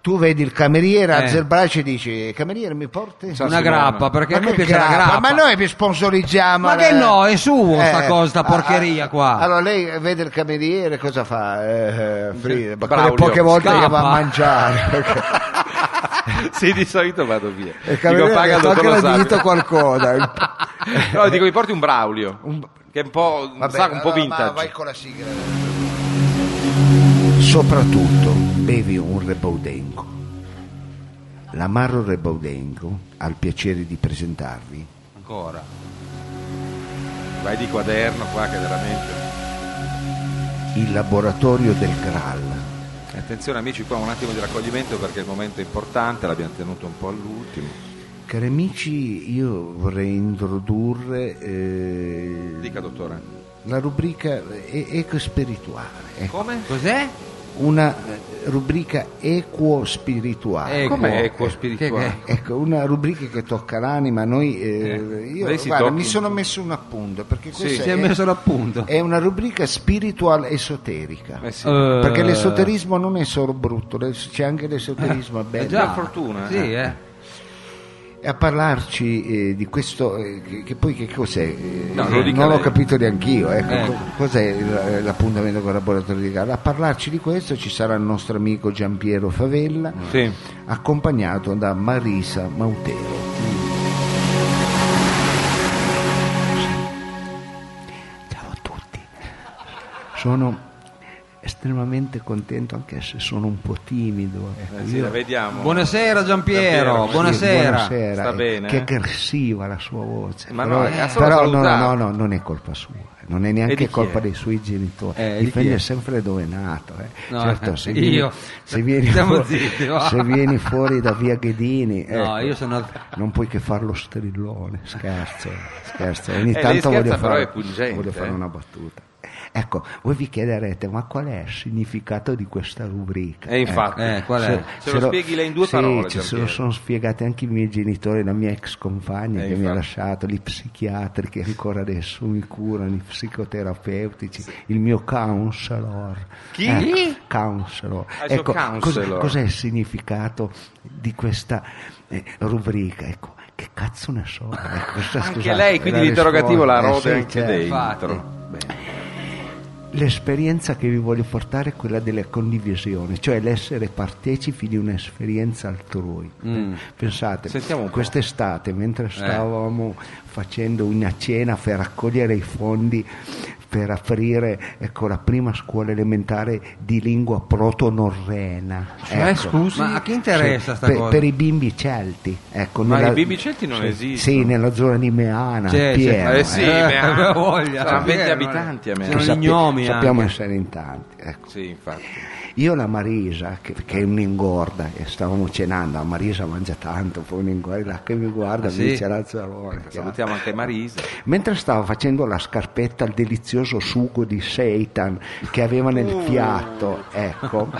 A: tu vedi il cameriere,
H: Eh.
A: alza il braccio e dici, cameriere mi porti?
B: Sa-
H: una
B: Simone.
H: grappa, perché a
A: Ma
H: me
A: che
H: piace la
A: grappa,
H: grappa.
A: Ma noi vi sponsorizziamo.
H: Ma che
A: la-
H: no, è suo sta cosa, sta
A: ah,
H: porcheria
A: ah,
H: qua.
A: Allora lei vede il cameriere, cosa fa? Eh, eh, fride, ma quelle
B: Braulio,
A: poche volte
H: scappa.
A: che va a [LAUGHS] mangiare.
B: sì, di solito vado via.
A: il
B: Dico,
A: cameriere
B: paga il
A: fa anche
B: dottor Lo
A: Eh, la
B: Sapio.
A: dita qualcosa. Il-
B: [LAUGHS] No, dico, mi porti un Braulio. Che è un po',
A: Vabbè,
B: sa, un po'
A: allora, ma
B: vintage.
A: vai con la sigla. Soprattutto bevi un Rebaudengo. L'amaro Rebaudengo ha il piacere di presentarvi
H: Ancora.
B: Vai di quaderno qua che veramente.
A: il laboratorio del Graal.
B: Attenzione amici, qua un attimo di raccoglimento perché il momento è importante, l'abbiamo tenuto un po' all'ultimo.
A: Cari amici, io vorrei introdurre eh,
B: Dica dottore.
A: la rubrica e- eco-spirituale. ecco.
B: Come?
H: Cos'è?
A: Una eh, rubrica equo-spirituale.
H: Equo.
B: Com'è equo
H: Ecco. Che-
B: spirituale?
A: Ecco, una rubrica che tocca l'anima. Noi, eh, io
B: lei si
A: guarda,
B: tocchi.
A: mi sono messo un appunto perché questa
H: Si è
A: è,
H: messo l'appunto.
A: è una rubrica spiritual esoterica.
B: Eh sì.
H: Eh,
A: Perché l'esoterismo non è solo brutto, l'es- c'è anche l'esoterismo bello.
H: eh già.
B: Per fortuna, eh.
H: Sì, eh.
A: E a parlarci eh, di questo, eh, che, che poi che cos'è? Eh,
B: No, lo dica
A: non l'ho
B: lei.
A: capito neanch'io, ecco,
H: Eh.
A: Co- cos'è il- eh, l'appuntamento con il laboratorio di Gara? A parlarci di questo ci sarà il nostro amico Giampiero Favella,
B: Sì.
A: accompagnato da Marisa Mautero. Ciao a tutti, sono estremamente contento anche se sono un po' timido. ecco,
B: Eh sì,
A: io-
B: la vediamo.
H: Buonasera Giampiero,
B: Giampiero, sì,
H: buonasera.
A: Buonasera.
B: Sta
A: Eh,
B: bene,
A: Che
B: eh?
A: aggressiva la sua voce.
B: Ma
A: però
B: no, ha solo
A: però no, no,
B: salutato.
A: no, non è colpa sua. eh. Non è
B: E di
A: neanche
B: chi
A: colpa
B: è?
A: dei suoi genitori.
H: Eh, di chi è?
A: Dipende sempre dove è nato. eh.
H: No,
A: certo,
H: eh,
A: se
H: io.
B: [LAUGHS]
A: vieni, se vieni
H: Stiamo
A: fuori,
H: zitti, va.
A: se vieni fuori da via Ghedini,
H: No,
A: ecco,
H: io sono
A: non puoi che farlo strillone. Scherzo, scherzo.
B: Eh, lei
A: Ogni tanto
B: scherza,
A: voglio,
B: però
A: fare,
B: è pungente,
A: voglio fare
B: eh.
A: una battuta. Ecco, voi vi chiederete, ma qual è il significato di questa rubrica? Ecco.
B: E infatti.
H: Eh, qual
A: Se-
H: è?
B: Ce lo spieghi lei in due
A: sì,
B: parole,
A: ce- se
B: Giampiero.
A: lo sono spiegate anche i miei genitori, la mia ex compagna
B: Eh,
A: che mi ha
B: infatti.
A: lasciato, gli psichiatri che ancora adesso mi curano, i psicoterapeutici, il mio counselor.
B: Chi?
A: Ecco, counselor.
B: Ah, il suo
A: Ecco, cos-
B: counselor.
A: cos'è il significato di questa eh, rubrica? Ecco, che cazzo ne so? Ecco, questa,
B: Anche
A: scusate,
B: lei, quindi
A: la
B: l'interrogativo la
A: risposta. Eh,
B: rode
A: sì,
B: anche
A: certo.
B: lei.
H: infatti.
A: L'esperienza che vi voglio portare è quella della condivisione, cioè l'essere partecipi di un'esperienza altrui. Pensate,
B: Mm. Sentiamo un po'. Eh.
A: quest'estate mentre stavamo facendo una cena per raccogliere i fondi per aprire ecco, la prima scuola elementare di lingua proto-norrena.
B: Eh,
C: Cioè,
A: Ecco.
C: scusi, ma a chi interessa sta
A: per,
C: cosa?
A: per i bimbi celti. Ecco,
B: Ma
A: nella-
B: i bimbi celti non
A: sì,
B: esistono.
A: Sì, nella zona di Meana,
C: C'è, c'è,
A: pieno,
B: Eh sì,
A: eh,
C: Cioè, Eh,
B: beh,
C: [LAUGHS] aveva voglia.
B: saranno 20
C: Pieno,
B: abitanti a me.
C: sì. sono
A: che sappi-
C: ignomi
A: sappiamo
C: anche.
A: essere in tanti. ecco.
B: Sì, infatti.
A: Io la Marisa, che, che è un'ingorda, e stavamo cenando, la Marisa mangia tanto, poi un'ingorda che mi guarda,
C: sì?
A: mi dice Lazzarone. chiaro.
B: Salutiamo anche Marisa.
A: Mentre stavo facendo la scarpetta al delizioso sugo di seitan che aveva nel
B: Mm.
A: piatto,
B: [LAUGHS]
A: ecco,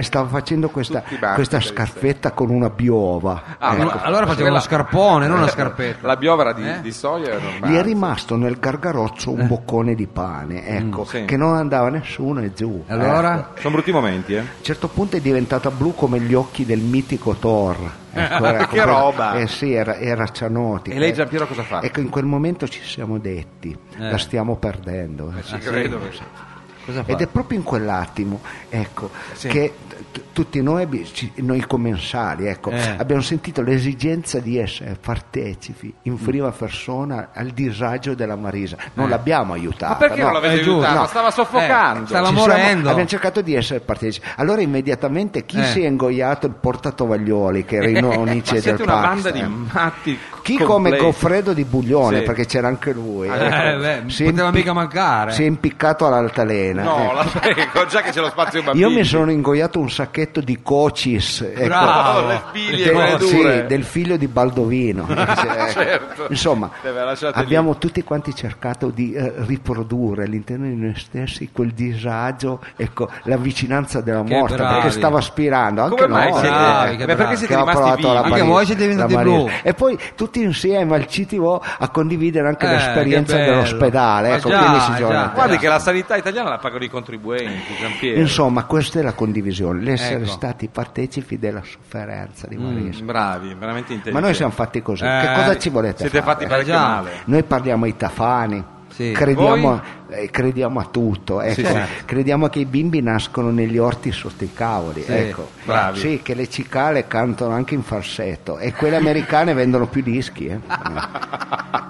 A: stavo facendo questa,
B: Tutti i baffi
A: questa
B: per il
A: scarpetta con una biova.
B: Ah,
A: ecco.
C: Allora- allora facevo uno scarpone, non una scarpetta.
B: La biovera di,
C: Eh?
B: di soia è normale.
A: Gli è rimasto nel gargarozzo un boccone di pane, ecco,
B: Mm, sì.
A: che non andava nessuno e giù. ecco.
C: Allora?
B: Sono brutti momenti, eh.
A: A un certo punto è diventata blu come gli occhi del mitico Thor.
B: [LAUGHS]
A: Ecco, ecco,
B: Che roba!
A: Eh sì, era, era cianotica.
B: E lei, Giampiero, cosa fa?
A: Ecco, in quel momento ci siamo detti,
C: Eh.
A: la stiamo perdendo. eh.
B: Ci credo. che-
C: Cosa fa?
A: Ed è proprio in quell'attimo ecco, che t- tutti noi, abbi- ci- noi commensali ecco,
C: Eh.
A: abbiamo sentito l'esigenza di essere partecipi
B: Mm.
A: in prima persona al disagio della Marisa. Non l'abbiamo aiutata.
B: Eh. Ma perché
A: Ah, no.
B: non l'avete
C: è giusto.
B: aiutata?
C: No.
B: Stava soffocando.
C: Eh, stava-
A: Ci
C: morendo.
A: abbiamo cercato di essere partecipi. Allora immediatamente chi
C: Eh.
A: si è ingoiato il portatovaglioli che
B: [LAUGHS]
A: era in
B: Eh, Ma
A: onice del
B: siete una
A: pasta?
B: banda di matti.
A: Chi come
B: completi.
A: Goffredo di Buglione,
B: Sì. Ah,
A: perché c'era anche lui.
C: Eh, beh,
A: Si è Ecco.
C: poteva
A: impi-
C: mica mancare.
A: Si è impiccato all'altalena.
B: No,
A: ecco.
B: la prego, già che c'è lo spazio bambini.
A: Io mi sono ingoiato un sacchetto di cocis. ecco.
C: Bravo.
B: Oh, le figlie,
A: Del,
B: quelle
A: sì,
B: dure.
A: del figlio di
B: [LAUGHS]
A: Baldovino Ecco.
B: Certo.
A: insomma
B: Le aveva lasciate lì.
A: abbiamo tutti quanti cercato di eh, riprodurre all'interno di noi stessi quel disagio ecco, la vicinanza della
C: Che
A: morte
C: bravi.
A: perché stava aspirando anche
B: Come mai
A: noi Eh,
B: siete-
C: bravi,
B: Beh,
C: che
B: perché
C: bravi.
B: siete
A: che aveva provato
B: rimasti vivi?
A: la
C: Anche
A: Maria-
C: voi siete diventati
A: la Maria.
C: blu.
A: e poi tutti insieme al CTO a condividere anche
C: Eh,
A: l'esperienza
C: che bello.
A: dell'ospedale
C: Ma
A: ecco,
C: già,
A: quindi si
C: già.
A: giorna.
B: Guardi che la sanità italiana la pagano i contribuenti, Giampiero.
A: insomma questa è la condivisione l'essere
C: Ecco.
A: stati partecipi della sofferenza
B: Mm.
A: di Marisa
B: Bravi, veramente intelligenti.
A: Ma noi siamo fatti così.
C: Eh,
A: che cosa ci volete
B: Siete
A: fare?
B: fatti parecchio
C: Eh, già.
B: male.
A: Noi parliamo ai tafani.
C: Sì.
A: Crediamo,
B: Voi?
A: eh, crediamo a tutto, ecco.
B: sì.
A: crediamo che i bimbi nascono negli orti sotto i cavoli,
C: Sì,
A: ecco.
B: bravi.
A: Sì, che le cicale cantano anche in falsetto e quelle americane vendono più dischi.
B: [LAUGHS]
A: eh.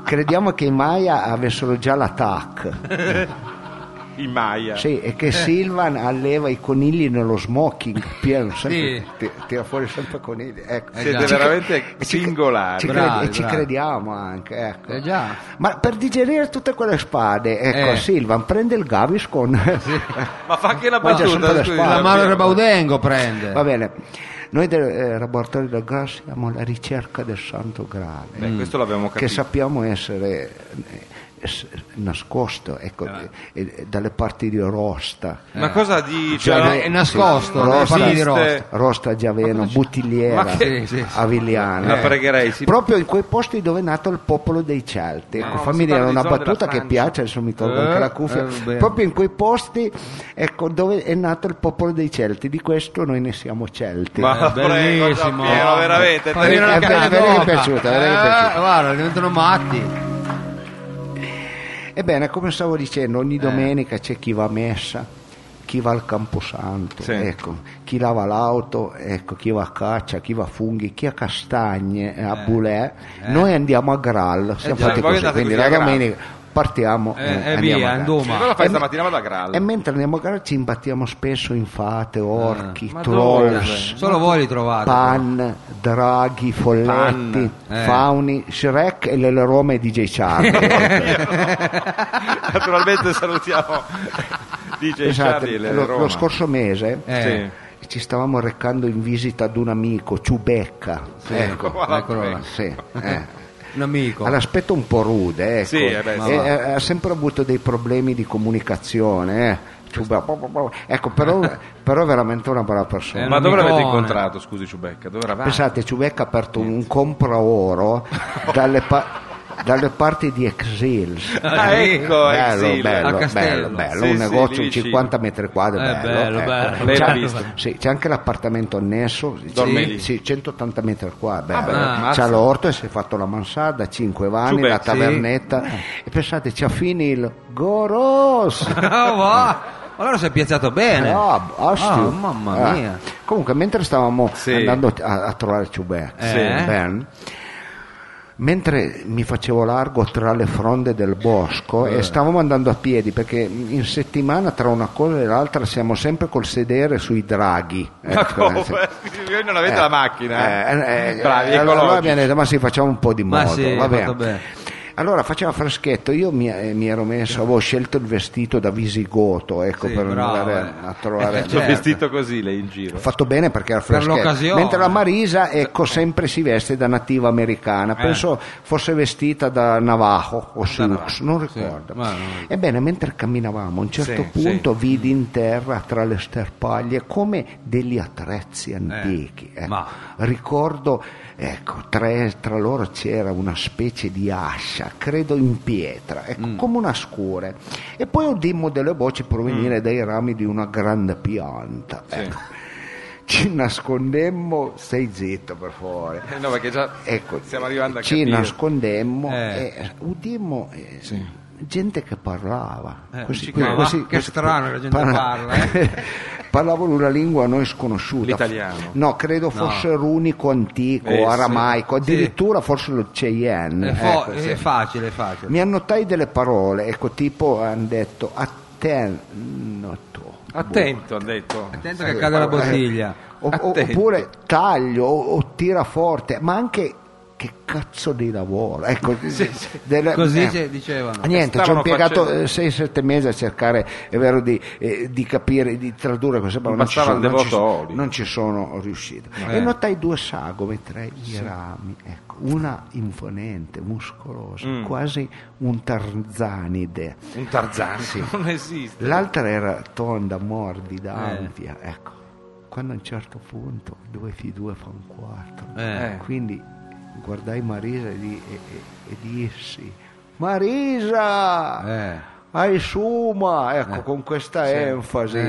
A: crediamo che i Maya avessero già la TAC
B: I Maya.
A: sì, e che Silvan alleva i conigli nello smoking, pieno, sempre-
C: Sì.
A: ti- tira fuori sempre conigli. Ecco.
C: Eh,
B: Siete
C: già.
B: veramente
A: Ci-
B: singolari.
A: ci,
C: Bravi,
A: credi- e ci
C: bravi.
A: crediamo anche ecco.
C: Eh già.
A: ma per digerire tutte quelle spade ecco
C: Eh.
A: Silvan prende il Gaviscon
B: Ma fa anche la
A: Mangia sempre
B: battuta.
A: le
B: scusi,
A: spalle.
C: La
B: Giampiero.
C: mano del Baudengo
A: [LAUGHS]
C: prende.
A: va bene noi del eh, laboratorio del gas siamo alla ricerca del santo grale
B: Beh, questo l'abbiamo
A: che
B: capito.
A: sappiamo essere eh, s- nascosto ecco, eh, eh, dalle parti di Rosta
B: Ma cosa dice?
A: Cioè,
B: No,
A: è-
C: è nascosto,
B: non
A: dalle
C: parli di
B: esiste.
C: rosta.
A: Rosta Giaveno, Buttigliera,
B: Ma che-
C: Sì, sì, sì.
A: Avigliana.
B: La pregherei, sì.
A: Proprio in quei posti dove è nato il popolo dei Celti. Ecco,
B: No, si
A: fammi dire
B: parla di
A: una
B: zone
A: battuta
B: della
A: che
B: Francia.
A: piace, adesso mi tolgo anche
C: Eh,
A: la cuffia.
C: eh, bene.
A: Proprio in quei posti ecco, dove è nato il popolo dei Celti, di questo noi ne siamo Celti.
B: Ma
C: Eh,
B: prego,
C: bellissimo.
B: Giampiero, veramente.
C: Fa venire una
A: Eh, beh,
C: cazzo
A: vedi che è
C: d'opera.
A: piaciuta, vedi che è
C: Eh,
A: piaciuta.
C: Guarda, diventano matti.
A: Ebbene, come stavo dicendo,
B: Eh.
A: ogni domenica c'è chi va a messa, chi va al Camposanto,
B: Sì.
A: ecco, chi lava l'auto, ecco, chi va a caccia, chi va a funghi, chi a castagne, eh, a bulè. Noi andiamo a Graal, siamo
C: già,
A: fatti
B: Eh, voi
A: così,
B: andate
A: quindi
B: così
A: la
B: a Graal.
A: domenica partiamo
C: Eh,
A: eh,
C: eh,
A: andiamo
C: via,
A: a Graal.
C: andiamo.
B: Cosa fai
A: E me-
B: stamattina? Vado a Graal.
A: E mentre andiamo a Graal ci imbattiamo spesso in fate, orchi,
B: Eh. Ma
A: trolls,
C: Solo voi li trovate.
A: Pan, Draghi, Folletti,
C: Pan, eh.
A: Fauni, Shrek e le Rome di DJ
B: [LAUGHS]
A: Charlie.
B: [LAUGHS] Naturalmente
A: [LAUGHS]
B: salutiamo DJ
A: Esatto,
B: Charlie e le
A: lo,
B: Roma.
A: lo scorso mese
C: Eh.
A: ci stavamo recando in visita ad un amico, Ciubecca, ecco,
B: Guarda,
C: Eccolo là.
B: [LAUGHS]
A: sì, eh.
C: Un amico.
A: Ha l'aspetto un po' rude, ecco.
B: Sì, eh beh, sì.
A: E, eh, ha sempre avuto dei problemi di comunicazione. eh. Ciube- Ecco, però, però è veramente una brava persona.
C: Eh,
B: Ma dove l'avete
C: Amicone.
B: incontrato, scusi Ciubecca? Dove eravate?
A: Pensate, Ciubecca ha aperto un compraoro dalle, pa- dalle parti di Exils.
B: Ah, ecco,
A: Eh, bello,
B: Exil.
A: bello,
C: A
A: bello,
C: Castello.
A: bello,
B: Sì,
A: un
B: sì,
A: negozio
B: lì
A: di
B: vicino.
A: 50 metri quadri,
C: Eh, bello,
A: bello, ecco.
C: bello.
B: Lei l'ha
A: C'è-
B: visto?
A: sì, c'è anche l'appartamento annesso,
B: Dorme
A: sì,
B: lì.
A: sì, 180 metri quadri, bello.
B: bello, Ah, ammazza.
A: c'ha l'orto e si è fatto la mansarda, 5 vanni,
B: Ciubecca,
A: la tavernetta
B: Eh.
A: e pensate, c'ha fini il Goros.
B: Eh.
H: [LAUGHS]
C: Ah,
H: Oh,
C: va.
H: boh.
C: Allora si è piazzato bene.
A: Ah, ostia.
C: Ah, mamma
A: Ah.
C: mia.
A: Comunque, mentre stavamo
B: Sì. Eh.
A: andando a, a trovare Ciubecca,
C: Sì.
A: Ben, Mentre mi facevo largo tra le fronde del bosco
B: Eh.
A: e stavamo andando a piedi perché in settimana tra una cosa e l'altra siamo sempre col sedere sui draghi. Ecco,
B: Ma come?
A: sì.
B: Voi non avete
A: Eh,
B: la macchina.
A: eh,
H: [LAUGHS]
A: eh,
B: Bravi,
A: eh, allora
B: ecologici.
A: abbiamo detto, ma sì, facciamo un po' di
H: Ma
A: modo.
H: sì,
A: va bene.
H: fatto bene.
A: Allora faceva freschetto, io mi, eh, mi ero messo, avevo scelto il vestito da visigoto, ecco,
H: Sì,
A: per
H: bravo,
A: andare
H: eh.
A: a trovare...
H: Eh,
B: Sono
H: certo.
B: vestito così lei in giro.
A: Ho fatto bene perché era
H: Per
A: freschetto.
H: l'occasione.
A: Mentre la Marisa, ecco, sempre si veste da nativa americana. Penso fosse vestita da Navajo o Sioux, non ricordo.
H: ma non-
A: Ebbene, mentre camminavamo, a un certo
B: Sì,
A: punto vidi in terra tra le sterpaglie come degli attrezzi antichi. ecco.
H: ma-
A: Ricordo, ecco, tre- tra loro c'era una specie di ascia, credo in pietra, ecco, come una scure. E poi udimmo delle voci provenire dai rami di una grande pianta. ecco. Ci nascondemmo, stai zitto per favore.
B: Eh, no, perché già
A: Ecco,
B: stiamo arrivando a
A: ci
B: capire.
A: nascondemmo
H: Eh.
A: e udimmo eh, gente che parlava.
H: Eh,
A: Questi
H: ci
A: qui-
H: credo.
A: questi-
H: Ah, che
A: questi-
H: strano che la gente parla, eh.
A: [LAUGHS] Parlavano una lingua a noi sconosciuta.
B: L'italiano.
A: No, credo fosse runico, antico,
B: Eh, sì.
A: aramaico, addirittura forse lo Cheyenne.
H: È, fo-
A: ecco,
H: è
A: sì.
H: facile, è facile.
A: Mi annotai delle parole, ecco, tipo hanno detto attento.
B: Attento, ha detto.
H: Attento che cade la bottiglia.
A: O- o-
B: Attento.
A: oppure taglio o, o tira forte, ma anche che cazzo di lavoro. Ecco, delle-
H: Così
A: eh.
H: ce- dicevano.
A: Niente, ci ho
B: Stavano
A: impiegato
B: facendo-
A: 6-7 mesi a cercare, è vero, di, eh, di capire, di tradurre queste parole.
B: Non
A: ci
B: bastava
A: sono-
B: il
A: ci,
B: devoto
A: sono-
B: Oli.
A: non ci sono riuscito.
H: Eh.
A: E notai due sagome tra i rami, ecco, una imponente, muscolosa,
B: Mm.
A: quasi un tarzanide.
B: Un Tarzan. [LAUGHS] Non esiste.
A: L'altra era tonda, morbida,
H: Eh.
A: ampia, ecco. Quando a un certo punto due più due fanno quattro.
H: Eh.
A: Quindi guardai Marisa e, di- e- e- e dissi Marisa!
H: Eh.
A: Ai suma! Ecco, con questa enfasi.
H: Eh,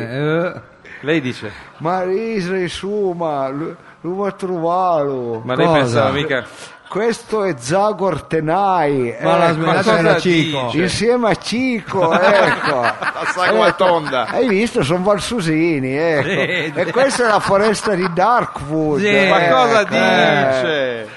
H: eh.
B: Lei dice,
A: Marisa ai suma! lu- Luva trovalo!
B: ma lei
H: Cosa?
B: pensava mica...
A: Questo è Zagor Tenai!
H: Ma la
A: ecco.
H: smettete,
B: cosa
H: era Cico.
B: dice?
A: Insieme
H: [LAUGHS]
A: a Cico, ecco.
B: La sagoma
A: Eh,
B: tonda.
A: Hai visto? Sono Valsusini, ecco.
H: Vedi.
A: E questa è la foresta di Darkwood.
H: Sì.
A: ecco.
B: Ma cosa
A: Eh.
B: dice?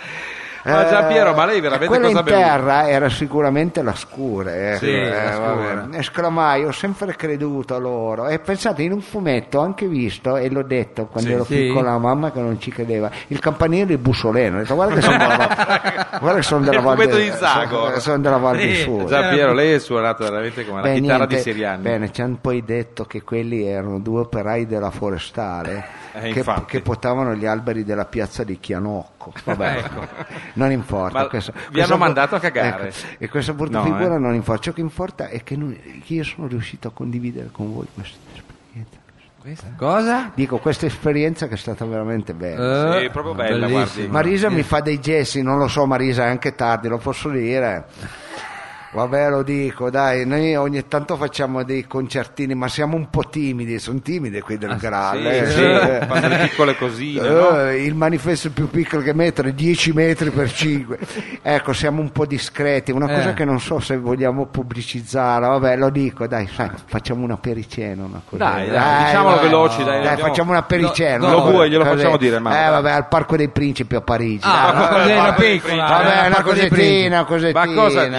B: Ma
A: Eh,
B: Giampiero, ma lei veramente
A: quella
B: cosa
A: in
B: bella.
A: terra era sicuramente la scura, ecco.
H: Sì,
A: Eh,
H: la scura.
A: vabbè. esclamai ho sempre creduto a loro e pensate in un fumetto ho anche visto e l'ho detto quando
H: Sì.
A: ero
H: Sì.
A: piccola a mamma che non ci credeva il campanile di Bussoleno ho detto guarda che sono
B: [LAUGHS]
A: della, guarda che sono della
B: Il
A: Val
B: fumetto
A: di-
B: di Zagor.
A: sono- sono della Val di
H: Sì,
A: Sud
B: Giampiero, lei è suonato veramente come la
A: Beh,
B: chitarra
A: niente,
B: di Siriani.
A: Bene, ci hanno poi detto che quelli erano due operai della forestale
B: Eh,
A: che,
B: infatti.
A: che potavano gli alberi della piazza di
B: [LAUGHS]
A: Chianocco. Vabbè, non importa.
B: Ma
A: questo-
B: vi
A: questo
B: hanno
A: bu-
B: mandato a cagare.
A: ecco, e questa brutta
B: No,
A: figura
B: eh.
A: non importa. Ciò che importa è che, noi- che io sono riuscito a condividere con voi questa esperienza.
H: Cosa?
A: Dico, questa esperienza che è stata veramente bella.
B: Sì,
H: Eh,
B: è proprio bella, guardi.
A: Marisa mi fa dei gesti, non lo so Marisa, è anche tardi, lo posso dire. Vabbè, lo dico, dai, noi ogni tanto facciamo dei concertini, ma siamo un po' timidi, sono timidi qui del
B: Ah, Sì,
A: Graal. eh,
B: sì,
A: sì, eh.
B: fanno le piccole cosine,
A: Eh,
B: no?
A: Il manifesto più piccolo che metro è 10 metri per 5. ecco, siamo un po' discreti, una cosa
H: Eh.
A: che non so se vogliamo pubblicizzare, vabbè, lo dico, dai, sai, facciamo una pericena, una cosa.
B: Dai, dai, diciamolo
A: vabbè.
B: veloci, dai, abbiamo-
A: facciamo una pericena.
H: Lo-
A: una
H: lo
A: cosa-
B: vuoi, glielo
A: così.
B: facciamo dire, ma-
A: Eh, vabbè, al Parco dei Principi a Parigi.
H: Ah,
A: dai,
H: ma
A: vabbè.
H: cos'era
B: vabbè,
H: piccola? eh,
A: Vabbè,
H: era
A: una
H: Marco De
A: cosettina, una cosettina.
B: Ma cosa Eh, dice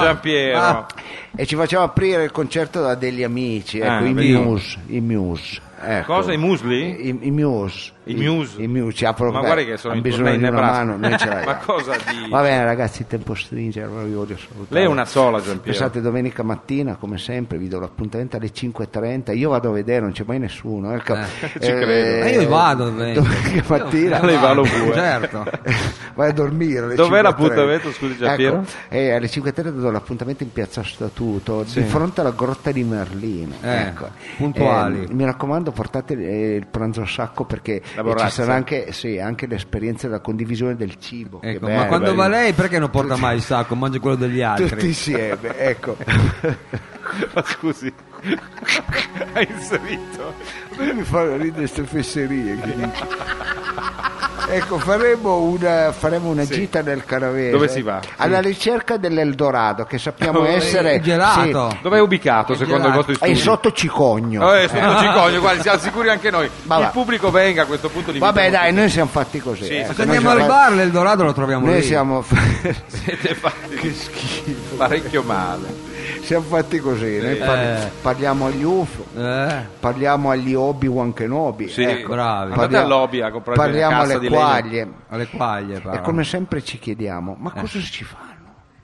H: Ma no.
B: Giampiero?
H: Ma-
A: E ci facciamo aprire il concerto da degli amici, ecco,
B: Ah,
A: i
B: vedi.
A: Muse, i Muse. ecco.
B: Cosa, i Musli?
A: I, i Muse.
B: I Muse?
A: I, Muse, ci aprono
B: Ma
A: beh,
B: guarda che sono
A: hanno
B: in
A: bisogno
B: tournée
A: di
B: in
A: una
B: Nebraska.
A: mano, noi ce l'abbiamo.
B: [LAUGHS] Ma cosa
A: [LAUGHS]
B: dici?
A: Va bene ragazzi, il tempo stringe, allora vi voglio salutare.
B: Lei è una sola, Giampiero.
A: Pensate domenica mattina, come sempre, vi do l'appuntamento alle 5.30, io vado a vedere, non c'è mai nessuno. Ecco,
B: Eh,
A: Eh,
B: ci credo.
H: Ma io vado domenica.
A: Domenica mattina.
B: Lei va lo vuoi. [LAUGHS]
H: Certo.
A: [LAUGHS] Vai a dormire. alle
B: Dov'è
A: 5.30.
B: l'appuntamento, scusi, Giampiero?
A: Ecco, eh, alle 5.30 do l'appuntamento in piazza Statuto, di fronte alla grotta di Merlino.
H: Eh,
A: ecco.
H: puntuali.
A: Eh, mi raccomando, portate eh, il pranzo a sacco perché eh,
B: borrazza.
A: ci sarà anche, sì, anche l'esperienza della condivisione del cibo. che
H: Ecco,
A: bello.
H: ma quando
B: bello. eh.
H: va lei perché non porta mai il sacco? Mangia quello degli altri.
A: [LAUGHS] Tutti insieme, ecco.
B: [LAUGHS] Ma scusi, [LAUGHS] ha inserito. [LAUGHS]
A: mi fanno ridere queste fesserie. che dici. Ecco, faremo una, faremo una gita nel Canavese.
B: Dove si va?
A: Alla ricerca dell'Eldorado, che
B: [LAUGHS]
A: sappiamo essere...
H: il gelato.
A: sì,
B: Dove è ubicato secondo i
H: gelato.
B: vostri
A: è
B: studi?
A: sotto Cicogno.
B: Eh, sotto Cicogno,
A: [LAUGHS]
B: guarda, siamo sicuri anche noi.
A: Ma
B: il
A: va.
B: pubblico venga a questo punto di
A: Vabbè dai, noi siamo fatti così.
B: Sì,
A: ecco,
H: Se andiamo
A: noi
H: al
A: siamo-
H: bar, l'Eldorado lo troviamo
A: Noi
H: lì.
A: siamo, [LAUGHS]
B: Siete fatti che schifo. Parecchio male.
A: siamo fatti così, noi par-
H: Eh.
A: parliamo agli UFO,
H: Eh,
A: parliamo agli Obi-Wan Kenobi,
B: Sì,
A: ecco.
H: bravi.
B: Andate
A: Parliamo-
B: all'Obi a comprare
A: parliamo
B: una cassa
A: alle
B: di legno.
A: quaglie.
H: Alle quaglie, però.
A: E come sempre ci chiediamo,
B: Eh.
A: ma cosa ci fanno?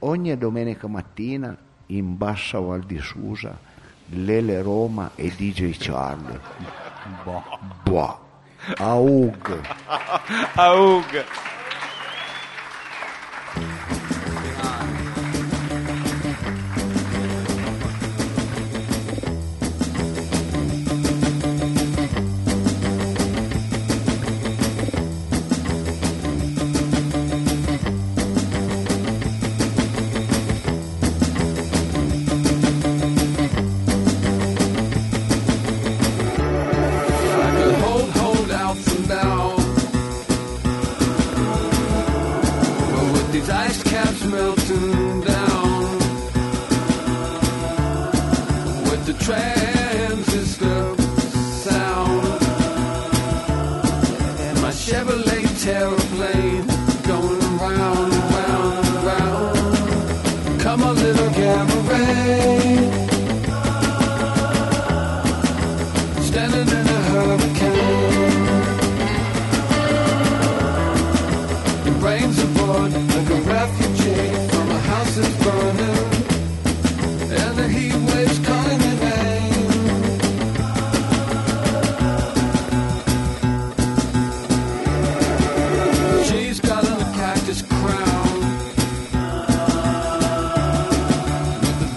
A: Ogni domenica mattina in Bassa Val di Susa, Lele Roma e DJ Charlie. Boh. Boh. Aug.
B: Aug.
E: Hold, hold out for now. But with these ice caps melting down, with the transistor sound, and my Chevrolet Terraplane going round, round, round. Come a little cabaret. standing in a hurricane. It rains aboard like a refugee from a house that's burning, and the heat waves calling your name. She's got a cactus crown with a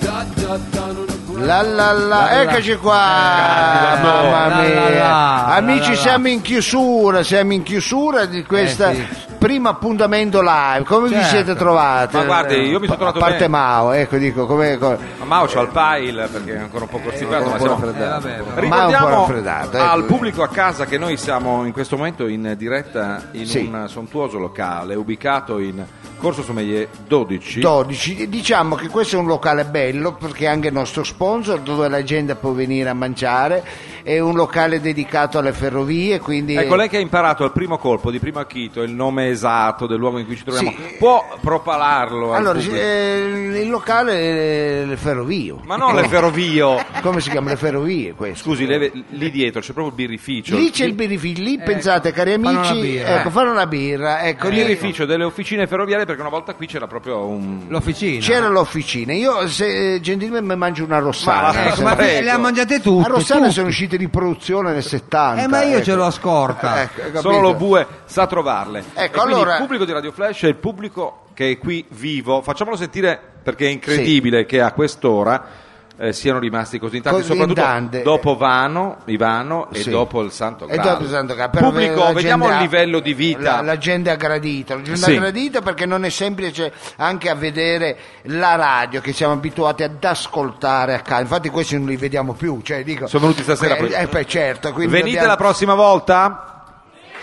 E: dot dot dot on the ground.
A: La la la, eccoci qua, mamma
H: Eh, la, la,
A: mia.
H: la,
A: Amici,
H: la, la, la.
A: siamo in chiusura, siamo in chiusura di questo
H: sì.
A: primo appuntamento live. Come vi
H: Certo.
A: siete trovati?
B: Ma guardi, io mi sono
A: Pa-
B: trovato
A: A parte
B: bene.
A: Mao, ecco, dico, come... come-
B: Ma Mao c'ha il pile perché è ancora un po' corsicato, ma siamo
H: Eh, vabbè, però.
A: Ma è un po'
B: Ricordiamo
A: raffreddato, ecco.
B: al pubblico a casa che noi siamo in questo momento in diretta in
A: Sì.
B: un sontuoso locale ubicato in Corso Sommelier 12.
A: 12. Diciamo che questo è un locale bello perché è anche il nostro sponsor dove la gente può venire a mangiare, è un locale dedicato alle ferrovie, quindi
B: Ecco, lei che ha imparato al primo colpo di primo acchito il nome esatto del luogo in cui ci troviamo,
A: Sì.
B: può propalarlo al
A: Allora,
B: pubblico?
A: eh, il locale è le ferrovie.
B: Ma non
A: [LAUGHS]
B: le ferrovie!
A: Come si chiama le ferrovie questo?
B: Scusi, le- lì dietro c'è proprio il birrificio.
A: Lì c'è il birrificio,
B: Ecco.
A: lì pensate cari
H: fanno
A: amici,
H: una birra,
A: ecco,
H: eh.
A: fare una birra, ecco,
B: il
A: lì
B: birrificio delle officine ferroviarie perché una volta qui c'era proprio un...
H: L'officina.
A: c'era l'officina, io se, eh, gentilmente mi mangio una rossana.
B: Ma-
H: Ecco, ma
A: sempre.
H: te
B: Prego.
H: le ha mangiate
A: a
H: tutte.
A: Eh, Rossana
H: tutte.
A: sono uscite di produzione nel 70.
H: Eh, ma io ce
A: ecco.
H: l'ho a scorta.
A: Ecco, capito? Ecco,
B: Solo lo bue sa trovarle. E quindi
A: allora-
B: il pubblico di Radio Flash è il pubblico che è qui vivo. Facciamolo sentire perché è incredibile che a quest'ora eh, siano rimasti così in tanti,
A: Così in
B: soprattutto
A: tanti.
B: dopo Vano, Ivano e
A: Sì.
B: dopo il Santo
A: E
B: Graal.
A: dopo il Santo Graal, però la
B: pubblico,
A: gente
B: vediamo il
A: ha-
B: livello di vita.
A: La, la gente ha gradito, la gente
B: Sì.
A: ha gradito perché non è semplice anche a vedere la radio che siamo abituati ad ascoltare a casa. Infatti questi non li vediamo più, cioè, dico-
B: Sono venuti stasera
A: Eh,
B: poi.
A: eh, beh, certo, quindi
B: Venite
A: dobbiamo-
B: la prossima volta?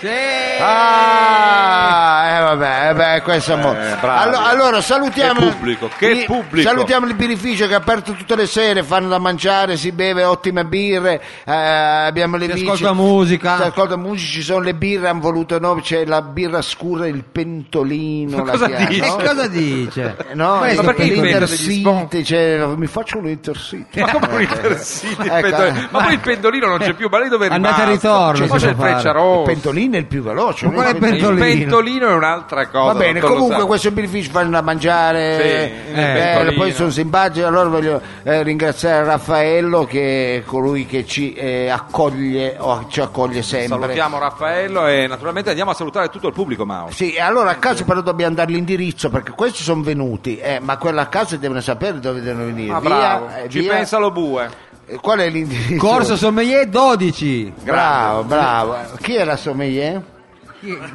B: Eh.
A: Ah, eh, vabbè, eh, beh, questo è mo-
B: bravi.
A: Allo- allora salutiamo
B: Che pubblico, che
A: il-
B: pubblico.
A: Salutiamo il birrificio che è aperto tutte le sere, fanno da mangiare, si beve ottime birre, eh, abbiamo le
H: Si
A: bici-
H: ascolta musica.
A: Si ascolta musica, ci sono le birre, hanno voluto no, c'è la birra scura, il pentolino, la
B: Cosa
A: chiara,
B: dici?
H: E
A: no?
H: Eh,
A: Eh,
H: cosa dice?
A: No,
H: Questo
B: ma perché
H: per
B: inventa
H: l'inter-
B: degli spot?
A: l'intercity, cioè, mi faccio Eh, l'intercity.
B: Ma come un intercity,
A: [LAUGHS]
B: il
A: Ecco,
B: pendolino?
A: eh.
B: Ma poi il pendolino non c'è più, ma lei dove è rimasto?
H: Andate e ritorno,
B: Poi
H: si
B: c'è il
H: può fare.
A: Il
B: Frecciarosso.
A: pentolino è il più veloce.
H: Ma
A: no?
H: quale
B: Il pentolino.
H: pentolino?
B: è un'altra cosa.
A: Va bene,
B: dottor Lo
A: comunque
B: Sa.
A: questo birrificio fanno da mangiare,
B: Sì,
A: eh,
B: il pentolino.
A: poi sono simpatici, allora voglio eh, ringraziare Raffaello che è colui che ci eh, accoglie, o ci accoglie sempre.
B: Salutiamo Raffaello e naturalmente andiamo a salutare tutto il pubblico, Mao.
A: Sì, e allora a caso però dobbiamo dare l'indirizzo perché questi sono venuti, eh, ma quello a caso devono sapere dove devono venire.
B: Ah,
A: Via,
B: bravo.
A: eh,
B: Ci
A: via-
B: pensa lo bue.
A: eh, Qual è l'indirizzo?
H: Corso Sommelier 12.
A: Bravo, bravo. Chi era sommelier?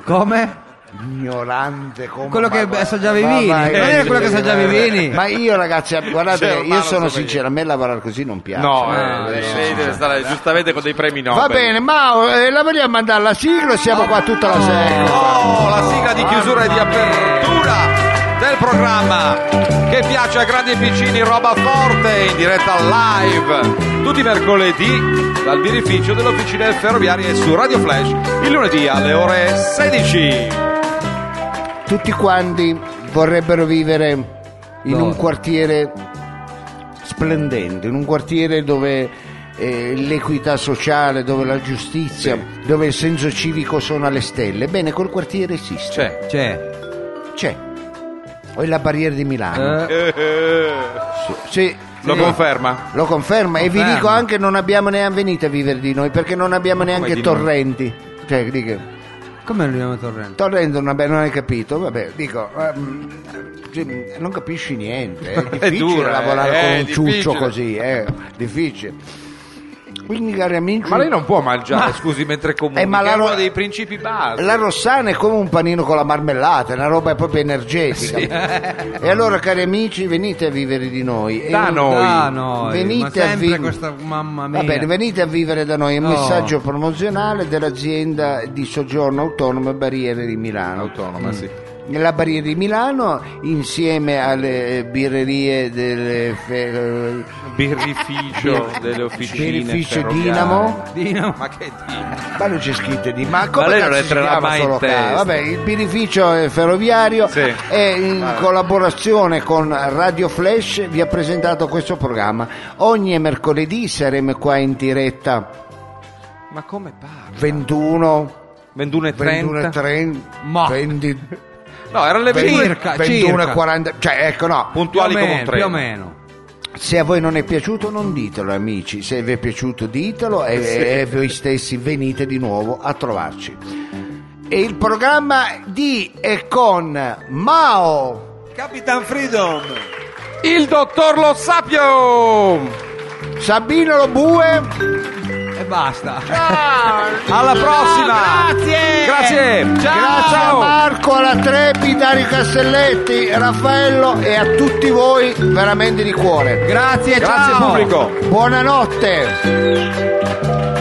H: Come?
A: ignorante come
H: Quello che
A: ma-
H: assaggiava i
A: ma-
H: vini,
A: ma-
H: non era quello che assaggiava i vini.
A: ma io ragazzi guardate
G: Cioè, ma
A: io
G: non
A: sono
G: so
A: sincero a me lavorare così non piace
B: No,
A: Eh,
B: eh,
G: lei, lei deve stare giustamente con dei premi Nobel.
A: va bene ma eh, la vogliamo mandare alla sigla o siamo qua tutta la sera
B: Oh, la sigla di chiusura e di apertura del programma che piace a grandi e piccini, roba forte in diretta live tutti i mercoledì dal birrificio delle officine ferroviarie su Radio Flash il lunedì alle ore 16.
A: tutti quanti vorrebbero vivere in un quartiere splendente, in un quartiere dove eh, l'equità sociale, dove la giustizia, dove il senso civico sono alle stelle. Bene, quel quartiere esiste,
B: C'è.
H: C'è.
A: c'è. O è la barriera di Milano.
H: Eh,
A: Sì,
B: Lo
A: sì.
B: conferma?
A: Lo conferma e vi
H: Confermo.
A: dico anche non abbiamo neanche venite a vivere di noi perché non abbiamo neanche
B: di noi?
A: torrenti. Cioè, dico,
H: come lo chiamiamo Torrente?
A: Torrendo non, abbiamo- non hai capito, vabbè, dico, ehm, cioè, non capisci niente,
B: [LAUGHS]
A: è difficile
B: dura,
A: lavorare
B: eh,
A: con
B: è
A: un ciuccio
B: difficile.
A: così, è difficile. Quindi cari amici,
B: Ma lei non può mangiare, scusi, mentre comunica.
A: Eh, ma la
B: è
A: ro-
B: uno dei principi base.
A: la Rossana è come un panino con la marmellata, è una roba proprio energetica. E allora cari amici, venite a vivere di noi. E-
B: Da noi.
H: Ah, no,
A: Venite
H: ma sempre
A: a vi-
H: questa mamma mia.
A: Va bene, venite a vivere da noi, è un
H: No.
A: messaggio promozionale dell'azienda di soggiorno autonomo Barriere di Milano. Mm.
B: Autonoma, sì.
A: nella Barriera di Milano insieme alle eh, birrerie del fe- eh,
B: Birrificio delle officine
A: birrificio
B: ferroviarie.
A: Dinamo
H: Dino.
B: Ma che dito?
A: ma non c'è scritto di ma come
B: Ma lei
A: cazzo
B: non
A: si
B: entrerà
A: chiama
B: mai
A: sto
B: in
A: locale?
B: testa.
A: Vabbè, il birrificio eh, ferroviario
B: Sì.
A: è in collaborazione con Radio Flash vi ha presentato questo programma ogni mercoledì saremo qua in diretta
B: Ma come parla?
A: 21
B: 21 e 30?
A: 21
H: Ma- [LAUGHS] Eh,
A: 20
B: No, erano le 20.
H: Circa,
A: 21
H: circa.
A: 40 cioè ecco no
H: Più o
B: Puntuali come un
H: meno, più o
B: treno.
H: meno.
A: Se a voi non è piaciuto non ditelo amici, se vi è piaciuto ditelo e, e voi stessi venite di nuovo a trovarci. E il programma di e con Mao,
E: Capitan Freedom.
B: Il dottor Lo Sapio!
A: Sabino Lobue,
H: E basta. Ah,
B: Alla prossima! grazie! Grazie!
A: grazie a Marco, alla Trepi, Dario Castelletti, Raffaello e a tutti voi veramente di cuore.
H: Grazie,
B: Grazie
H: ciao.
B: pubblico!
A: Buonanotte!